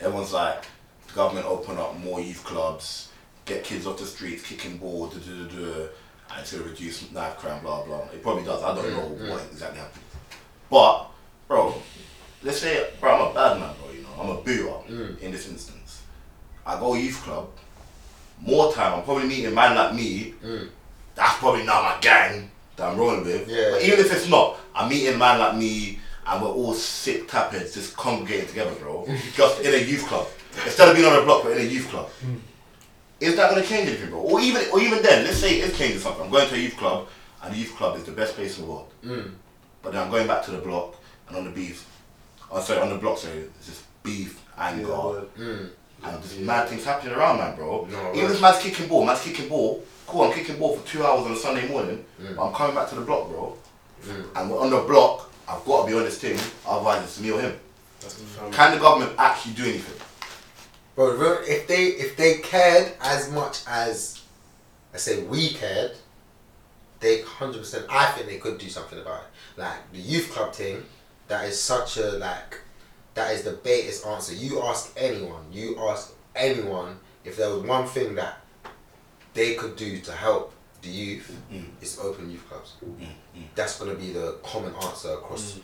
Speaker 5: Everyone's like, the government open up more youth clubs, get kids off the streets, kicking ball, da da da da, and it's gonna reduce knife crime, blah blah. It probably does. I don't know what exactly happened. But, bro, let's say, bro, I'm a bad man, bro, you know, I'm a booer
Speaker 2: Mm.
Speaker 5: in this instance. I go youth club, more time, I'm probably meeting a man like me,
Speaker 2: Mm.
Speaker 5: that's probably not my gang that I'm rolling with.
Speaker 2: Yeah,
Speaker 5: but
Speaker 2: yeah.
Speaker 5: even if it's not, I'm meeting a man like me, and we're all sick tappers just congregating together, bro, just in a youth club. Instead of being on a block, we're in a youth club.
Speaker 2: Mm.
Speaker 5: Is that going to change anything, bro? Or even, or even then, let's say it is changing something. I'm going to a youth club, and the youth club is the best place in the world.
Speaker 2: Mm.
Speaker 5: But then I'm going back to the block, and on the beef, oh, sorry, on the block, sorry, it's just beef, anger,
Speaker 2: Mm.
Speaker 5: and just mad things happening around, man, bro.
Speaker 2: No,
Speaker 5: Even
Speaker 2: right.
Speaker 5: if man's kicking ball, man's kicking ball, cool, I'm kicking ball for two hours on a Sunday morning,
Speaker 2: Mm.
Speaker 5: but I'm coming back to the block, bro. And we're on the block, I've got to be on this thing, otherwise it's me or him.
Speaker 3: That's the family.
Speaker 5: Can the government actually do anything?
Speaker 2: But re- if they if they cared as much as I say we cared, they hundred percent. I think they could do something about it. Like the youth club thing, that is such a like, that is the baitest answer. You ask anyone, you ask anyone if there was one thing that they could do to help the youth, it's open youth clubs. That's gonna be the common answer across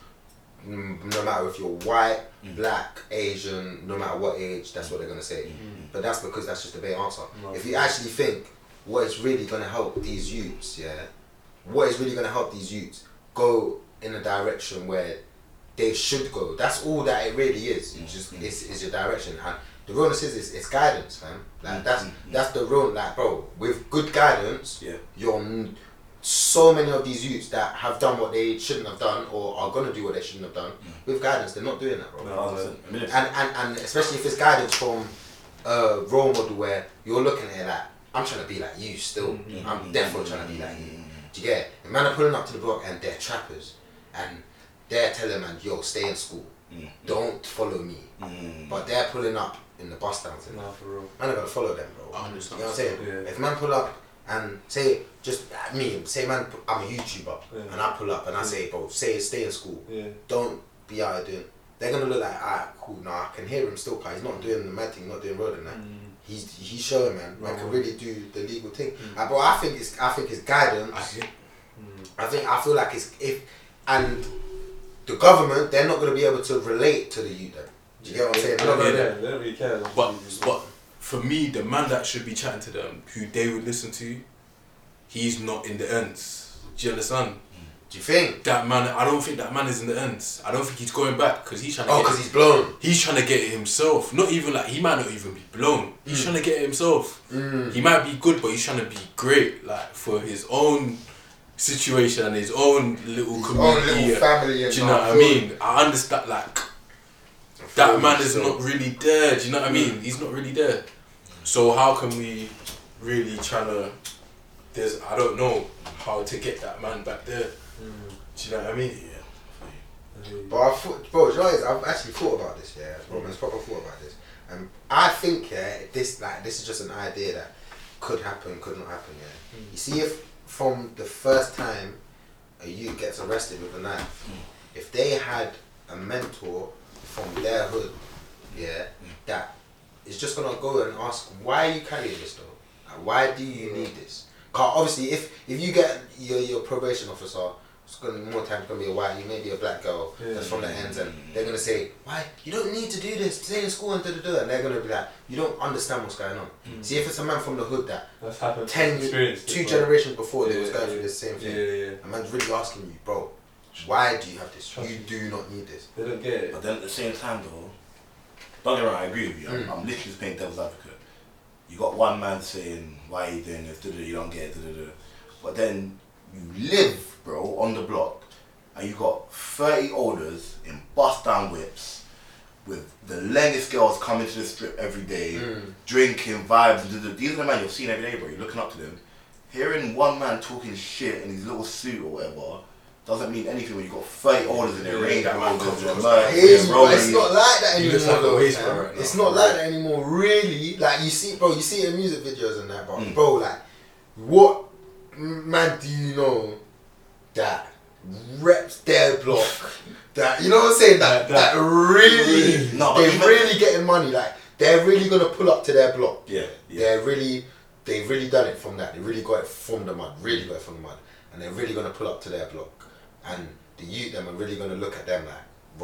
Speaker 2: mm, no matter if you're white, black, Asian, no matter what age, that's what they're gonna say. But that's because that's just a bait answer. If you actually think what is really gonna help these youths, yeah, what is really gonna help these youths go in a direction where they should go. That's all that it really is. It's just it's, it's your direction. And the realness is it's, it's guidance, man. Like that's that's the real like bro, with good guidance,
Speaker 5: Yeah.
Speaker 2: you're n- so many of these youths that have done what they shouldn't have done or are gonna do what they shouldn't have done with guidance, they're not doing that, bro.
Speaker 5: I mean,
Speaker 2: And, and and especially if it's guidance from a role model where you're looking at it like, I'm trying to be like you still. I'm definitely trying to be like you. Do you get it? The man are pulling up to the block and they're trappers and they're telling man, yo, stay in school.
Speaker 5: Mm.
Speaker 2: Don't follow me. But they're pulling up in the bus downs and
Speaker 6: Nah, for real.
Speaker 2: man are gonna follow them, bro.
Speaker 4: I understand.
Speaker 2: You know what I'm saying?
Speaker 6: Yeah.
Speaker 2: If man pull up and say just I mean, say man, I'm a YouTuber
Speaker 6: Yeah.
Speaker 2: and I pull up and I say, bro, say stay in school.
Speaker 6: Yeah.
Speaker 2: Don't be out doing. They're gonna look like, ah, cool. Nah, I can hear him still, cause he's
Speaker 3: Mm.
Speaker 2: not doing the mad thing, not doing road and that. He's he's showing man, man can really do the legal thing. Ah, but I think it's I think it's guidance.
Speaker 3: Mm. I Mm. hate
Speaker 2: I think I feel like it's if and the government they're not gonna be able to relate to the youth. Then. Do you get what I'm saying? They're not
Speaker 3: Yeah,
Speaker 2: gonna-
Speaker 3: yeah.
Speaker 6: Yeah, they don't really care.
Speaker 3: But but for me, the man that should be chatting to them, who they would listen to, he's not in the ends. Do you understand?
Speaker 2: Do you think?
Speaker 3: That man, I don't think that man is in the ends. I don't think he's going back because he's trying to.
Speaker 2: Oh,
Speaker 3: get
Speaker 2: because he's blown.
Speaker 3: he's trying to get it himself. Not even like he might not even be blown. He's
Speaker 2: Mm.
Speaker 3: trying to get it himself. He might be good, but he's trying to be great, like for his own situation and his own little
Speaker 2: own
Speaker 3: community.
Speaker 2: little family. And
Speaker 3: Do you know what I mean? I understand. Like that man is
Speaker 2: so-
Speaker 3: not really there. Do you know what I
Speaker 5: Mm.
Speaker 3: mean? He's not really there. So how can we really try to? There's I don't know how to get that man back there.
Speaker 5: Mm.
Speaker 3: Do you know what I mean?
Speaker 2: But I thought, bro, do you know what it is? I've actually thought about this, yeah. Roman's proper thought about this, and I think yeah, this like this is just an idea that could happen, could not happen, yeah. You see, if from the first time a youth gets arrested with a knife,
Speaker 6: Mm.
Speaker 2: if they had a mentor from their hood, yeah,
Speaker 6: Mm.
Speaker 2: that is just gonna go and ask, why are you carrying this though? Like, why do you need this? Cause obviously, if if you get your your probation officer, it's gonna more times gonna be a white, you may be a black girl that's from the ends, and
Speaker 6: Mm.
Speaker 2: they're gonna say, why you don't need to do this, stay in school and da da da, and they're gonna be like, you don't understand what's going on. See if it's a man from the hood that
Speaker 6: Mm. That's happened.
Speaker 2: ten
Speaker 6: Experience
Speaker 2: two
Speaker 6: before.
Speaker 2: generations before they was
Speaker 6: Yeah,
Speaker 2: going
Speaker 6: yeah.
Speaker 2: through the same
Speaker 6: Yeah,
Speaker 2: thing.
Speaker 6: yeah, yeah.
Speaker 2: A man's really asking you, bro, why do you have this? You do not need this.
Speaker 6: They don't get it.
Speaker 5: But then at the same time, though, don't get me wrong, I agree with you. I'm, I'm literally just playing devil's advocate. one man saying, why are you doing this, da-da, you don't get it, da-da-da. But then you live, bro, on the block, and you got 30 olders in bust down whips with the longest girls coming to the strip every day,
Speaker 3: Mm.
Speaker 5: drinking, vibes, da-da. these are the men you're seeing every day, bro, you're looking up to them. Hearing one man talking shit in his little suit or whatever doesn't mean anything when you got 30 olders in their range,
Speaker 3: that
Speaker 5: bro,
Speaker 3: man comes
Speaker 5: you're
Speaker 3: across
Speaker 5: mad,
Speaker 3: that.
Speaker 2: It is,
Speaker 5: you're
Speaker 2: bro. It's
Speaker 5: rolling.
Speaker 2: not like that
Speaker 3: You
Speaker 2: anymore.
Speaker 3: just have
Speaker 2: though,
Speaker 3: a waist
Speaker 2: man.
Speaker 3: for it now.
Speaker 2: It's not like that anymore. Really, like you see, bro. You see it in music videos and that, but
Speaker 3: Hmm.
Speaker 5: Mm.
Speaker 2: bro, like, what m- man do you know that reps their block? that you know what I'm saying? That that,
Speaker 6: That-
Speaker 2: really,
Speaker 5: No, but
Speaker 2: they're
Speaker 5: even-
Speaker 2: really getting money. Like they're really gonna pull up to their block.
Speaker 5: Yeah, yeah.
Speaker 2: They're really, they really done it from that. They really got it from the mud. Really got it from the mud, and they're really gonna pull up to their block. And the youth them are really gonna look at them like,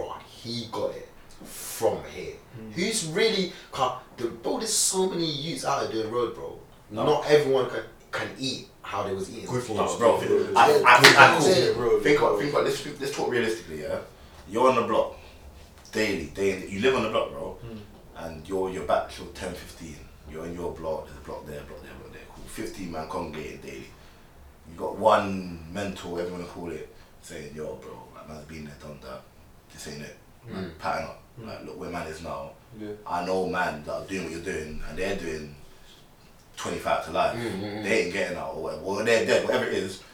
Speaker 2: right, he got it from here.
Speaker 5: Hmm.
Speaker 2: Who's really? Cause the bro, there's so many youths out there doing road, bro. Not everyone can can eat how they was eating.
Speaker 3: Good
Speaker 5: No,
Speaker 3: ones,
Speaker 5: bro.
Speaker 3: bro.
Speaker 5: I, I, I, I,
Speaker 2: Yeah,
Speaker 5: think-
Speaker 3: bro.
Speaker 5: think about, think about. Let's, let's talk realistically. Yeah, you're on the block daily. Day, you live on the block, bro, and you're you're back till 10, 15. You're in your block. There's a block there, block there, block there. Cool. Fifteen man congregating daily. You got one mentor, whatever you wanna call it, saying, "Yo, bro, like man's been there, done that. This ain't it. Like, pattern up. Like, look where man is now.
Speaker 6: Yeah.
Speaker 5: I know man that are doing what you're doing, and they're doing." 25 to life. They ain't getting out or whatever. Well, they're dead, whatever it is.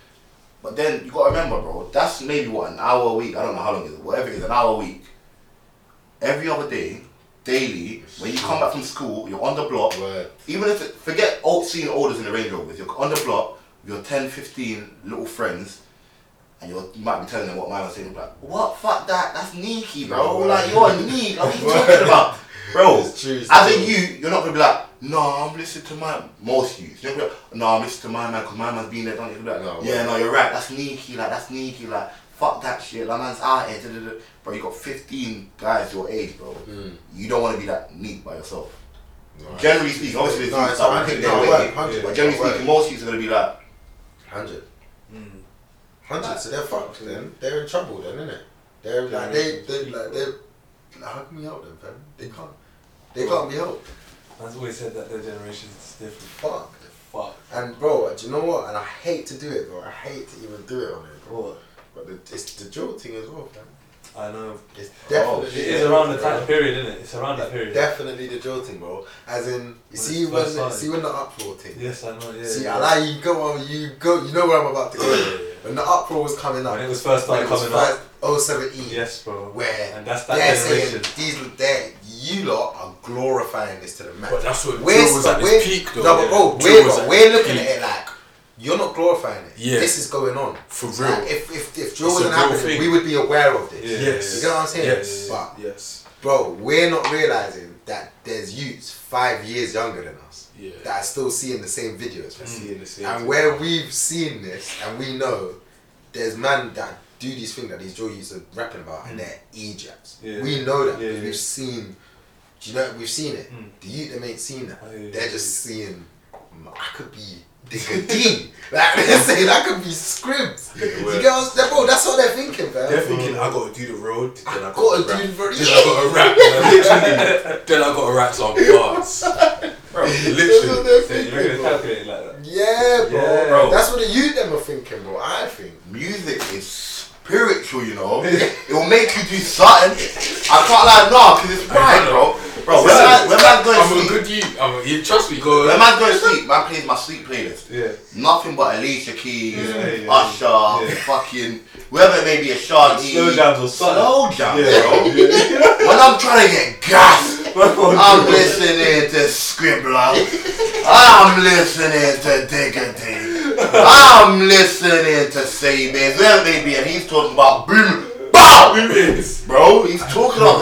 Speaker 5: But then you gotta remember, bro, that's maybe what an hour a week. I don't know how long it is, whatever it is, an hour a week. Every other day, daily, when you come back from school, you're on the block.
Speaker 2: Word.
Speaker 5: Even if it, forget old seeing orders in the Range Rovers, you're on the block with your 10, 15 little friends, and you're, you might be telling them what mine was saying. Like, what? Fuck that. That's Niki, bro.
Speaker 2: Word.
Speaker 5: Like you're a Neek. Like, what are you talking about, bro?
Speaker 2: It's true, it's
Speaker 5: I think
Speaker 2: true.
Speaker 5: you you, you're not gonna be like, no, I'm listening to my most youth. You're not gonna be like, no, I'm listening to my man because my man's been there, done it. You're gonna be Like,
Speaker 2: No,
Speaker 5: yeah,
Speaker 2: right.
Speaker 5: no, you're right. That's sneaky. Like that's sneaky. Like fuck that shit. That man's out here. Da, da, da. Bro, you got 15 guys your age, bro.
Speaker 2: Hmm.
Speaker 5: You don't want to be that neat by yourself. Generally speaking, obviously
Speaker 2: No,
Speaker 5: there's youths
Speaker 2: it's
Speaker 5: that
Speaker 2: alright.
Speaker 5: will take
Speaker 2: No,
Speaker 5: their
Speaker 2: it
Speaker 5: way,
Speaker 2: work, hundred
Speaker 5: but
Speaker 2: work,
Speaker 5: generally
Speaker 2: it work.
Speaker 5: speaking, most youths are gonna be like,
Speaker 2: Hundred.
Speaker 6: Hmm.
Speaker 2: Hundred. So they're fucked. Then they're in trouble. Then isn't it? They're like they they like they. Like, how can we help them, fam? They
Speaker 6: Hmm.
Speaker 2: can't. They can't be helped.
Speaker 6: Man's always said that their generation's different.
Speaker 2: Fuck.
Speaker 6: Fuck.
Speaker 2: And bro, do you know what? And I hate to do it, bro. I hate to even do it on it, bro. But the, it's the drill thing as well, fam.
Speaker 6: I know.
Speaker 2: It's
Speaker 5: Oh,
Speaker 2: definitely.
Speaker 6: It
Speaker 2: the
Speaker 6: is
Speaker 2: drill
Speaker 6: around the
Speaker 2: thing,
Speaker 6: time
Speaker 2: bro.
Speaker 6: period, isn't it? It's around that period.
Speaker 2: Definitely the drill thing, bro. As in, you
Speaker 6: it's
Speaker 2: see when
Speaker 6: first
Speaker 2: the,
Speaker 6: time.
Speaker 2: see when the uproar thing.
Speaker 6: Yes, I know. Yeah.
Speaker 2: See,
Speaker 6: yeah.
Speaker 2: I like you go on, you go, you know where I'm about to go. when the uproar was coming up,
Speaker 6: When it was first
Speaker 2: when
Speaker 6: time
Speaker 2: it was
Speaker 6: coming up.
Speaker 2: first- 078,
Speaker 6: Yes, bro.
Speaker 2: where
Speaker 6: And that's that
Speaker 2: they're
Speaker 6: generation.
Speaker 2: saying these, they're, you lot are glorifying this to the max.
Speaker 3: But that's what
Speaker 2: We're
Speaker 3: drill was
Speaker 2: st-
Speaker 3: at its
Speaker 2: we're-
Speaker 3: peak, though.
Speaker 2: No, but bro,
Speaker 3: Drill
Speaker 2: we're,
Speaker 3: was at
Speaker 2: we're
Speaker 3: its
Speaker 2: looking
Speaker 3: peak.
Speaker 2: at it like you're not glorifying it.
Speaker 3: Yeah.
Speaker 2: this is going on
Speaker 3: For
Speaker 2: Like,
Speaker 3: real.
Speaker 2: if if if drill
Speaker 3: It's a
Speaker 2: wasn't
Speaker 3: real
Speaker 2: happening,
Speaker 3: thing.
Speaker 2: we would be aware of this.
Speaker 6: Yeah.
Speaker 3: Yes.
Speaker 2: You get what I'm saying?
Speaker 3: Yes.
Speaker 2: But
Speaker 3: Yes.
Speaker 2: bro, we're not realizing that there's youths five years younger than us
Speaker 3: Yeah.
Speaker 2: that are still seeing the same videos. man.
Speaker 3: Seeing the same
Speaker 2: And
Speaker 3: thing.
Speaker 2: where we've seen this, and we know there's man that do these things that these drill youths are rapping about,
Speaker 3: Mm.
Speaker 2: and they're ejaps.
Speaker 6: Yeah.
Speaker 2: We know that
Speaker 6: Yeah,
Speaker 2: because
Speaker 6: yeah.
Speaker 2: we've seen. Do you know we've seen it?
Speaker 6: Mm.
Speaker 2: The youth them ain't seen that.
Speaker 6: Oh, yeah,
Speaker 2: They're
Speaker 6: yeah,
Speaker 2: just seeing. "Mm, I could be Digga D. like they're saying, I could be Scribs. You get what I'm saying, bro? That's what they're thinking, fam.
Speaker 3: They're thinking I gotta do the road, then I gotta,
Speaker 2: Gotta
Speaker 3: rap.
Speaker 2: do the road.
Speaker 3: Then I gotta rap. Literally, then I gotta rap some bars. Bro,
Speaker 2: That's what
Speaker 3: literally.
Speaker 2: they're
Speaker 6: So you're
Speaker 2: thinking,
Speaker 6: really
Speaker 2: bro.
Speaker 6: calculating like that.
Speaker 2: Yeah, bro.
Speaker 6: Yeah.
Speaker 5: Bro.
Speaker 2: That's what the youth them are thinking, bro. I think.
Speaker 5: music is spiritual, you know. It'll make you do something. I can't lie, nah, cause it's pride, bro. Bro, when man, when man's going to
Speaker 3: I'm a
Speaker 5: sleep,
Speaker 3: good you. I'm a, you trust me, go.
Speaker 5: when man's going to sleep, man plays my sleep playlist.
Speaker 6: Yeah.
Speaker 5: Nothing but Alicia Keys,
Speaker 6: Yeah, yeah.
Speaker 5: Usher,
Speaker 6: Yeah.
Speaker 5: fucking whoever it may be, Ashanti.
Speaker 6: Slow jams or something.
Speaker 5: Slow jam, bro.
Speaker 6: Yeah.
Speaker 5: When I'm trying to get gas, I'm
Speaker 6: Yeah.
Speaker 5: listening to Scribbler. I'm listening to Diggity. I'm listening to Sabins. Whoever it may be, and he's talking about boom, bow. Bro, he's talking about.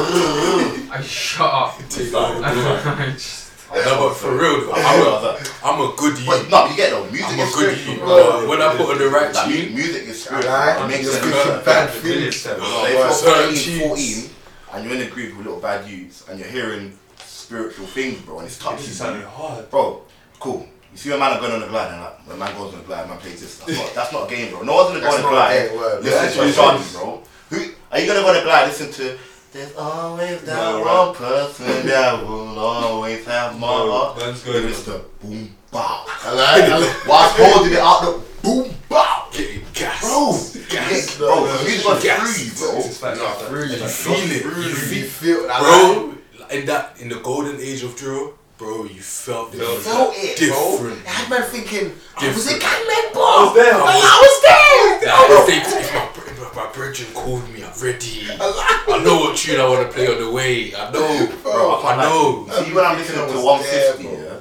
Speaker 1: I shut up.
Speaker 3: Take over, bro.
Speaker 1: I just-
Speaker 3: No, but for real, though,
Speaker 5: I
Speaker 3: I'm a,
Speaker 5: know,
Speaker 3: I'm a good you.
Speaker 5: but no, you get though. Music
Speaker 3: I'm
Speaker 5: is
Speaker 3: a good
Speaker 5: spiritual,
Speaker 3: you.
Speaker 5: bro.
Speaker 3: But when I put on the right
Speaker 5: Like, mu-
Speaker 3: tune,
Speaker 5: music is spiritual.
Speaker 2: Right?
Speaker 5: It makes
Speaker 2: You're
Speaker 5: you
Speaker 2: good
Speaker 5: feel
Speaker 2: to bad
Speaker 6: The
Speaker 2: feelings.
Speaker 6: village set.
Speaker 5: So if
Speaker 3: Right,
Speaker 5: you're
Speaker 3: so
Speaker 5: 13,
Speaker 3: cheats.
Speaker 5: 14, and you're in a group with little bad youths, and you're hearing spiritual things, bro, and it's
Speaker 6: This is
Speaker 5: touching
Speaker 6: sounding
Speaker 5: you.
Speaker 6: hard.
Speaker 5: Bro, cool. You see a man going on a glide, and like, when a man goes on a glide, man plays this. That's not, that's not a game, bro. No one's gonna go
Speaker 2: That's
Speaker 5: on a
Speaker 2: not a
Speaker 5: glide.
Speaker 2: game, word, bro.
Speaker 5: listen to a
Speaker 2: That's
Speaker 5: shanty, bro. Who, are you gonna go on a glide, listen to There's always that
Speaker 3: No, right.
Speaker 5: one person that will always have my heart.
Speaker 6: Ben's going in.
Speaker 5: It was the boom bow. I like, I like, whilst holding it out, the boom bow.
Speaker 3: Gas.
Speaker 5: Bro,
Speaker 3: Gas.
Speaker 5: bro, he's got
Speaker 3: Gas.
Speaker 5: three, bro.
Speaker 6: It's fact.
Speaker 2: No, for real, you
Speaker 3: feel it.
Speaker 2: You
Speaker 3: You
Speaker 2: feel,
Speaker 3: feel-
Speaker 2: feel that,
Speaker 3: Bro, in that in the golden age of drill, bro, you felt the
Speaker 6: Felt
Speaker 2: Felt it, bro.
Speaker 3: different.
Speaker 2: I had man thinking, I was a
Speaker 3: Different.
Speaker 2: gunman, bro.
Speaker 6: I was there.
Speaker 2: Like, I was there.
Speaker 3: Like, if, they, if my, br- if my brethren called me, I'm ready. I know what tune I want to play on the way. I know.
Speaker 2: Bro,
Speaker 3: I know.
Speaker 5: See, when I'm listening to 150,
Speaker 2: Yeah, bro.
Speaker 5: yeah,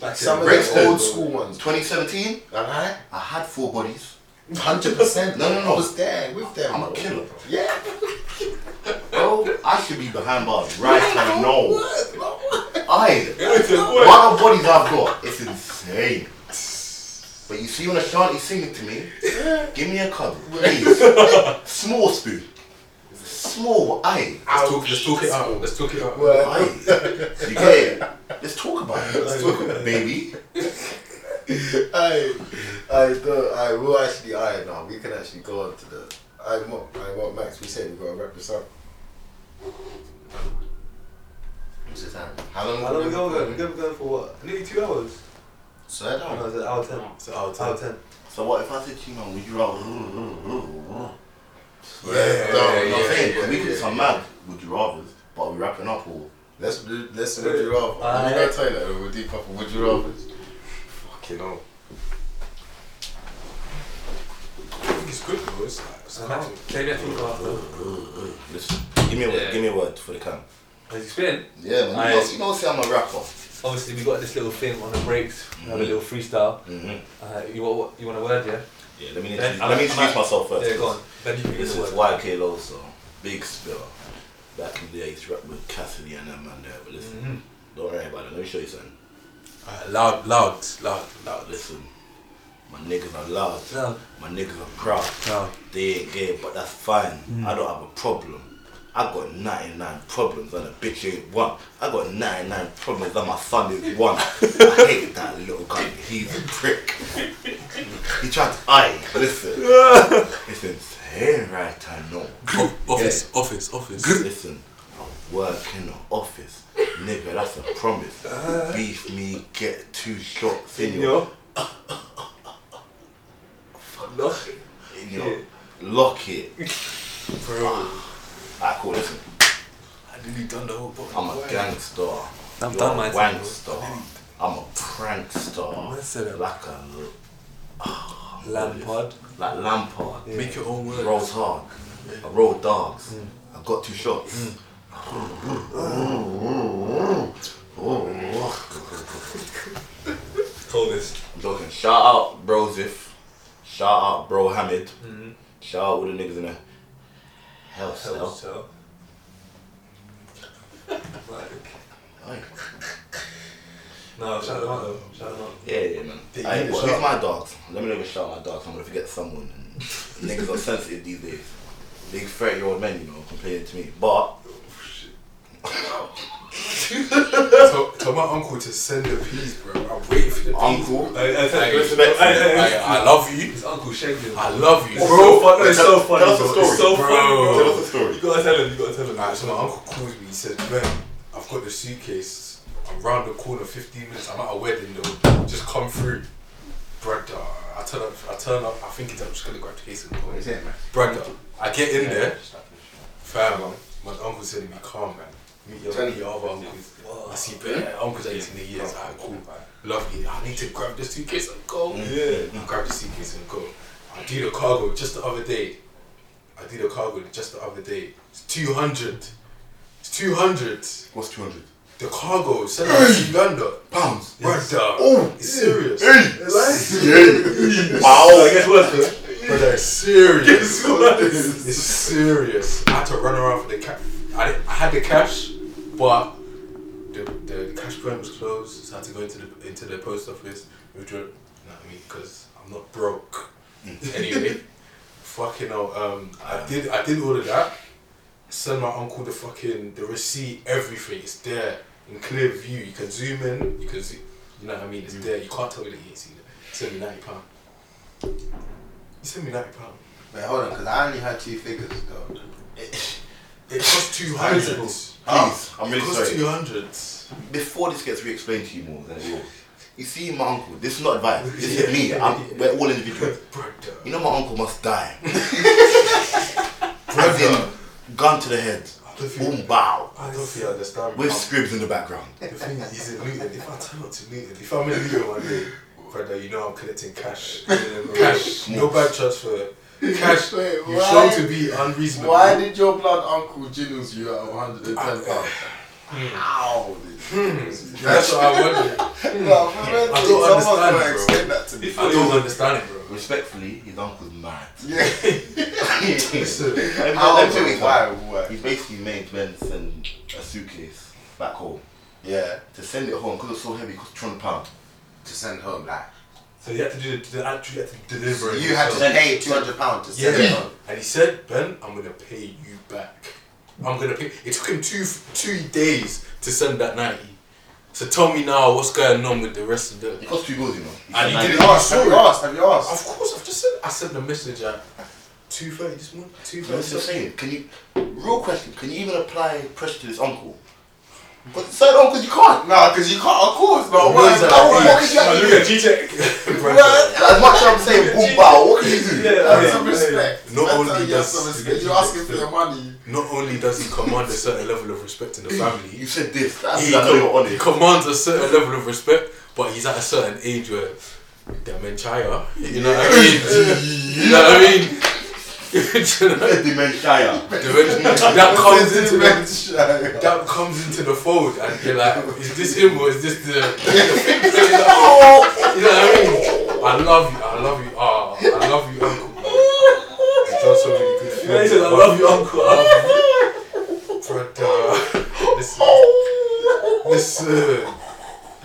Speaker 6: Back
Speaker 2: Some of
Speaker 6: in-
Speaker 2: the old school ones.
Speaker 5: 2017,
Speaker 2: Alright?
Speaker 5: I had four bodies.
Speaker 2: 100%.
Speaker 5: No, no, no.
Speaker 2: I was there with them.
Speaker 5: I'm a
Speaker 2: bro.
Speaker 5: killer, bro.
Speaker 2: Yeah.
Speaker 5: Bro, I should be behind bars right now. No.
Speaker 2: What, bro?
Speaker 5: I,
Speaker 6: It's a boy.
Speaker 5: what the bodies I've got, it's insane. But you see, when Ashanti sing it to me, give me a cuddle, please. Small spoon. Small, aye.
Speaker 3: Let's talk, let's talk it out. Let's talk it out.
Speaker 2: What?
Speaker 5: Aye. You get it? Let's talk about it. Let's talk about it, baby.
Speaker 2: I, I don't, I will actually, I now we can actually go on to the. I want, I want Max. We said we gotta wrap this up.
Speaker 5: What's the time? How long
Speaker 6: How long we going? We're going, we're going for what? Nearly two hours.
Speaker 5: Slow down.
Speaker 6: No, it's an hour ten.
Speaker 3: It's
Speaker 2: oh,
Speaker 3: out
Speaker 6: Hour ten.
Speaker 5: So what if I said to you, man, would you rather?
Speaker 2: Yeah,
Speaker 5: no, I'm
Speaker 2: yeah,
Speaker 5: saying,
Speaker 2: yeah,
Speaker 5: we could
Speaker 2: yeah,
Speaker 5: do some mad. Would you rather? But are we wrapping up or?
Speaker 2: Let's do, let's would you rather? Are we
Speaker 6: Alright.
Speaker 2: gonna tell you that we'll deep up. Would you rather?
Speaker 3: Fucking hell. I think it's good, bro. It's like, it's
Speaker 6: Uh-huh.
Speaker 3: nice.
Speaker 6: Maybe I think after.
Speaker 5: Listen, give me a word.
Speaker 6: Yeah.
Speaker 5: Give me a word for the cam.
Speaker 6: Has he spin?
Speaker 5: Yeah, man.
Speaker 6: Aye.
Speaker 5: You know, you know, say I'm a rapper.
Speaker 6: Obviously, we got this little thing on the breaks. We have a little freestyle.
Speaker 5: Mm-hmm.
Speaker 6: Uh, you want you want a word, yeah?
Speaker 5: Yeah, let me
Speaker 6: Yeah, I'm-
Speaker 5: introduce, let me
Speaker 6: I'm-
Speaker 5: introduce myself first.
Speaker 6: Yeah, go on. Then you can give
Speaker 5: This
Speaker 6: the
Speaker 5: is
Speaker 6: word.
Speaker 5: YK Loso, big spiller. Back in the day, I used to rap with Cassidy and them man there. But listen,
Speaker 6: Mhm.
Speaker 5: don't worry about it. Let me show you something.
Speaker 3: Alright, loud, loud, loud,
Speaker 5: Now listen, my niggas are loud.
Speaker 6: No,
Speaker 5: My niggas are proud.
Speaker 3: loud.
Speaker 5: They ain't gay, but that's fine. I don't have a problem. I got 99 problems and a bitch ain't one. I got 99 problems and my son is one. I hate that little guy. He's a prick. He tried to eye. Listen. it's insane right I know.
Speaker 3: Office, office, office.
Speaker 5: Listen, I work in the office. Nigga, that's a promise. Beef me, get two shots in your
Speaker 6: no, no.
Speaker 5: you know, lock it. Ah.
Speaker 3: Bro,
Speaker 5: I call listen.
Speaker 3: I nearly done the whole bottle.
Speaker 5: I'm a gangster.
Speaker 6: I've
Speaker 5: You're
Speaker 6: done
Speaker 5: a
Speaker 6: my time,
Speaker 5: wankster. I'm a prankster.
Speaker 3: I said it.
Speaker 5: Like a
Speaker 6: Lampard.
Speaker 5: like Lampard.
Speaker 3: Make your own words.
Speaker 5: Rolls hard. I roll dogs. I got two shots.
Speaker 6: Coldest.
Speaker 5: I'm talking. Shout out Brosif. Shout out Bro Hamid. Shout out all the niggas in the Mm-hmm. hell cell.
Speaker 6: So. Like,
Speaker 5: Aye.
Speaker 6: no, shout them out though. Shout them out.
Speaker 5: Yeah, yeah, man.
Speaker 2: They
Speaker 5: Aye,
Speaker 2: need a
Speaker 5: but
Speaker 2: shout.
Speaker 5: who's my dogs? Let me never shout my dogs. I'm gonna forget someone. And niggas are sensitive these days. Big 30 year old men, you know, complaining to me. But
Speaker 3: Tell, tell my uncle to send the peas, bro. I'm waiting for the peas.
Speaker 5: uncle,
Speaker 6: I, I,
Speaker 3: Like,
Speaker 6: I,
Speaker 5: respect
Speaker 6: I,
Speaker 5: him.
Speaker 3: Like, I love you.
Speaker 6: His uncle shagged him.
Speaker 3: I love you,
Speaker 6: It's
Speaker 3: bro.
Speaker 6: so funny. It's so funny.
Speaker 5: tell us a
Speaker 6: bro. It's
Speaker 5: story,
Speaker 6: so
Speaker 3: bro.
Speaker 6: funny,
Speaker 5: tell
Speaker 6: bro.
Speaker 5: us a story.
Speaker 6: You gotta tell him. You gotta tell him.
Speaker 3: Like, so my uncle calls me, he says, Ben, I've got the suitcase. I'm round the corner 15 minutes, I'm at a wedding though. Just come through. Brother, I turn up, I turn up, I think it's, I'm just gonna grab the case and go.
Speaker 2: it, man?
Speaker 3: Brother, I get in there, fam, my uncle said to be calm, man. Meet your, meet your other uncles. I see better uncles 18 years, alright, cool. Lovely, I need to grab the suitcase and go. Yeah. I grab the suitcase and go. I do the cargo just the other day. I did a cargo just the other day. It's 200. It's 200.
Speaker 5: What's 200?
Speaker 3: The cargo sent out to Uganda.
Speaker 5: Pounds.
Speaker 3: Yes. Brother.
Speaker 5: Oh,
Speaker 3: it's serious.
Speaker 5: Wow.
Speaker 6: I guess worse.
Speaker 3: Brother, it's serious. it's serious. I had to run around for the cash. I, didn't- I had the cash, but the, the cash point was closed, so I had to go into the into the post office, withdraw. You know what I mean? Because I'm not broke. anyway, fucking hell. Um, I did I did all of that. Send my uncle the fucking the receipt, everything. It's there in clear view. You can zoom in. You can zoom. You know what I mean? It's there. You can't tell me that you ain't seen it. Send me ninety pound. You sent me ninety pound.
Speaker 2: Wait, hold on, because I only had two figures though.
Speaker 3: It costs two hundreds.
Speaker 5: Ah, I'm
Speaker 3: It
Speaker 5: really
Speaker 3: costs
Speaker 5: sorry.
Speaker 3: two hundreds.
Speaker 5: Before this gets re-explained to you more than it will. You see, my uncle. This is not advice. This is me. I'm, we're all individuals.
Speaker 3: Brother.
Speaker 5: You know, my uncle must die. As
Speaker 3: Brother.
Speaker 5: in, gun to the head,
Speaker 3: I don't feel-
Speaker 5: boom, bow,
Speaker 3: I don't think you understand.
Speaker 5: with
Speaker 3: I'm-
Speaker 5: scribs in the background.
Speaker 3: The thing is, he's in Luton. If I turn up to Luton, if I'm in Luton one day, brother, you know I'm collecting cash. cash. No bank transfer. Cash.
Speaker 2: Wait,
Speaker 3: you
Speaker 2: why-
Speaker 3: show to be unreasonable.
Speaker 2: Why did your blood uncle jiddles you at 110 pounds? Hmm. How?
Speaker 3: That's what I wonder.
Speaker 2: Well, for real,
Speaker 3: I
Speaker 2: someone's
Speaker 3: don't
Speaker 2: gonna
Speaker 3: understand,
Speaker 2: explain that to me.
Speaker 3: I don't understand it, bro.
Speaker 5: Respectfully, his uncle's mad.
Speaker 2: Yeah.
Speaker 3: Listen,
Speaker 5: Let me-
Speaker 2: How?
Speaker 5: let me tell you
Speaker 2: Why?
Speaker 5: why.
Speaker 2: Why?
Speaker 5: He's basically made Ben send a suitcase back home
Speaker 2: Yeah.
Speaker 5: to send it home because it's so heavy, it cost 200 pounds.
Speaker 2: To send home, like
Speaker 3: so you had to do the, the actual, you had to deliver it.
Speaker 2: you had to
Speaker 3: yourself.
Speaker 2: pay 200 pounds to send it
Speaker 3: Yeah.
Speaker 2: home.
Speaker 3: And he said, Ben, I'm gonna pay you back. I'm gonna pay. It took him two two days to send that ninety. So tell me now what's going on with the rest of the.
Speaker 5: It cost two goals, you know.
Speaker 3: And he
Speaker 5: Like,
Speaker 3: did
Speaker 2: Have
Speaker 3: it.
Speaker 2: you asked? Have you asked? Have you
Speaker 3: Of
Speaker 2: asked?
Speaker 3: course, I've just said I sent a message at two thirty this morning. Two
Speaker 5: That's what I'm
Speaker 3: thirty.
Speaker 5: saying. Can you, real question, can you even apply pressure to this uncle? Because certain uncles you can't.
Speaker 2: No, because you can't. Of course, but
Speaker 3: Well,
Speaker 2: what?
Speaker 3: it's like-
Speaker 2: no, What can you
Speaker 3: No,
Speaker 2: actually
Speaker 3: look
Speaker 2: do?
Speaker 3: at G-Tech.
Speaker 2: Well,
Speaker 5: As much as I'm saying boom bow, what can you do?
Speaker 2: That's some
Speaker 3: yeah,
Speaker 2: respect.
Speaker 3: yeah. Not
Speaker 2: That's
Speaker 3: only
Speaker 2: how you have
Speaker 3: does
Speaker 2: some respect.
Speaker 3: to get
Speaker 2: You're
Speaker 3: you
Speaker 2: asking for
Speaker 3: respect.
Speaker 2: your money.
Speaker 3: Not only does he command a certain level of respect in the
Speaker 5: You
Speaker 3: family,
Speaker 5: said this, that's
Speaker 3: he,
Speaker 5: I know you're on
Speaker 3: he
Speaker 5: it.
Speaker 3: commands a certain level of respect, but he's at a certain age where dementia. You know what I mean? You know what I mean? Do you know what I mean?
Speaker 5: Dementia.
Speaker 3: that comes into the
Speaker 2: Dementia.
Speaker 3: that comes into the fold and you're like, is this him or is this the? "Oh!" you know what I mean? I love you, I love you, ah, I love you, uncle. man. You've done so many good things.
Speaker 6: Yeah, he said, I love you, uncle. I love you.
Speaker 3: brother. Listen, listen.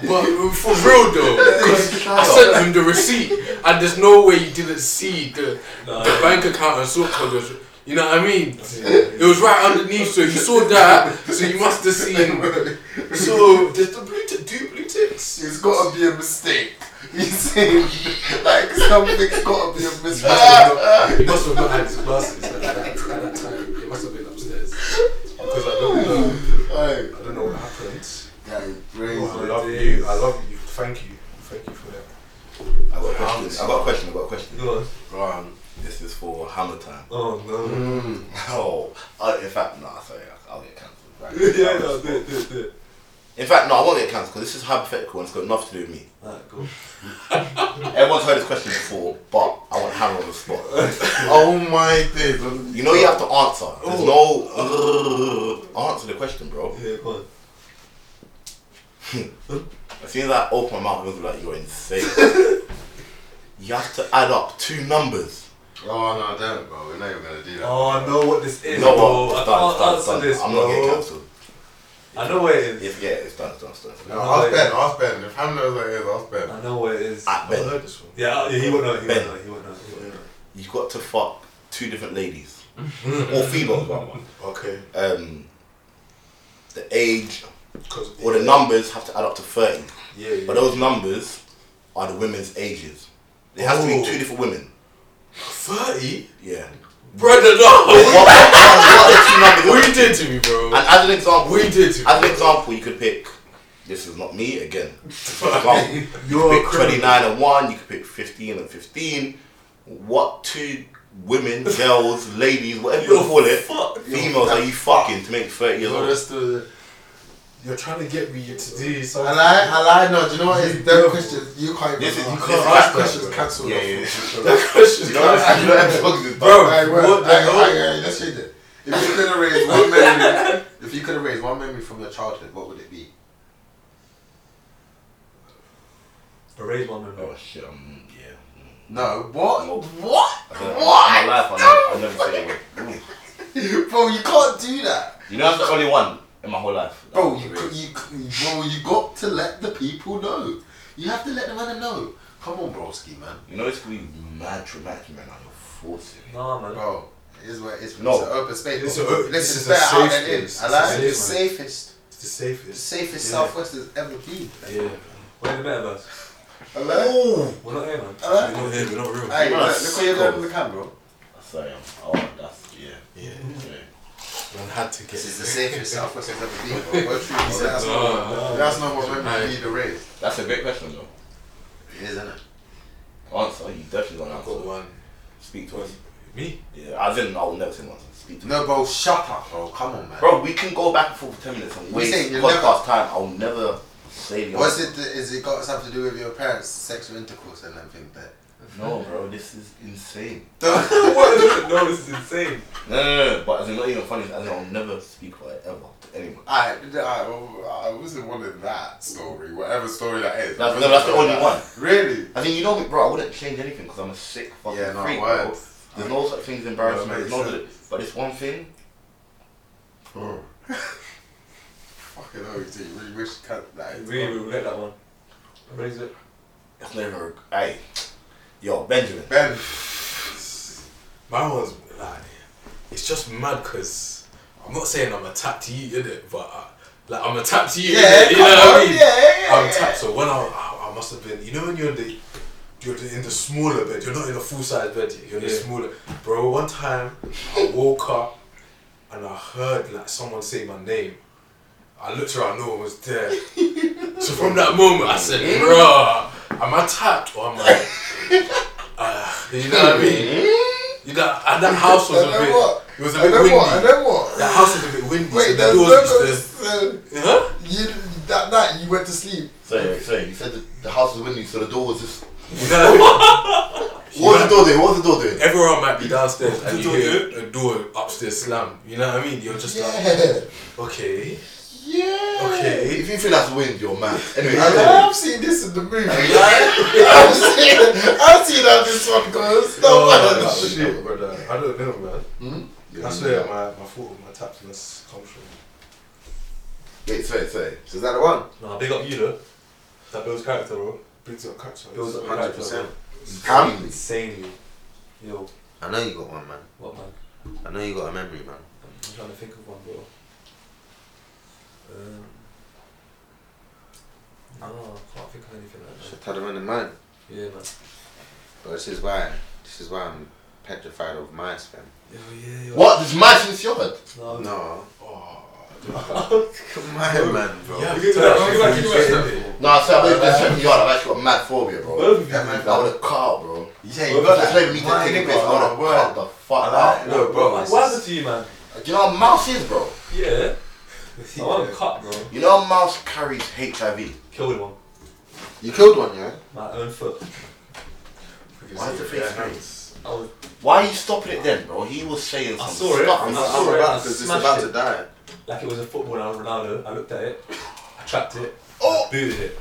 Speaker 3: But for real though, 'cause I sent him the receipt, and there's no way he didn't see the,
Speaker 6: Nah,
Speaker 3: the bank account and sort code. was- You know what I mean? It was right underneath, so you saw that, so you must have seen. So there's the blue tick, two blue ticks.
Speaker 2: It's gotta be a mistake. You see, like something's gotta be a Ah!
Speaker 3: He must
Speaker 2: mistake.
Speaker 3: have not, he must have not had his glasses at that, at that time. He must have been upstairs because I don't know.
Speaker 2: Hey,
Speaker 3: I don't know what happened.
Speaker 2: guy, crazy.
Speaker 3: I love you. I love you. Thank you. Thank you for that.
Speaker 5: I got a question, I got a question, I got a question.
Speaker 6: Go on.
Speaker 5: Ron, this is for Hammer Time.
Speaker 6: Oh no.
Speaker 5: Mm. Oh, uh, in fact, nah, sorry, I'll get cancelled. Right?
Speaker 6: yeah, no, do it, do it, do it.
Speaker 5: In fact, no, I won't get cancelled because this is hypothetical and it's got nothing to do with me.
Speaker 6: Alright, cool.
Speaker 5: Everyone's heard this question before, but I want Hammer on the spot.
Speaker 2: Oh my days.
Speaker 5: You know you have to answer. There's no uh, answer the question, bro.
Speaker 6: Yeah, go on.
Speaker 5: As soon as I open my mouth, people are like, "You're insane." you have to add up two numbers.
Speaker 2: Oh no, don't, bro. We're not even gonna do that.
Speaker 6: Oh, I know what this is.
Speaker 5: You know
Speaker 6: bro.
Speaker 5: what?
Speaker 6: I
Speaker 5: It's
Speaker 6: can't
Speaker 5: done. It's
Speaker 6: answer
Speaker 5: done. It's
Speaker 6: this,
Speaker 5: done. I'm
Speaker 6: bro.
Speaker 5: not getting cancelled.
Speaker 6: I know what it is.
Speaker 5: If yeah, it's done. It's done. It's done. It's done.
Speaker 2: No, ask Ben. Ask Ben. If Ham knows what it is, ask Ben.
Speaker 6: I know what it is.
Speaker 5: At
Speaker 3: I
Speaker 5: Ben,
Speaker 3: heard this one.
Speaker 6: yeah, yeah, he won't know. He won't
Speaker 5: Ben.
Speaker 6: know. He won't know. He won't know.
Speaker 5: you've got to fuck two different ladies or females, rather.
Speaker 3: Okay.
Speaker 5: Um, the age
Speaker 3: Because
Speaker 5: or the numbers have to add up to thirty.
Speaker 3: Yeah. yeah.
Speaker 5: But those numbers are the women's ages. It has to be
Speaker 3: Oh.
Speaker 5: two different women.
Speaker 3: Thirty.
Speaker 5: Yeah.
Speaker 3: Brother, no.
Speaker 5: What, what, what are the two
Speaker 3: what
Speaker 5: numbers?
Speaker 3: you did to me, bro?
Speaker 5: And as an example,
Speaker 3: What you did to me?
Speaker 5: as an example, you could pick. This is not me again. For example, you
Speaker 3: You're
Speaker 5: could
Speaker 3: a
Speaker 5: pick
Speaker 3: criminal.
Speaker 5: twenty nine and one. You could pick fifteen and fifteen. What two women, girls, ladies, whatever you
Speaker 3: You're
Speaker 5: call it,
Speaker 3: fucked.
Speaker 5: females are you fucking to make thirty years
Speaker 2: You're
Speaker 5: old?
Speaker 2: just, uh,
Speaker 3: You're trying to get me to do something.
Speaker 2: I lie, I lie. No, do you know what? It's them
Speaker 3: You-
Speaker 2: questions. You can't even.
Speaker 5: This is- you
Speaker 2: ask.
Speaker 5: can't
Speaker 2: That
Speaker 5: ask that,
Speaker 2: question's
Speaker 5: bro.
Speaker 2: cancelled.
Speaker 5: Yeah,
Speaker 2: off.
Speaker 5: yeah, yeah.
Speaker 3: That question's
Speaker 5: You know what
Speaker 3: crazy.
Speaker 5: I'm saying? You know what I'm talking about?
Speaker 3: Bro,
Speaker 2: Alright, well,
Speaker 3: what
Speaker 2: alright,
Speaker 3: the
Speaker 5: oh,
Speaker 3: hell?
Speaker 2: alright, alright, let's change it. If you could erase one memory, if you could erase one memory from your childhood, what would it be?
Speaker 6: Erase one of them.
Speaker 5: Oh shit! Um, yeah.
Speaker 2: No, what?
Speaker 5: Nope.
Speaker 2: What?
Speaker 5: I don't-
Speaker 2: What?
Speaker 5: In my life, I never, I never say a word.
Speaker 2: Bro, you can't do that.
Speaker 5: You know, I'm the only one in my whole life.
Speaker 2: Bro, you, c- you, c- bro, you got to let the people know. You have to let the man know. Come on, broski, man.
Speaker 5: You know, it's gonna be mad traumatic, man. Like, you're forcing it.
Speaker 6: Nah, man.
Speaker 2: Bro, it is what it's,
Speaker 5: No.
Speaker 2: it's an open space.
Speaker 3: It's
Speaker 2: bro.
Speaker 3: a-
Speaker 2: Let's
Speaker 3: this
Speaker 2: just
Speaker 3: is
Speaker 2: bear
Speaker 3: a
Speaker 2: out
Speaker 3: safe
Speaker 2: and in.
Speaker 3: space.
Speaker 2: I like
Speaker 3: It's a
Speaker 2: the
Speaker 3: safe
Speaker 2: safest,
Speaker 3: It's the
Speaker 2: the
Speaker 3: safest.
Speaker 2: safest
Speaker 3: Yeah.
Speaker 2: Southwest has ever been.
Speaker 3: Yeah. man.
Speaker 6: We're in the metaverse.
Speaker 2: I like.
Speaker 6: We're not here, man.
Speaker 2: I like.
Speaker 3: We're not here. We're not real.
Speaker 2: Hey,
Speaker 5: You're
Speaker 2: look,
Speaker 5: a
Speaker 2: look where you're
Speaker 5: sicko.
Speaker 2: going in the camera.
Speaker 5: Sorry, I'm. Oh, that's yeah.
Speaker 3: Yeah.
Speaker 5: yeah.
Speaker 3: We're had to get.
Speaker 2: This is the safest Southwest has ever been. bro. What truth is that?
Speaker 3: No, no.
Speaker 8: That's not what women need to raise.
Speaker 5: That's a great question, though.
Speaker 2: It is, isn't it?
Speaker 5: Answer. You definitely don't
Speaker 3: I've got
Speaker 5: answer.
Speaker 3: one.
Speaker 5: Speak to us.
Speaker 6: Me?
Speaker 5: Yeah, I didn't. I will never say one. Speak to us.
Speaker 8: No, bro, shut up, bro. Come on, man.
Speaker 5: Bro, we can go back and forth for 10 minutes and
Speaker 2: We
Speaker 5: waste
Speaker 2: saying you'll
Speaker 5: podcast time. I'll never say the
Speaker 8: What's
Speaker 5: answer.
Speaker 8: it? Is it got something to do with your parents' sexual intercourse and everything? But
Speaker 5: No, bro, this is insane.
Speaker 6: What? no, this is insane.
Speaker 5: No, no, no, no, but as in not even funny, as in I'll never speak about it ever to anyone.
Speaker 8: I, I, I wasn't wanting that story. Whatever story that is.
Speaker 5: That's- no, that's the only one.
Speaker 8: Really?
Speaker 5: I mean, you know me, bro, I wouldn't change anything because I'm a sick fucking
Speaker 8: Yeah, no,
Speaker 5: freak,
Speaker 8: word.
Speaker 5: bro. There's no such thing as embarrassment,
Speaker 8: Yeah,
Speaker 5: there's
Speaker 8: makes
Speaker 5: no such- But it's one thing,
Speaker 8: Oh. Fucking hell, you do. You really wish you cut that. out.
Speaker 6: We will let that one. Raise it.
Speaker 5: it's never. Hey, yo, Benjamin.
Speaker 8: Ben,
Speaker 3: My one's like, it's just mad because I'm not saying I'm a tap to you in it, but uh, like I'm a tap to you.
Speaker 8: Yeah,
Speaker 3: innit? you know
Speaker 8: come
Speaker 3: what I
Speaker 8: on,
Speaker 3: mean?
Speaker 8: yeah, yeah,
Speaker 3: I'm
Speaker 8: yeah.
Speaker 3: tapped. So when I, I, I must have been, you know, when you're in the, you're in the smaller bed. You're not in a full size bed. yet, You're in the
Speaker 6: Yeah.
Speaker 3: smaller. Bro, one time I woke up and I heard like someone say my name. I looked around, no one was there. so from that moment, I said, "Bruh, am I tapped or am I?" Uh, you know what I mean? You know, and that house was a
Speaker 8: and then
Speaker 3: bit.
Speaker 8: what?
Speaker 3: It was a
Speaker 8: And
Speaker 3: bit
Speaker 8: then
Speaker 3: windy.
Speaker 8: what? And then what?
Speaker 3: The house was a bit windy. so
Speaker 8: Wait,
Speaker 3: the
Speaker 8: there's
Speaker 3: doors
Speaker 8: no.
Speaker 3: used
Speaker 8: so
Speaker 3: to, huh?
Speaker 8: You that night you went to sleep.
Speaker 5: Sorry, sorry, you said the, the house was windy, so the door was just.
Speaker 3: You know
Speaker 8: Oh,
Speaker 3: what I mean?
Speaker 5: What was the door doing? What was the door doing?
Speaker 3: Everyone might be downstairs and you
Speaker 6: door
Speaker 3: hear a door upstairs slam. You know what I mean? You're just like,
Speaker 8: Yeah.
Speaker 3: okay,
Speaker 8: Yeah.
Speaker 3: okay.
Speaker 5: If you feel that's wind, you're mad. Anyway,
Speaker 8: I know, I've seen this in the movie. I've seen, I've seen how this one goes. No, Hmm? I
Speaker 3: Oh,
Speaker 8: don't know.
Speaker 3: shit, brother. I don't know, man. That's where my, my thought of my tapness comes from.
Speaker 5: wait, sorry, sorry.
Speaker 2: So is that the one?
Speaker 6: Nah, big up you though. That builds character, bro.
Speaker 3: Brings up catch.
Speaker 6: Builds up your
Speaker 2: 100%.
Speaker 6: character.
Speaker 2: Cam?
Speaker 6: Bro. Insanely. Yo,
Speaker 2: I know you got one, man.
Speaker 6: what man?
Speaker 2: I know you got a memory, man.
Speaker 6: I'm trying to think of one, bro. Um, no, I can't think of anything like that.
Speaker 2: Should have had one in mind.
Speaker 6: Yeah, man.
Speaker 2: But this is why, this is why I'm petrified of mice, fam.
Speaker 6: Yo, yeah, yo.
Speaker 5: What? There's mice in this yard?
Speaker 6: No.
Speaker 2: No.
Speaker 3: Oh,
Speaker 2: My man, bro.
Speaker 3: yeah,
Speaker 6: give it up, give it up, give it up.
Speaker 5: Nah, so I've been certain yard, I've actually got mad phobia, bro.
Speaker 6: Both of you.
Speaker 8: Yeah, man.
Speaker 5: I would have cut out, bro.
Speaker 8: Yeah,
Speaker 5: Well,
Speaker 8: you got
Speaker 5: that's just making me
Speaker 8: Mine,
Speaker 5: think
Speaker 8: bro.
Speaker 5: this. I would
Speaker 8: Word.
Speaker 5: have cut the fuck
Speaker 8: I
Speaker 5: out.
Speaker 8: like- No, bro.
Speaker 6: What happened to you, man?
Speaker 5: Do you know what mouse is, bro?
Speaker 6: Yeah. I want a cut, bro.
Speaker 5: You know a mouse carries HIV.
Speaker 6: Killed one.
Speaker 2: You killed one, yeah?
Speaker 6: My own foot.
Speaker 5: Why is the face green?
Speaker 6: I was
Speaker 5: Why are you stopping it then, bro? He was saying
Speaker 6: I
Speaker 5: some
Speaker 6: saw it.
Speaker 5: stuff.
Speaker 6: I'm
Speaker 2: I'm
Speaker 6: not
Speaker 2: not
Speaker 6: sure
Speaker 2: sure
Speaker 6: about
Speaker 2: about
Speaker 6: it.
Speaker 2: because it's
Speaker 6: Smashed
Speaker 2: about
Speaker 6: it.
Speaker 2: to die.
Speaker 6: like it was a football and I was Ronaldo. I looked at it, I trapped it,
Speaker 8: Oh!
Speaker 6: I booted it,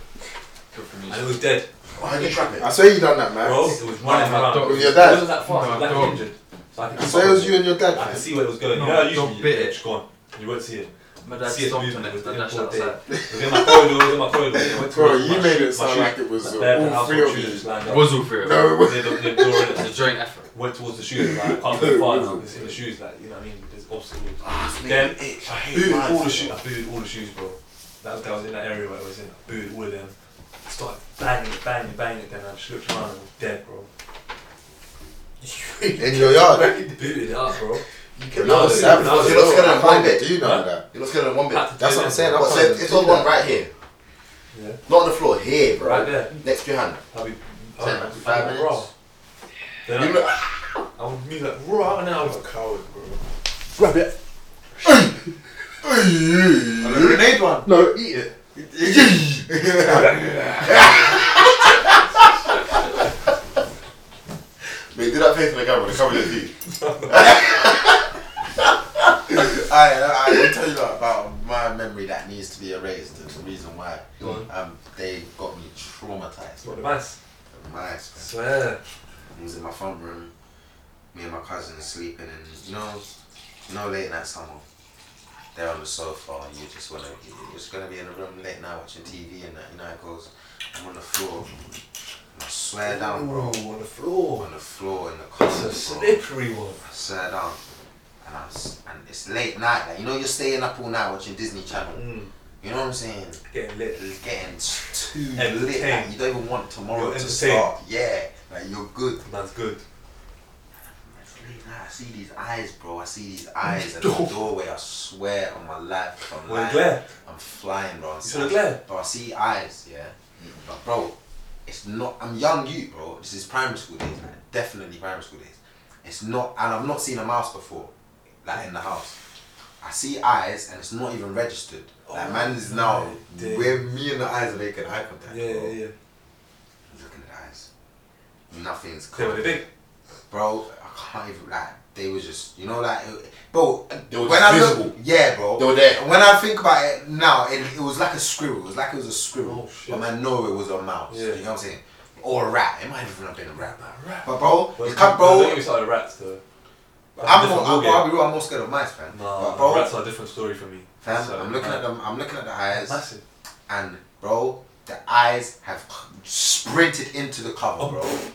Speaker 1: Good for me.
Speaker 6: and it was dead.
Speaker 5: Why did you trap it?
Speaker 8: I swear you done that, man.
Speaker 6: Bro, it was running
Speaker 1: No,
Speaker 6: around.
Speaker 1: don't-
Speaker 8: With your
Speaker 6: It
Speaker 8: dad.
Speaker 6: wasn't that far,
Speaker 1: No,
Speaker 6: it was like
Speaker 1: don't.
Speaker 6: injured. So I could
Speaker 8: I
Speaker 6: keep
Speaker 8: swear
Speaker 6: up
Speaker 8: it was
Speaker 6: with
Speaker 8: you and your dad,
Speaker 6: I could
Speaker 8: man.
Speaker 6: see where it was going.
Speaker 1: No,
Speaker 6: you know, how
Speaker 1: don't
Speaker 6: usually
Speaker 1: bit
Speaker 6: yeah,
Speaker 1: it.
Speaker 6: just go on. You won't see it.
Speaker 1: My dad
Speaker 6: see it
Speaker 1: stomped on it.
Speaker 6: movement.
Speaker 1: My
Speaker 6: It
Speaker 1: dad
Speaker 6: was
Speaker 1: stomped
Speaker 6: there.
Speaker 1: on
Speaker 6: It was in my corridor. It was in my corridor. It went to
Speaker 8: Bro,
Speaker 6: my-
Speaker 8: you
Speaker 6: my
Speaker 8: made it
Speaker 6: shoe- my
Speaker 8: sound
Speaker 6: shoe-
Speaker 8: like it was uh,
Speaker 6: my bare
Speaker 8: all
Speaker 6: house
Speaker 8: three of
Speaker 6: shoes
Speaker 8: you.
Speaker 6: just lined
Speaker 1: it.
Speaker 6: up.
Speaker 1: Was all three of
Speaker 8: No,
Speaker 1: them.
Speaker 8: it
Speaker 6: Near the, near the door,
Speaker 1: It's
Speaker 6: innit?
Speaker 1: a joint effort.
Speaker 6: went towards the shoes. Like, I can't go far now. It's in the shoes. Like you know what I mean? There's obstacles. Then
Speaker 5: Itch, I
Speaker 6: booed
Speaker 5: hate
Speaker 6: all the
Speaker 5: mice.
Speaker 6: shoes.
Speaker 5: bro.
Speaker 6: I booed all the shoes, bro. That was, that was in that area where I was in. I booed all of them. I started banging, it, banging, it, banging it. Then I just looked around and was dead, bro.
Speaker 8: In your yard.
Speaker 6: Booted it up, bro.
Speaker 5: You're
Speaker 6: No,
Speaker 5: not
Speaker 6: it's
Speaker 5: scared
Speaker 6: not-
Speaker 5: you're not
Speaker 8: I
Speaker 5: scared of one
Speaker 8: find it.
Speaker 5: bit.
Speaker 8: Do you know that?
Speaker 5: You're not scared of one bit.
Speaker 6: Had to
Speaker 2: That's
Speaker 6: do
Speaker 2: what I'm
Speaker 6: that,
Speaker 2: saying,
Speaker 6: bro.
Speaker 2: I
Speaker 5: But so if it's on one right here,
Speaker 6: Yeah.
Speaker 5: not on the floor, here, bro.
Speaker 6: Right there.
Speaker 5: Next to your hand.
Speaker 6: I'll be.
Speaker 2: Ten,
Speaker 6: I'll be
Speaker 2: five
Speaker 6: like,
Speaker 2: minutes.
Speaker 6: Raw. Then I, I would be like raw, and then I was a coward, bro.
Speaker 8: And a grenade one. No, eat it.
Speaker 5: Mate, do that face on the camera. The camera didn't see.
Speaker 8: I, I, I will tell you about my memory that needs to be erased and the reason why. Um, they got me traumatized.
Speaker 6: What a mess.
Speaker 8: My
Speaker 6: I swear.
Speaker 2: I was in my front room, me and my cousin sleeping, and you know, you know, late night summer. They're on the sofa, and you just wanna, you're just gonna be in the room late night watching TV, and that, you know, how it goes. I'm on the floor, and I swear down, bro.
Speaker 6: Ooh, on the floor.
Speaker 2: On the floor in the
Speaker 6: It's a
Speaker 2: closet, bro.
Speaker 6: slippery one.
Speaker 2: I sat down, and I was, and it's late night, like, you know, you're staying up all night watching Disney Channel.
Speaker 6: Mm,
Speaker 2: You know what I'm saying?
Speaker 6: getting lit.
Speaker 2: It's getting too
Speaker 6: Entertained.
Speaker 2: lit. Like, you don't even want tomorrow
Speaker 6: You're
Speaker 2: to
Speaker 6: entertained.
Speaker 2: start. Yeah, like you're good.
Speaker 6: That's good.
Speaker 2: Nah, I see these eyes, bro. I see
Speaker 6: Mm.
Speaker 2: these eyes at the doorway. I swear on my life, if I'm
Speaker 6: Well,
Speaker 2: lying,
Speaker 6: glare.
Speaker 2: I'm flying, bro. I'm
Speaker 6: saw the glare?
Speaker 2: Bro, I see eyes, yeah. But bro, it's not. I'm young, you, bro. This is primary school days, like, definitely primary school days. It's not, and I've not seen a mouse before, like in the house. I see eyes, and it's not even registered.
Speaker 6: Oh,
Speaker 2: Like man is now
Speaker 6: dear.
Speaker 2: where me and the eyes are making eye contact.
Speaker 6: Yeah,
Speaker 2: bro.
Speaker 6: yeah, yeah.
Speaker 2: He's looking at the eyes. Nothing's
Speaker 6: They were
Speaker 2: coming.
Speaker 6: big.
Speaker 2: Bro, I can't even like they was just you know like it- bro
Speaker 5: They were
Speaker 2: when
Speaker 5: just
Speaker 2: I look
Speaker 5: visible.
Speaker 2: yeah bro
Speaker 5: They were there.
Speaker 2: when I think about it now it, it was like a squirrel it was like it was a squirrel
Speaker 6: Oh, shit.
Speaker 2: but man no it was a mouse
Speaker 6: Yeah.
Speaker 2: you know what I'm saying or a rat it might have even have been a rat
Speaker 6: rat.
Speaker 2: but bro
Speaker 6: Well,
Speaker 2: it's come bro
Speaker 6: I think we started rats though.
Speaker 2: I'm more,
Speaker 6: different
Speaker 2: I'm,
Speaker 6: ballgame.
Speaker 2: I'll be real I'm more scared of mice man
Speaker 6: No,
Speaker 2: but bro
Speaker 6: rats are a different story for me.
Speaker 2: fam,
Speaker 6: So,
Speaker 2: I'm looking at them I'm looking at the eyes
Speaker 6: Massive.
Speaker 2: and bro, the eyes have sprinted into the cover, bro.
Speaker 6: Oh.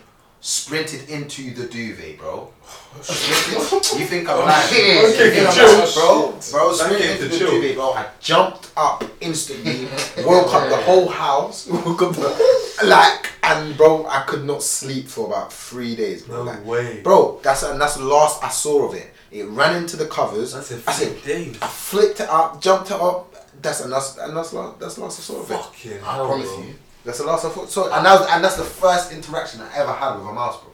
Speaker 2: Sprinted into the duvet, bro.
Speaker 6: Oh,
Speaker 2: Sprinted- you think I'm lying? You think I'm lying, bro? Bro, sprinted
Speaker 6: came to
Speaker 2: into the
Speaker 6: chill.
Speaker 2: duvet, bro. I jumped up instantly, woke up the whole house, woke up the, like, and bro, I could not sleep for about three days, bro.
Speaker 6: No
Speaker 2: like,
Speaker 6: way.
Speaker 2: Bro, that's and that's the last I saw of it. It ran into the covers.
Speaker 6: That's in
Speaker 2: I said,
Speaker 6: three days.
Speaker 2: I flicked it up, jumped it up. That's and that's and that's last. That's last I saw of it.
Speaker 6: Fucking
Speaker 2: I
Speaker 6: hell,
Speaker 2: promise
Speaker 6: bro.
Speaker 2: you. That's the last I thought. So and that was, and that's the first interaction I ever had with a mouse, bro.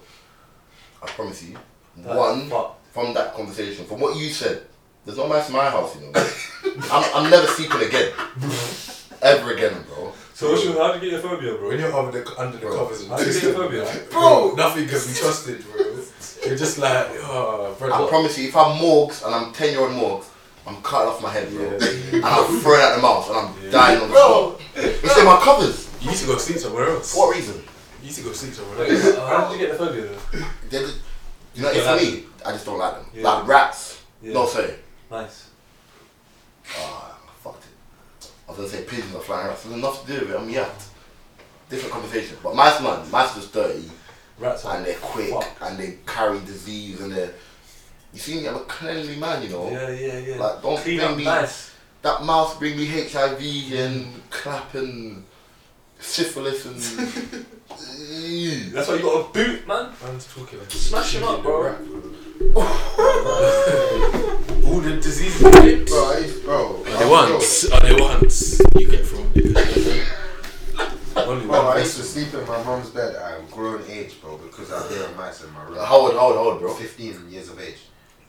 Speaker 5: I promise you.
Speaker 6: That's
Speaker 5: one
Speaker 6: fucked.
Speaker 5: from that conversation, from what you said, there's no mice in my house, you know. I'm, I'm never sleeping again, ever again, bro.
Speaker 6: So what's your, how did you get your phobia, bro?
Speaker 3: When you're under the, under the
Speaker 5: Bro.
Speaker 3: covers,
Speaker 6: How did you get your phobia?
Speaker 2: Bro.
Speaker 3: nothing can be trusted, bro. You're just like, oh, bro.
Speaker 5: I promise you, if I'm Morgs and I'm 10 year old Morgs, I'm cutting off my head, bro. And I'm throwing out the mouse and I'm dying on the spot. It's in my covers.
Speaker 3: You need to go sleep somewhere else.
Speaker 5: For what reason?
Speaker 3: You need to go sleep somewhere
Speaker 6: Wait,
Speaker 3: else.
Speaker 6: how did you get the phobia though?
Speaker 5: They're just- you know,
Speaker 6: Yeah,
Speaker 5: it's for
Speaker 6: that's-
Speaker 5: me. I just don't like them.
Speaker 6: Yeah.
Speaker 5: Like rats.
Speaker 6: Yeah.
Speaker 5: No, sorry.
Speaker 6: Nice.
Speaker 5: Ah, fucked it. I was gonna say pigeons are flying rats. There's enough to do with it. I'm yapped. Different conversation. But mice, man, mice just dirty.
Speaker 6: Rats are.
Speaker 5: and they're quick
Speaker 6: fucked.
Speaker 5: and they carry disease and they're you see me I'm a cleanly man you know
Speaker 6: Yeah, yeah, yeah.
Speaker 5: Like, don't
Speaker 6: Clean
Speaker 5: bring
Speaker 6: up
Speaker 5: me-
Speaker 6: nice.
Speaker 5: that mouse bring me HIV and clap and syphilis and Ew.
Speaker 6: That's why you got a boot, man.
Speaker 3: Man's talking like
Speaker 6: Smash him up, bro.
Speaker 3: All the diseases you get,
Speaker 2: Bro, it's- bro.
Speaker 3: Are they once? Are oh, they once? You get from the Only
Speaker 2: Bro,
Speaker 3: one
Speaker 2: I used to
Speaker 3: person.
Speaker 2: sleep in my mom's bed at a grown age, bro, because I hear a mice in my room.
Speaker 5: how old how old how old bro
Speaker 2: 15 years of age.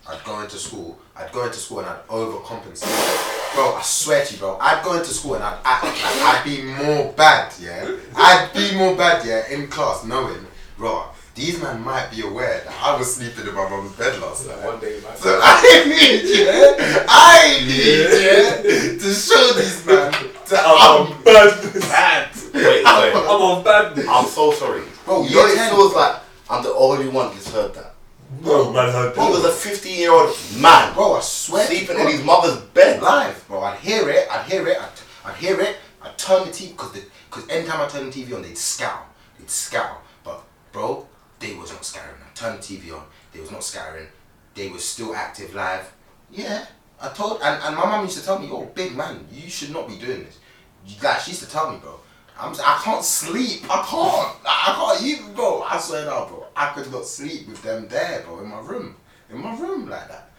Speaker 2: I'd go into school, I'd go into school and I'd overcompensate. Bro, I swear to you, bro, I'd go into school and I'd act like I'd be more bad, yeah? I'd be more bad, yeah, in class, knowing, bro, these men might be aware that I was sleeping in my mum's bed last night.
Speaker 3: One day, man.
Speaker 2: So I need, yeah, I need, yeah, to show these man that I'm
Speaker 6: I'm bad.
Speaker 5: bad wait
Speaker 6: I'm
Speaker 5: wait
Speaker 6: on bad.
Speaker 5: I'm so sorry
Speaker 2: Bro,
Speaker 5: you know
Speaker 2: you're
Speaker 5: it
Speaker 2: ten.
Speaker 5: feels like I'm the only one that's heard that
Speaker 6: Bro, man, how
Speaker 5: bro
Speaker 6: dare
Speaker 5: there's a 15 year old man
Speaker 2: Bro, I swear. to
Speaker 5: sleeping in
Speaker 2: God.
Speaker 5: his mother's bed
Speaker 2: live, bro. I'd hear it, I'd hear it, I'd, I'd hear it, I'd turn the TV, because cause anytime I turned the TV on, they'd scowl, they'd scowl. But, bro, they was not scattering. I turned the TV on, they was not scattering. They was still active live. Yeah, I told, and, and my mum used to tell me, oh, big man, you should not be doing this. You- Like, she used to tell me, bro. I'm, s- I can't sleep. I can't. I can't even, bro. I swear now, bro. I could not sleep with them there, bro, in my room. In my room like that.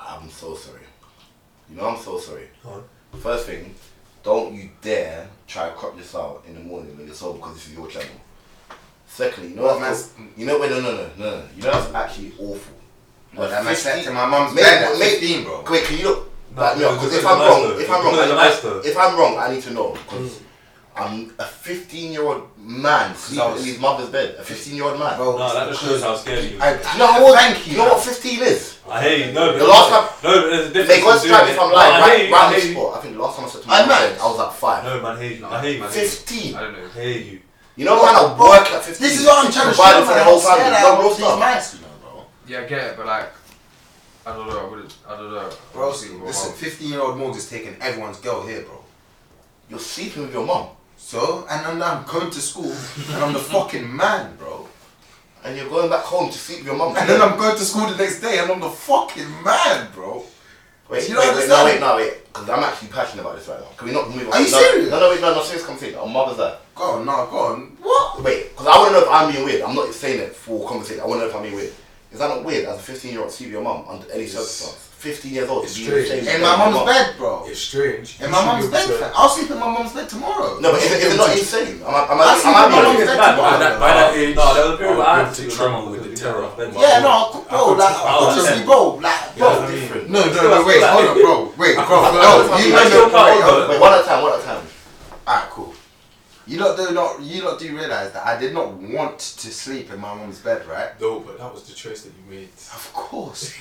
Speaker 5: I'm so sorry you know I'm so sorry
Speaker 6: Go on.
Speaker 5: first thing don't you dare try to crop this out in the morning when you're sober because this is your channel secondly you know
Speaker 2: Well,
Speaker 5: that's you know wait no no no no no you know that's actually awful
Speaker 2: But that man
Speaker 5: 50
Speaker 2: slept in my mum's
Speaker 5: Mate,
Speaker 2: bed at
Speaker 5: mate,
Speaker 2: 15, bro.
Speaker 5: Wait, can you look
Speaker 6: No,
Speaker 5: back me up?
Speaker 6: no,
Speaker 5: Because
Speaker 6: look
Speaker 5: if
Speaker 6: at
Speaker 5: I'm
Speaker 6: the
Speaker 5: wrong,
Speaker 6: master.
Speaker 5: if
Speaker 6: Look
Speaker 5: I'm wrong,
Speaker 6: at the
Speaker 5: I-
Speaker 6: master. Mm.
Speaker 5: if I'm wrong, I need to know. Because I'm a 15 year old man sleeping
Speaker 2: was-
Speaker 5: in his mother's bed. A 15 year old man.
Speaker 2: Bro,
Speaker 6: No, that just shows how scared you.
Speaker 2: I,
Speaker 6: are.
Speaker 5: you know how old?
Speaker 2: Thank you.
Speaker 5: You know what 15 is?
Speaker 6: I hear you. No, but
Speaker 5: The last time-
Speaker 6: No, but there's a difference.
Speaker 5: They go
Speaker 6: in
Speaker 5: strike
Speaker 6: doing
Speaker 5: if
Speaker 6: it.
Speaker 5: I'm
Speaker 6: No,
Speaker 5: lying.
Speaker 6: I hear
Speaker 5: Right,
Speaker 6: you,
Speaker 5: right on
Speaker 6: I
Speaker 5: the
Speaker 6: hear you.
Speaker 5: spot. I think the last time I said to
Speaker 2: I
Speaker 5: my
Speaker 2: meant-
Speaker 5: mom, I was at 5.
Speaker 6: No, man, I hear you. I hear you, man. I hear you.
Speaker 5: 15.
Speaker 1: I don't know.
Speaker 6: I hear you.
Speaker 5: You know man, I work at 15.
Speaker 2: This is what I'm trying to show
Speaker 5: Provided
Speaker 2: you.
Speaker 5: for the
Speaker 2: man.
Speaker 5: whole
Speaker 2: I'm scared
Speaker 5: family.
Speaker 2: out
Speaker 5: Don't
Speaker 2: of
Speaker 5: roast
Speaker 2: these
Speaker 5: up.
Speaker 2: mice, you know, bro.
Speaker 1: Yeah, I get it, but like, I don't know. I wouldn't. I don't know.
Speaker 2: Bro,
Speaker 1: Obviously, well,
Speaker 2: listen, 15 year old Morgs is taking everyone's girl here, bro.
Speaker 5: You're sleeping with your mom.
Speaker 2: So, and I'm, I'm going to school and I'm the fucking man, bro.
Speaker 5: And you're going back home to sleep with your mom.
Speaker 2: And then I'm going to school the next day and I'm the fucking man, bro.
Speaker 5: Wait,
Speaker 2: You
Speaker 5: you
Speaker 2: don't
Speaker 5: wait, wait, no,
Speaker 2: understand?
Speaker 5: wait, no, wait, because I'm actually passionate about this right now. Can we not move on?
Speaker 2: Are you
Speaker 5: no,
Speaker 2: serious?
Speaker 5: No, no, wait, no, no, serious conversation. On Mother's Day.
Speaker 2: Go on, no, go on. What?
Speaker 5: Wait, because I want to know if I'm being weird. I'm not saying it for conversation. I want to know if I'm being weird. Is that not weird as a 15 year old to see your mum under any circumstance? 15 years old
Speaker 3: it's
Speaker 5: to be in the
Speaker 3: strange.
Speaker 5: same
Speaker 2: In
Speaker 5: bed
Speaker 2: my
Speaker 5: as your
Speaker 2: mum's
Speaker 5: mum.
Speaker 2: bed, bro.
Speaker 3: It's strange.
Speaker 2: In
Speaker 3: You
Speaker 2: my
Speaker 3: should
Speaker 2: mum's
Speaker 3: be able
Speaker 2: bed,
Speaker 3: to-
Speaker 2: fam. I'll sleep in my mum's bed tomorrow.
Speaker 5: No, but is it, is it not insane? Am I, am I,
Speaker 2: I see
Speaker 5: am
Speaker 2: what
Speaker 5: I
Speaker 2: you
Speaker 5: being
Speaker 2: mean.
Speaker 5: insane?
Speaker 2: Bad,
Speaker 3: By that, by that age,
Speaker 6: No, there was a period
Speaker 3: I
Speaker 6: where I
Speaker 3: would
Speaker 6: had to
Speaker 3: be able to
Speaker 6: trauma
Speaker 3: travel
Speaker 6: with
Speaker 3: with the
Speaker 6: the
Speaker 3: terror.
Speaker 6: terror.
Speaker 2: Yeah, no,
Speaker 3: I
Speaker 2: bro,
Speaker 3: would-
Speaker 2: like,
Speaker 6: I would
Speaker 2: obviously,
Speaker 6: say-
Speaker 2: bro, like, bro.
Speaker 3: Yeah, I mean,
Speaker 2: No, no, no, wait, hold on, bro. Wait, bro, no, you
Speaker 6: I still
Speaker 2: know,
Speaker 6: can't
Speaker 2: wait,
Speaker 6: hold
Speaker 2: hold
Speaker 6: on.
Speaker 2: on.
Speaker 5: Wait, one at a time, one at a time.
Speaker 2: Alright, cool. You lot do not, you lot do realize that I did not want to sleep in my mum's bed, right?
Speaker 3: No, but that was the choice that you made.
Speaker 2: Of course.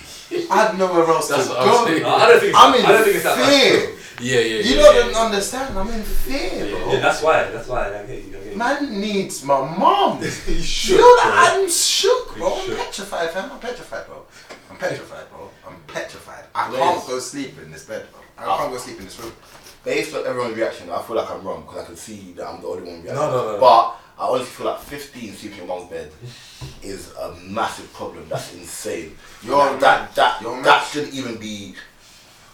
Speaker 2: I had nowhere else
Speaker 3: That's
Speaker 2: to
Speaker 3: what I'm
Speaker 2: go.
Speaker 3: saying.
Speaker 6: No, I don't think.
Speaker 2: I'm in
Speaker 6: I don't think it's that. bad.
Speaker 2: fear.
Speaker 3: Yeah, yeah.
Speaker 2: You
Speaker 3: yeah,
Speaker 2: lot
Speaker 3: yeah,
Speaker 2: don't
Speaker 3: yeah.
Speaker 2: understand. I'm in fear, bro.
Speaker 6: Yeah, that's why. That's why. I get you. I get you.
Speaker 2: Man needs my mom.
Speaker 3: He
Speaker 2: you
Speaker 3: shook,
Speaker 2: know
Speaker 3: bro.
Speaker 2: that I'm shook, bro. I'm
Speaker 6: shook.
Speaker 2: petrified, fam. I'm petrified, bro. I'm petrified, bro. I'm petrified. I can't go sleep in this bed, bro. I can't go sleep in this room.
Speaker 5: Based on everyone's reaction, I feel like I'm wrong because I can see that I'm the only one reacting.
Speaker 3: No, no, no.
Speaker 5: But I honestly feel like 15 sleeping in your mum's bed is a massive problem. That's insane.
Speaker 2: You're
Speaker 5: Like, that that
Speaker 2: You're
Speaker 5: that,
Speaker 2: mad.
Speaker 5: shouldn't even be.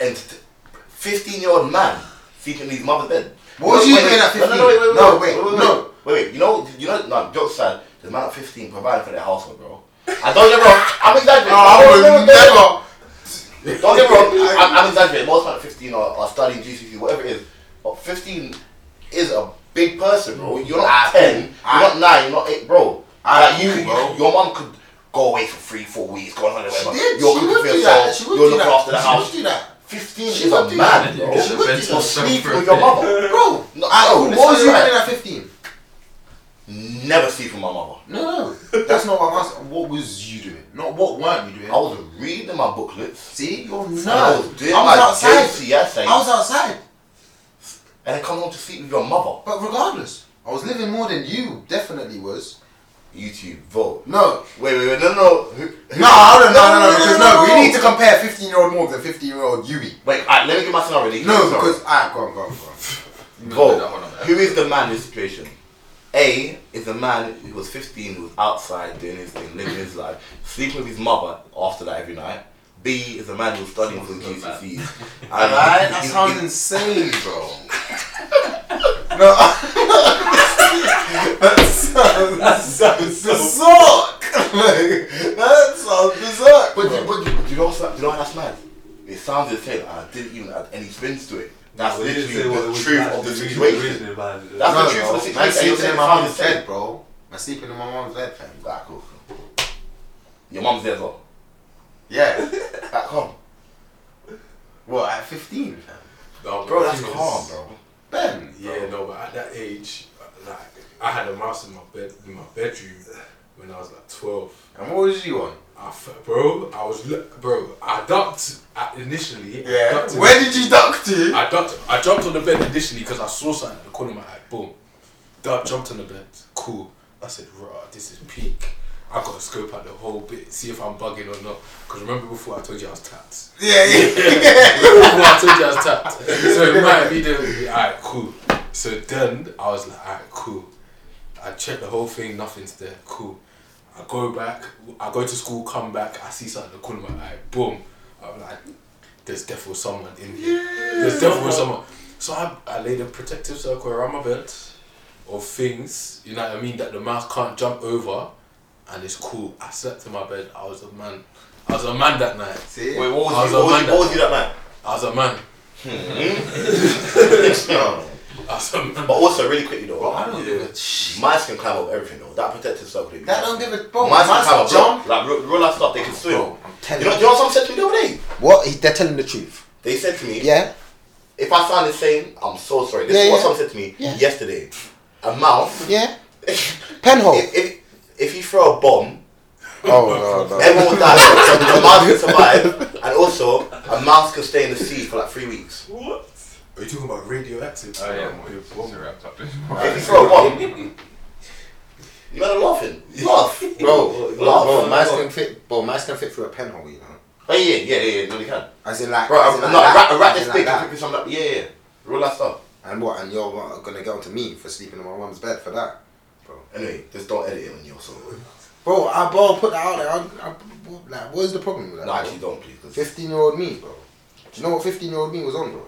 Speaker 5: Ent- 15 year old man sleeping in his mother's bed.
Speaker 2: What was
Speaker 5: No,
Speaker 2: you
Speaker 5: wait,
Speaker 2: doing at
Speaker 5: wait,
Speaker 2: 15?
Speaker 5: No, no, wait, wait,
Speaker 2: No,
Speaker 5: wait,
Speaker 2: wait,
Speaker 5: wait, wait,
Speaker 2: no.
Speaker 5: Wait, wait, you know, you know, no, jokes aside, the man at 15 provided for their household, bro. And don't get me wrong, I'm exaggerating. Don't get me wrong. Don't get me wrong, I'm, I'm exaggerating. Most men at 15 are, are studying GCSE, E, whatever it is. But 15 is a big person, bro. You're not
Speaker 2: Ah,
Speaker 5: 10,
Speaker 2: ah.
Speaker 5: you're not 9, you're not 8, bro.
Speaker 2: Ah,
Speaker 5: Like, you,
Speaker 2: cool, bro.
Speaker 5: Your mum could go away for three, four weeks, go on holiday,
Speaker 2: She
Speaker 5: whatever.
Speaker 2: did.
Speaker 5: You're
Speaker 2: she
Speaker 5: cooking
Speaker 2: would
Speaker 5: for
Speaker 2: do
Speaker 5: yourself,
Speaker 2: that. She would
Speaker 5: you're
Speaker 2: do
Speaker 5: looking
Speaker 2: that.
Speaker 5: after the
Speaker 2: she
Speaker 5: house.
Speaker 2: would do that.
Speaker 5: 15
Speaker 2: She
Speaker 5: is
Speaker 2: would
Speaker 5: a
Speaker 2: do that.
Speaker 5: man, bro.
Speaker 2: She would do
Speaker 5: You're
Speaker 2: that.
Speaker 5: sleeping with your mother.
Speaker 2: Bro,
Speaker 5: No,
Speaker 2: I,
Speaker 5: no,
Speaker 2: what
Speaker 5: listen,
Speaker 2: was you
Speaker 5: right.
Speaker 2: doing at 15?
Speaker 5: Never sleep with my mother.
Speaker 2: No, no. That's not what I'm asking. What was you doing? Not what weren't you doing.
Speaker 5: I was reading my booklets.
Speaker 2: See, you're nerd.
Speaker 5: I
Speaker 2: I
Speaker 5: was
Speaker 2: was
Speaker 5: doing my
Speaker 2: outside.
Speaker 5: JC essay.
Speaker 2: I was outside.
Speaker 5: And then come home to sleep with your mother.
Speaker 2: But regardless, I was living more than you definitely was.
Speaker 5: YouTube, vote.
Speaker 2: No.
Speaker 5: Wait, wait, wait, no, no. Who,
Speaker 2: No, hold on, no, no, no,
Speaker 5: no,
Speaker 2: because
Speaker 5: no,
Speaker 2: no,
Speaker 5: no.
Speaker 2: we need to compare 15 year old Morgs and 15 year old Yui.
Speaker 5: Wait, alright, let me give my scenario. Let me
Speaker 2: No,
Speaker 5: give my
Speaker 2: because, alright, go on, go on, go on.
Speaker 5: scenario. Vote.
Speaker 1: No, hold on.
Speaker 5: Who is the man in this situation? A is a man who was 15, who was outside doing his thing, living his life, sleeping with his mother after that every night. B is a man who was studying for his GCSEs.
Speaker 2: Alright,
Speaker 5: Alright,
Speaker 2: that sounds insane, bro. no. that sounds berserk. Like, that sounds berserk.
Speaker 5: But, you, but you, do you know what's that, do you know what that's mad? It sounds insane, and I didn't even add any spins to it. That's
Speaker 6: Well, you didn't
Speaker 5: literally
Speaker 6: say what it
Speaker 5: the
Speaker 6: was
Speaker 5: truth
Speaker 6: like,
Speaker 5: of the
Speaker 6: reason-
Speaker 5: situation.
Speaker 6: reasoning behind it.
Speaker 5: That's-
Speaker 2: no,
Speaker 5: the truth
Speaker 2: bro.
Speaker 5: of the
Speaker 2: I'm
Speaker 5: situation. You
Speaker 2: sleeping
Speaker 5: said
Speaker 2: in
Speaker 5: it
Speaker 2: my
Speaker 5: sounds
Speaker 2: mom's
Speaker 5: insane.
Speaker 2: bed, bro. I'm sleeping in my mom's bed, fam.
Speaker 5: Alright, cool. Your mum's there as well.
Speaker 2: Yeah.
Speaker 5: Back home.
Speaker 2: what, at 15, fam?
Speaker 3: No,
Speaker 5: Bro,
Speaker 3: but
Speaker 5: that's
Speaker 3: the thing is-
Speaker 5: calm, bro.
Speaker 2: Ben.
Speaker 3: Yeah, no, but at that age, like I had a mouse in my bed in my bedroom when I was like twelve.
Speaker 2: And what was you on?
Speaker 3: I f- bro, I was lo- bro. I ducked uh, initially. I ducked in-
Speaker 2: Where did you duck to?
Speaker 3: I ducked. I jumped on the bed initially because I saw something at the corner of my eye. Boom. Duck jumped on the bed. Cool. I said, "Raw, this is peak." I got to scope out the whole bit, see if I'm bugging or not. Because remember before I told you I was tapped.
Speaker 2: Yeah, yeah.
Speaker 3: Before I told you I was tapped. So it might be the alright, cool. So then I was like, alright, cool. I checked the whole thing, nothing's there, cool. I go back, I go to school, come back, I see something in the corner of my eye, boom. I'm like, there's definitely someone in here. There's definitely someone. So I, I laid a protective circle around my bed of things, you know what I mean, that the mouse can't jump over, and it's cool. I slept in my bed, I was a man. I was a man that night.
Speaker 2: See?
Speaker 5: Wait, what
Speaker 3: I was
Speaker 5: was you,
Speaker 3: a
Speaker 5: what was
Speaker 3: man
Speaker 5: you, what was you that night?
Speaker 3: I was a man.
Speaker 2: Hmm.
Speaker 5: No.
Speaker 3: I was a man.
Speaker 5: But also, really quickly though,
Speaker 2: I don't give a shit.
Speaker 5: mice can climb up everything though. That protective circle. they be
Speaker 2: That
Speaker 5: nice.
Speaker 2: don't give a- bro,
Speaker 5: Mice can
Speaker 2: mice
Speaker 5: climb up
Speaker 2: jump.
Speaker 5: like real, real life stuff. They can swim.
Speaker 2: Bro, I'm telling
Speaker 5: you know, you know what someone said to me the other day?
Speaker 2: What? He- They're telling the truth.
Speaker 5: They said to me,
Speaker 2: Yeah?
Speaker 5: if I sound insane, I'm so sorry. This is
Speaker 2: Yeah,
Speaker 5: what
Speaker 2: yeah.
Speaker 5: someone said to me
Speaker 2: Yeah.
Speaker 5: yesterday. A mouse,
Speaker 2: Yeah? Penhole.
Speaker 5: if, if if you throw a bomb,
Speaker 2: Oh, no, no.
Speaker 5: everyone will die. so the mouse can survive, and also a mouse can stay in the sea for like three weeks.
Speaker 3: Are you talking about radioactive?
Speaker 1: Oh yeah,
Speaker 3: Um,
Speaker 1: we're
Speaker 3: well,
Speaker 1: wrapped up.
Speaker 5: If you throw a bomb, you man are laughing. Laugh,
Speaker 2: Bro,
Speaker 5: Laugh.
Speaker 2: bro, mice can fit. Bro, mice can fit through a penhole, you know.
Speaker 5: Oh yeah, yeah, yeah, yeah. No, they can.
Speaker 2: As in like,
Speaker 5: Bro,
Speaker 2: as in like
Speaker 5: I'm not a
Speaker 2: that,
Speaker 5: rat, a rat
Speaker 2: as
Speaker 5: this
Speaker 2: in
Speaker 5: big
Speaker 2: like
Speaker 5: can pick me something up. Yeah, yeah, yeah. Real life stuff.
Speaker 2: that. And what? And you're what, gonna get onto me for sleeping in my mum's bed for that,
Speaker 5: Anyway, just don't edit it on your soul.
Speaker 2: bro? I bro, put that out there. I, I, bro, like, what's the problem with that?
Speaker 5: No, actually don't, please. 'cause
Speaker 2: Fifteen-year-old me, bro. Do you know what fifteen-year-old me was on, bro?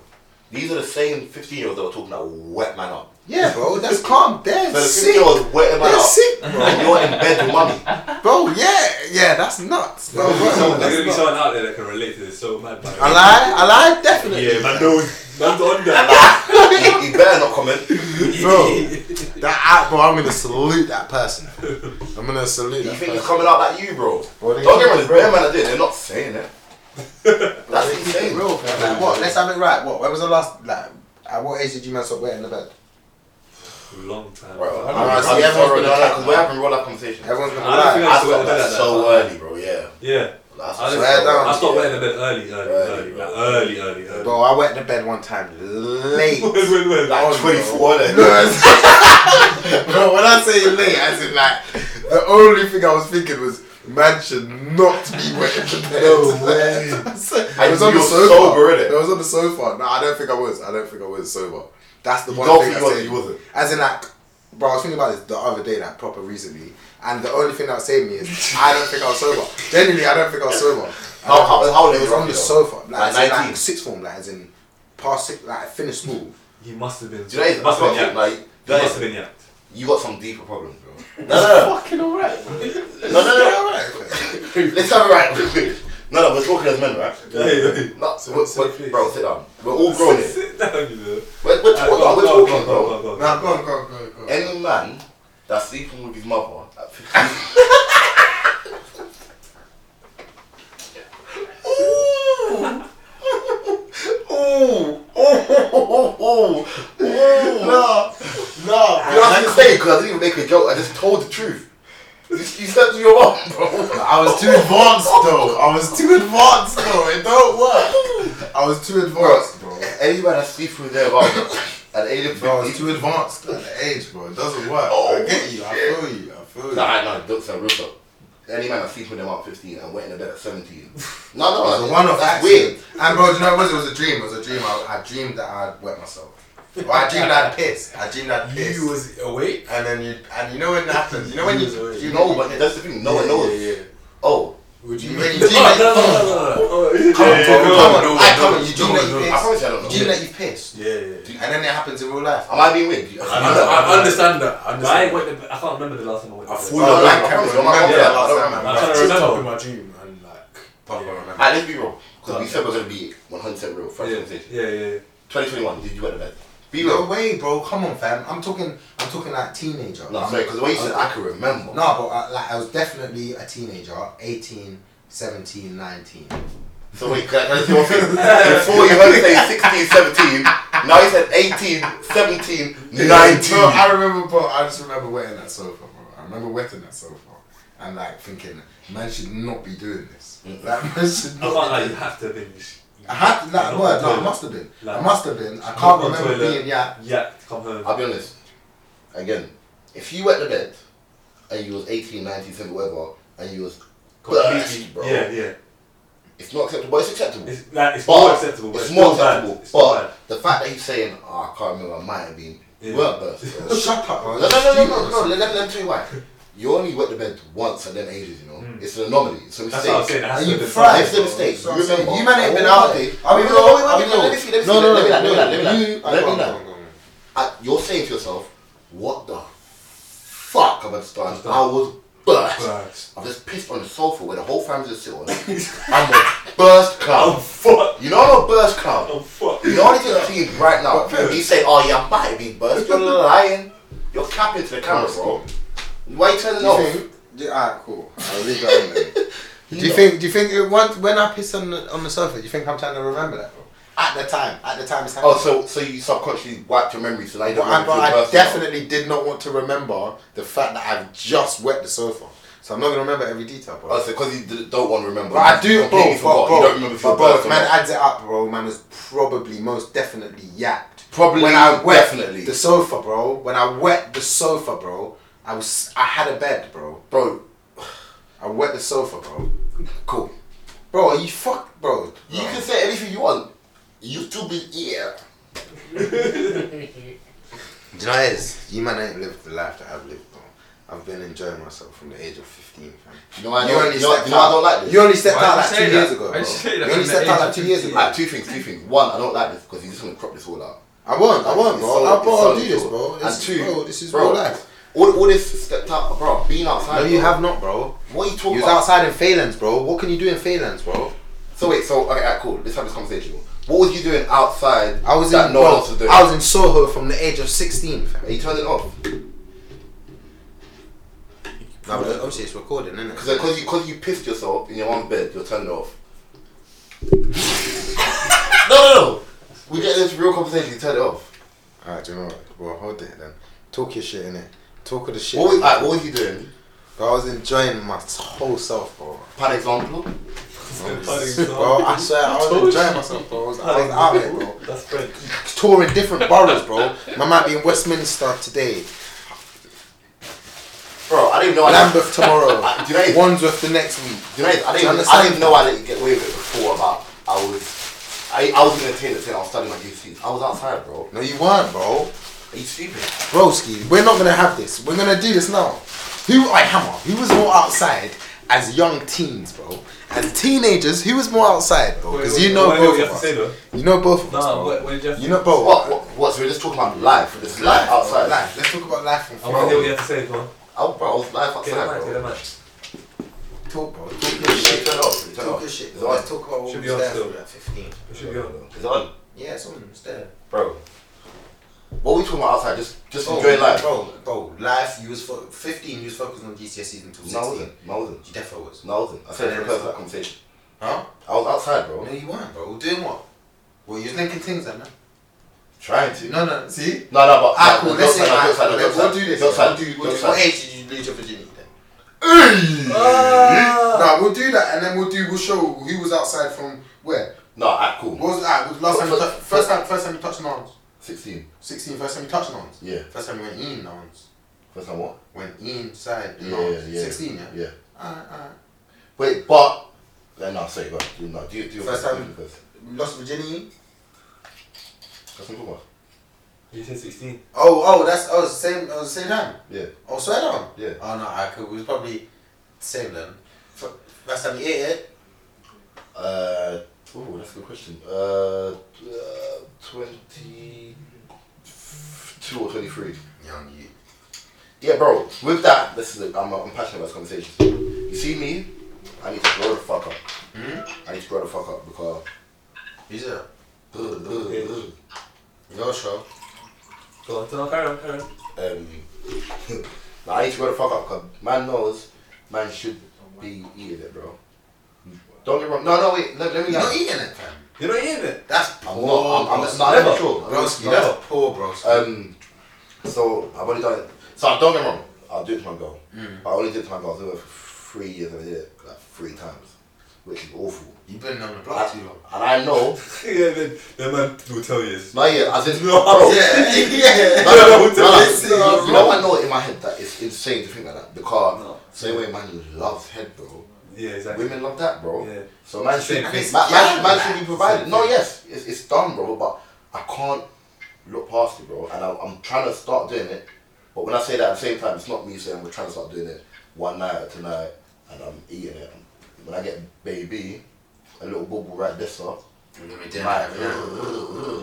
Speaker 5: These are the same 15 year olds that were talking that wet man up.
Speaker 2: Yeah, bro. That's calm. They're
Speaker 5: So the 15
Speaker 2: sick.
Speaker 5: year olds wet man
Speaker 2: They're
Speaker 5: up.
Speaker 2: sick,
Speaker 5: And you're in bed with mummy.
Speaker 2: bro. Yeah, yeah. That's nuts.
Speaker 6: There's gonna be
Speaker 2: bro,
Speaker 6: someone- there's
Speaker 2: that's
Speaker 6: gonna be
Speaker 2: not-
Speaker 6: someone out there that can relate to this so mad. man.
Speaker 2: I lie, I lie, definitely.
Speaker 3: Yeah, man, no, man's on that.
Speaker 5: he better not comment.
Speaker 2: Bro, that, I, bro, I'm gonna salute that person. I'm gonna salute
Speaker 5: You
Speaker 2: that
Speaker 5: think he's
Speaker 2: person.
Speaker 5: coming out like you, bro?
Speaker 2: Well, they
Speaker 5: Don't get
Speaker 2: keep
Speaker 5: me wrong,
Speaker 2: it
Speaker 5: bro.
Speaker 2: real.
Speaker 5: Man, I did. They're not saying it. That's insane.
Speaker 2: Real, like, what? Let's have it right. What? When was the last? Like, at what age did you man stop wearing the bed?
Speaker 6: Long time.
Speaker 5: Right,
Speaker 6: bro.
Speaker 5: right.
Speaker 2: know,
Speaker 5: I'm
Speaker 2: so
Speaker 5: sorry,
Speaker 2: everyone's gonna
Speaker 5: no, no,
Speaker 2: cut
Speaker 5: 'cause
Speaker 2: that.
Speaker 5: we're having real life conversation. I
Speaker 2: Everyone's gonna
Speaker 6: I don't think
Speaker 2: lie.
Speaker 6: I- used to wear
Speaker 5: stopped
Speaker 6: the bed at
Speaker 5: that
Speaker 6: that
Speaker 5: so
Speaker 6: time.
Speaker 5: early, bro. Yeah.
Speaker 6: Yeah.
Speaker 5: That's
Speaker 6: I
Speaker 5: so
Speaker 6: just-
Speaker 2: Swear down.
Speaker 5: early.
Speaker 6: I stopped
Speaker 5: Yeah.
Speaker 6: wearing the bed early, early, early,
Speaker 5: Early,
Speaker 6: like
Speaker 5: bro.
Speaker 6: early, early, early.
Speaker 2: Bro, I went to bed one time late.
Speaker 6: Wait, wait, wait.
Speaker 5: Like 24 then.
Speaker 2: Bro, when I say late, I said like the only thing I was thinking was man should not be wearing the bed. No way. I was on
Speaker 5: you
Speaker 2: the
Speaker 5: were
Speaker 2: sofa.
Speaker 5: sober, innit?
Speaker 2: I was on the sofa. No, I don't think I was. I don't think I was sober. That's the
Speaker 5: You
Speaker 2: one
Speaker 5: don't
Speaker 2: thing I
Speaker 5: think you was-
Speaker 2: said.
Speaker 5: you wasn't?
Speaker 2: As in like, bro, I was thinking about this the other day, like proper recently, and the only thing that saved me is I don't think I was sober. Genuinely, I don't think I was sober.
Speaker 5: How- how- how old
Speaker 2: I
Speaker 5: were
Speaker 2: was
Speaker 5: you
Speaker 2: on the
Speaker 5: though?
Speaker 2: sofa, like,
Speaker 5: Like
Speaker 2: as in, like,
Speaker 5: 19?
Speaker 2: sixth form, like as in past six, like finished school.
Speaker 6: He must have been.
Speaker 5: Do you know what it is?
Speaker 6: must have been
Speaker 5: That's
Speaker 6: yapped.
Speaker 5: what I
Speaker 6: He must
Speaker 5: think, like,
Speaker 6: have been yapped.
Speaker 5: You got some deeper problems, bro. No, no,
Speaker 4: Fucking alright.
Speaker 5: no, no, no, no.
Speaker 2: Alright.
Speaker 5: Let's have it right. real quick. No, no, we're talking as men, right?
Speaker 6: hey.
Speaker 5: No,
Speaker 3: So-
Speaker 5: we're-
Speaker 3: so
Speaker 5: we're-
Speaker 3: please.
Speaker 5: bro, sit down. We're all grown here.
Speaker 6: Sit down, you know.
Speaker 5: We're, we're
Speaker 6: Alright, Uh, go on,
Speaker 5: talking, we're
Speaker 6: go on, go on, go on,
Speaker 5: talking, bro.
Speaker 6: go on, go on.
Speaker 2: Now go on, go on, go on, go on.
Speaker 5: Any man that's sleeping with his mother at 15. Nah, nah. You know what I'm saying? Because I didn't even make a joke. I just told the truth. You, you slept with your mom, bro.
Speaker 2: I was too advanced
Speaker 3: Oh,
Speaker 2: though. I was too advanced though. It don't work. I was too advanced, bro.
Speaker 5: Anybody that's sleeping with their mom at the age of
Speaker 2: Bro, I was
Speaker 5: 15.
Speaker 2: too advanced at the age, bro. It doesn't work. I
Speaker 5: Oh,
Speaker 2: get you. I
Speaker 5: shit.
Speaker 2: feel you. I feel you.
Speaker 5: Nah, nah, don't sound real talk. Any man that's sleeping with their mom at 15 and went in the bed at 17. No,
Speaker 2: It was
Speaker 5: no, that's-
Speaker 2: a one-off
Speaker 5: That's
Speaker 2: accident.
Speaker 5: weird.
Speaker 2: Oh, And bro, do you know what it was? It was a dream. It was a dream. I, I dreamed that I'd wet myself. Or I dreamed I'd piss. I dreamed I'd piss.
Speaker 3: You was awake?
Speaker 2: and then you and you know when that happens. You know when you you
Speaker 5: You
Speaker 2: know
Speaker 5: know, but that's the thing. No one knows.
Speaker 3: Yeah, yeah.
Speaker 5: Oh,
Speaker 3: Would
Speaker 2: you
Speaker 3: you
Speaker 2: when
Speaker 3: make
Speaker 2: you dream that you come on,
Speaker 6: no,
Speaker 2: come on,
Speaker 6: Yeah,
Speaker 5: Oh,
Speaker 2: come
Speaker 6: yeah, no,
Speaker 2: on, I come
Speaker 6: no,
Speaker 2: on. You dream
Speaker 6: no,
Speaker 2: that you
Speaker 6: no.
Speaker 5: I
Speaker 2: piss.
Speaker 5: promise you, I don't know.
Speaker 2: You dream that you piss.
Speaker 3: Yeah, yeah.
Speaker 2: And then it happens in real life.
Speaker 5: Am I being weird? I,
Speaker 3: I, I, I understand that. I
Speaker 6: I,
Speaker 3: understand.
Speaker 6: went to, I can't remember the last time I went.
Speaker 3: I
Speaker 6: to bed.
Speaker 3: fully-
Speaker 5: no, no,
Speaker 2: Black
Speaker 5: I promise
Speaker 2: Cameron,
Speaker 5: you, I'm not-
Speaker 2: remember
Speaker 5: yeah,
Speaker 2: that last
Speaker 5: I don't
Speaker 2: time,
Speaker 5: remember.
Speaker 6: I'm trying to
Speaker 3: I
Speaker 6: remember.
Speaker 3: up in my dream and like.
Speaker 2: Fuck,
Speaker 3: yeah.
Speaker 2: I remember.
Speaker 5: Alright, let's be real. Because we said we're going to be 100% real. First
Speaker 6: Yeah,
Speaker 5: conversation.
Speaker 6: yeah, yeah.
Speaker 5: 2021, did you wear the bed?
Speaker 2: No
Speaker 5: Be real.
Speaker 2: way, bro. Come on, fam. I'm talking. I'm talking like teenager.
Speaker 5: No,
Speaker 2: I'm-
Speaker 5: sorry, because the way you said, I can remember.
Speaker 2: No, but I, like I was definitely a teenager. 18, 17, 19.
Speaker 5: So wait, can I, can I say one thing? Before you heard me say 16, 17, now you said 18, 17, 19.
Speaker 2: Bro, I remember, bro. I just remember wetting that sofa, bro. I remember wetting that sofa and like thinking, man should not be doing this. Like man should
Speaker 6: I can't
Speaker 2: not.
Speaker 6: lie,
Speaker 2: Be
Speaker 6: you
Speaker 2: doing
Speaker 6: have to finish.
Speaker 2: I had that
Speaker 6: Not
Speaker 2: word. No, I
Speaker 6: on toilet.
Speaker 2: must have been. I
Speaker 6: Like-
Speaker 2: must have been. I
Speaker 6: Not
Speaker 2: can't
Speaker 6: on
Speaker 2: remember
Speaker 6: toilet.
Speaker 2: being. Yeah.
Speaker 6: Yeah, come home.
Speaker 5: I'll be honest. Again, if you went to bed and you was 18, 19, 17, whatever, and you was
Speaker 6: Completely.
Speaker 5: burst, bro.
Speaker 6: Yeah, yeah.
Speaker 5: It's not acceptable. It's acceptable. It's,
Speaker 6: It's, like, it's
Speaker 5: but
Speaker 6: more acceptable. but
Speaker 5: It's more
Speaker 6: still bad.
Speaker 5: acceptable.
Speaker 6: It's still
Speaker 5: but
Speaker 6: bad.
Speaker 5: the fact that he's saying, oh, I can't remember, I might have been,
Speaker 6: Yeah.
Speaker 5: you weren't burst. bro.
Speaker 2: Shut up, bro.
Speaker 5: no, no, no, no, no, no. Let, let, let me tell you why. You only went to bed once at them ages, you know. It's an anomaly. It's a mistake.
Speaker 6: Hmm. That's what I'm saying. It has
Speaker 2: Are
Speaker 6: to
Speaker 2: you
Speaker 6: have been
Speaker 2: fried?
Speaker 6: fun.
Speaker 5: It's a mistake.
Speaker 2: So I'm
Speaker 5: you remember?
Speaker 2: saying, you man ain't been
Speaker 5: Oh,
Speaker 2: out there.
Speaker 5: I mean,
Speaker 2: I mean,
Speaker 5: no,
Speaker 2: I mean,
Speaker 5: no, let me see, let me see,
Speaker 2: no, no,
Speaker 5: let me that, let me that, let me
Speaker 2: no,
Speaker 5: that,
Speaker 2: you-
Speaker 5: let me
Speaker 2: go on,
Speaker 5: that.
Speaker 2: go on, go on.
Speaker 5: I- You're saying to yourself, what the fuck have I just done? I was burst.
Speaker 3: Burst.
Speaker 5: I've just pissed on the sofa where the whole family just sit on. I'm a
Speaker 6: Oh,
Speaker 5: burst clown.
Speaker 6: fuck.
Speaker 5: You know I'm a burst clown.
Speaker 6: Oh, fuck.
Speaker 5: You know what I team right now? You say, oh yeah, I might be burst. You're lying. You're capping to the camera, bro. Why you turning
Speaker 2: Do you
Speaker 5: off?
Speaker 2: think? Do, alright, cool. I'll leave that on then. Do you think? Do you think it, once when I piss on the on the sofa, do you think I'm trying to remember that? Bro? At the time, at the time it's happening.
Speaker 5: Oh, so so you subconsciously wiped your memory, so now you
Speaker 2: but
Speaker 5: don't
Speaker 2: I,
Speaker 5: remember
Speaker 2: but
Speaker 5: your
Speaker 2: I
Speaker 5: birthday.
Speaker 2: definitely did not want to remember the fact that I've just wet the sofa, so I'm not gonna remember every detail, bro.
Speaker 5: Oh, so because you d- don't want to remember.
Speaker 2: but I do,
Speaker 5: Okay,
Speaker 2: bro,
Speaker 5: you
Speaker 2: bro,
Speaker 5: forgot.
Speaker 2: bro,
Speaker 5: You don't remember if
Speaker 2: but
Speaker 5: you're
Speaker 2: bro,
Speaker 5: birth
Speaker 2: if
Speaker 5: or
Speaker 2: man
Speaker 5: not.
Speaker 2: adds it up, bro, man was probably most definitely yapped.
Speaker 5: Probably,
Speaker 2: when I wet
Speaker 5: definitely.
Speaker 2: the sofa, bro. When I wet the sofa, bro, I was I had a bed, bro.
Speaker 5: Bro,
Speaker 2: I wet the sofa, bro.
Speaker 5: cool.
Speaker 2: Bro, are you fuck, bro.
Speaker 5: You can say anything you want. You still be here.
Speaker 2: Do you know what it is? You man ain't lived the life that I've lived, bro. I've been enjoying myself from the age of 15, fam.
Speaker 5: You know why I
Speaker 2: You
Speaker 5: don't,
Speaker 2: only
Speaker 5: you know,
Speaker 2: stepped
Speaker 5: you know why I
Speaker 2: out.
Speaker 5: don't like this.
Speaker 2: You only stepped
Speaker 1: Why
Speaker 2: out
Speaker 1: did
Speaker 2: like
Speaker 1: you say
Speaker 2: two
Speaker 1: that?
Speaker 2: years ago,
Speaker 1: Why did
Speaker 2: bro.
Speaker 1: you say that
Speaker 2: You only
Speaker 1: from the
Speaker 2: stepped
Speaker 1: age
Speaker 2: out like
Speaker 1: of
Speaker 2: two years ago.
Speaker 5: Like, two things, two things. One, I don't like this because he's just gonna crop this all out.
Speaker 2: I won't, I won't, bro. I'll, bro, I'll do this, bro.
Speaker 5: And
Speaker 2: This,
Speaker 5: two,
Speaker 2: bro, this is
Speaker 5: bro,
Speaker 2: real life.
Speaker 5: All, all this stepped out, bro. Being outside.
Speaker 2: No, you
Speaker 5: bro.
Speaker 2: have not, bro.
Speaker 5: What are you
Speaker 2: He
Speaker 5: talking
Speaker 2: was
Speaker 5: about?
Speaker 2: outside in Phalanx, bro. What can you do in Phalanx, bro?
Speaker 5: So wait, so okay, alright, cool. Let's have this conversation. What was you doing outside?
Speaker 2: I was
Speaker 5: that
Speaker 2: in
Speaker 5: no one
Speaker 2: bro,
Speaker 5: else was doing.
Speaker 2: I was in Soho from the age of sixteen. fam.
Speaker 5: Are you turning it off?
Speaker 2: Nah, but obviously it's recording, isn't it?
Speaker 5: Because because uh, you because you pissed yourself in your own bed, you're turning it off. no, no, no. We get this real conversation. You turn it off.
Speaker 2: Alright, do you know what? Well, hold it then. Talk your shit in it. Talk of the shit.
Speaker 5: What was, alright, what was you doing?
Speaker 2: Bro, I was enjoying my whole self, bro.
Speaker 5: Pan example.
Speaker 2: bro, I swear, I was enjoying myself, bro. I was, I was out here, bro.
Speaker 6: That's French.
Speaker 2: Touring different boroughs, bro. My might be in Westminster today,
Speaker 5: Bro, I didn't know. I let-
Speaker 2: Lambeth tomorrow,
Speaker 5: I- do you know it-
Speaker 2: Wandsworth the next week.
Speaker 5: do you know it- I
Speaker 2: Do you
Speaker 5: didn't. I
Speaker 2: understand?
Speaker 5: didn't know I let you get away with it before about I was. I, I was in the tailor saying I was studying my UCs. I was outside, bro.
Speaker 2: No, you weren't, bro.
Speaker 5: Are you stupid?
Speaker 2: Broski, we're not gonna have this. We're gonna do this now. Who, I hammer, who was more outside as young teens, bro? As teenagers, who was more outside, bro? Because you know
Speaker 6: wait, wait,
Speaker 2: both
Speaker 6: you
Speaker 2: of
Speaker 6: have
Speaker 2: us.
Speaker 6: to say though.
Speaker 2: you know both of us,
Speaker 6: Nah,
Speaker 2: bro.
Speaker 6: wait, wait, you have to-
Speaker 2: you know, bro.
Speaker 5: What? What? what so we're just talking about life. This life
Speaker 2: bro,
Speaker 5: outside.
Speaker 2: Life. Let's talk about life and
Speaker 6: I want to hear what you
Speaker 2: bro.
Speaker 6: have to say, go on.
Speaker 5: Oh, bro, I was life
Speaker 6: Get that mic,
Speaker 5: outside,
Speaker 6: get
Speaker 5: bro.
Speaker 6: that mic.
Speaker 2: Talk, bro. Talk your
Speaker 5: Turn
Speaker 2: shit.
Speaker 5: it off. Turn it
Speaker 2: Talk
Speaker 5: off.
Speaker 2: your shit.
Speaker 5: It's on.
Speaker 2: Let's talk about what
Speaker 6: Should
Speaker 2: was
Speaker 6: be on
Speaker 2: there
Speaker 6: still.
Speaker 2: for at 15.
Speaker 6: It should be on.
Speaker 5: It's on.
Speaker 2: Yeah, someone's there.
Speaker 5: Bro. What we talking about outside? Just just
Speaker 2: Bro,
Speaker 5: enjoy life.
Speaker 2: Bro, bro, life, you was fo- 15, you was focused on GCSEs until 16.
Speaker 5: No, I wasn't. No, I wasn't.
Speaker 2: You definitely was.
Speaker 5: No, I wasn't. I
Speaker 2: Yeah,
Speaker 5: said for the
Speaker 2: that's
Speaker 5: purpose of that
Speaker 2: fine.
Speaker 5: conversation.
Speaker 2: Huh?
Speaker 5: I was outside, bro.
Speaker 2: No, you weren't, bro. Doing what? Well, you was linking things then, man.
Speaker 5: Trying to. No,
Speaker 2: No, no, see?
Speaker 5: no, but
Speaker 2: Ah, cool,
Speaker 5: no,
Speaker 2: let's
Speaker 5: no,
Speaker 2: say,
Speaker 5: no,
Speaker 2: ah,
Speaker 5: no, no, no,
Speaker 2: cool,
Speaker 5: no,
Speaker 2: we'll do this.
Speaker 5: no,
Speaker 2: We'll
Speaker 5: outside,
Speaker 2: do,
Speaker 5: no,
Speaker 2: we'll do,
Speaker 5: outside.
Speaker 2: what age did you lose your virginity then? nah, we'll do that and then we'll do, we'll show who was outside from where. ah,
Speaker 5: No, alright, cool.
Speaker 9: What was that? Was last time you
Speaker 5: What-
Speaker 9: tou- first time first time you touched nouns?
Speaker 5: 16.
Speaker 9: 16, first time you touched nouns?
Speaker 5: Yeah.
Speaker 9: First time you went in nouns.
Speaker 5: First time what?
Speaker 9: Went inside the
Speaker 5: Yeah,
Speaker 9: nouns.
Speaker 5: yeah.
Speaker 9: 16, yeah?
Speaker 5: Yeah.
Speaker 9: Alright, alright.
Speaker 5: Wait, but. No, no, sorry, go on. Do, no, do, you- do your
Speaker 2: First
Speaker 5: first
Speaker 2: time-
Speaker 5: do your first.
Speaker 2: Lost virginity?
Speaker 5: That's what I'm talking about.
Speaker 6: You said 16.
Speaker 2: Oh, oh, that's, oh, it's the same, oh, it's the same time.
Speaker 5: Yeah.
Speaker 2: Oh, swear down.
Speaker 5: Yeah.
Speaker 2: Oh, no, I could, we was probably same then. F- First time you ate it?
Speaker 5: Uh, oh, that's a good question. Uh, uh, 22 or 23.
Speaker 2: Young you.
Speaker 5: Yeah, bro. With that, this is it. I'm, I'm passionate about this conversation. You see me? I need to grow the fuck up. I need to grow the fuck up because.
Speaker 2: Who's it?
Speaker 5: Um,
Speaker 2: Your show.
Speaker 6: Go on, turn on, carry on, carry on.
Speaker 5: Um, I need to grow the fuck up because man knows man should be eating it, bro. Don't get wrong. No, no, wait. Let, let me.
Speaker 2: You're not eating it, fam.
Speaker 6: You're not eating it.
Speaker 2: That's
Speaker 5: I'm
Speaker 2: poor.
Speaker 5: not. I'm, I'm,
Speaker 2: broski.
Speaker 5: not- I'm not sure. I'm not
Speaker 2: Broski,
Speaker 5: sure.
Speaker 2: that's poor, broski.
Speaker 5: Um, so I've only done it. So I don't get me wrong. I'll do it to my girl, but I only did it to my girl. I was with her for three years and I did it like three times, which is awful.
Speaker 2: You've been on the block
Speaker 5: I-
Speaker 2: too long.
Speaker 5: and I know.
Speaker 6: yeah, then the man will tell you.
Speaker 5: No, yeah, I said
Speaker 6: No.
Speaker 5: bro.
Speaker 2: Yeah, yeah.
Speaker 5: No, no, no, no,
Speaker 6: Don't listen,
Speaker 5: no, You know,
Speaker 6: bro.
Speaker 5: I know in my head that it's insane to think like that because
Speaker 6: No.
Speaker 5: same way man loves head, bro.
Speaker 6: Yeah, exactly.
Speaker 5: Women love that, bro.
Speaker 6: Yeah.
Speaker 5: So man
Speaker 6: It's the
Speaker 5: should,
Speaker 6: same
Speaker 5: man,
Speaker 6: thing.
Speaker 5: man, man should be provided. No, yes, it's, it's done, bro. But I can't look past it, bro. And I, I'm trying to start doing it. But when I say that at the same time, it's not me saying we're trying to start doing it one night or tonight, and I'm eating it. When I get baby, a little bubble right this up.
Speaker 2: You're gonna be
Speaker 5: Yeah,
Speaker 2: doing that every night.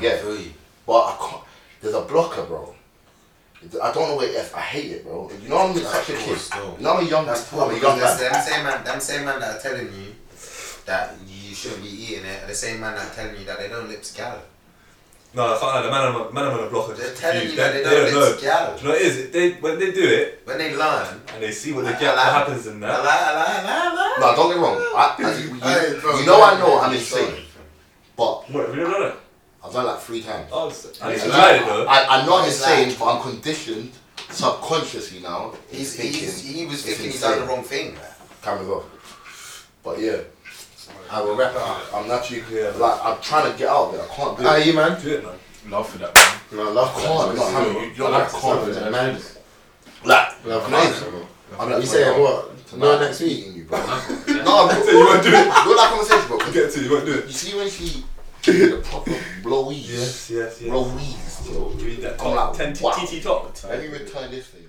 Speaker 5: yeah.
Speaker 2: I feel you.
Speaker 5: but I can't. There's a blocker, bro. I don't know what it is. I hate it, bro. You know I'm
Speaker 2: That's
Speaker 5: such a
Speaker 2: poor
Speaker 5: kid.
Speaker 2: still.
Speaker 5: You know I'm a young.
Speaker 2: That's poor
Speaker 5: I'm a young
Speaker 2: because that's
Speaker 5: man.
Speaker 2: them same man, them same man that are telling you that you shouldn't be eating it, are the same man that are telling you that they don't lips gal.
Speaker 6: No, I can't lie. The man on the man on the block. are
Speaker 2: They're
Speaker 6: just
Speaker 2: telling you that
Speaker 6: confused.
Speaker 2: they don't
Speaker 6: know.
Speaker 2: lips gal.
Speaker 6: Do you know what it is? They when they do it
Speaker 2: When they learn,
Speaker 6: and they see what they
Speaker 2: I- I
Speaker 6: get, what
Speaker 2: like-
Speaker 6: happens in
Speaker 2: la la
Speaker 6: that.
Speaker 2: la la la.
Speaker 5: No, don't get me wrong. I, I, you,
Speaker 2: Hey, bro,
Speaker 5: you know I
Speaker 2: man,
Speaker 5: know
Speaker 2: man,
Speaker 5: I'm
Speaker 2: you're
Speaker 5: insane,
Speaker 2: sorry, fam.
Speaker 5: but
Speaker 6: What? Have you never done it?
Speaker 5: I've done it like three times.
Speaker 6: Oh, it's- I need to
Speaker 5: And
Speaker 6: try
Speaker 5: I,
Speaker 6: it though.
Speaker 5: I, am not
Speaker 2: It's
Speaker 5: insane,
Speaker 2: like-
Speaker 5: but I'm conditioned subconsciously now.
Speaker 2: He's,
Speaker 5: into thinking
Speaker 2: he's, he was
Speaker 5: it's
Speaker 2: thinking he's
Speaker 5: insane.
Speaker 2: done the wrong thing.
Speaker 5: Cameras off. But yeah, I will wrap it up. I'm naturally
Speaker 6: Yeah.
Speaker 5: like I'm trying to get out of it. I can't do it.
Speaker 2: you man?
Speaker 6: Do it, man.
Speaker 3: Love for that, man.
Speaker 5: No, love can't. I'm not having it. You- you know, I can't. do it. Like, I'm not- I'm like,
Speaker 2: You saying what?
Speaker 5: Tonight,
Speaker 2: No, next
Speaker 5: I'm
Speaker 2: week?
Speaker 5: eating You, bro. no, I'm
Speaker 6: You won't do it.
Speaker 5: You're like conversation, bro. 'cause
Speaker 6: Get to it. You won't do it.
Speaker 5: You see when she the proper blowies,
Speaker 6: Yes, yes, yes.
Speaker 5: blowies, bro.
Speaker 6: Give me that
Speaker 5: I'm
Speaker 6: top
Speaker 5: like,
Speaker 6: ten
Speaker 5: wow.
Speaker 6: TT top.
Speaker 5: Let me return this thing.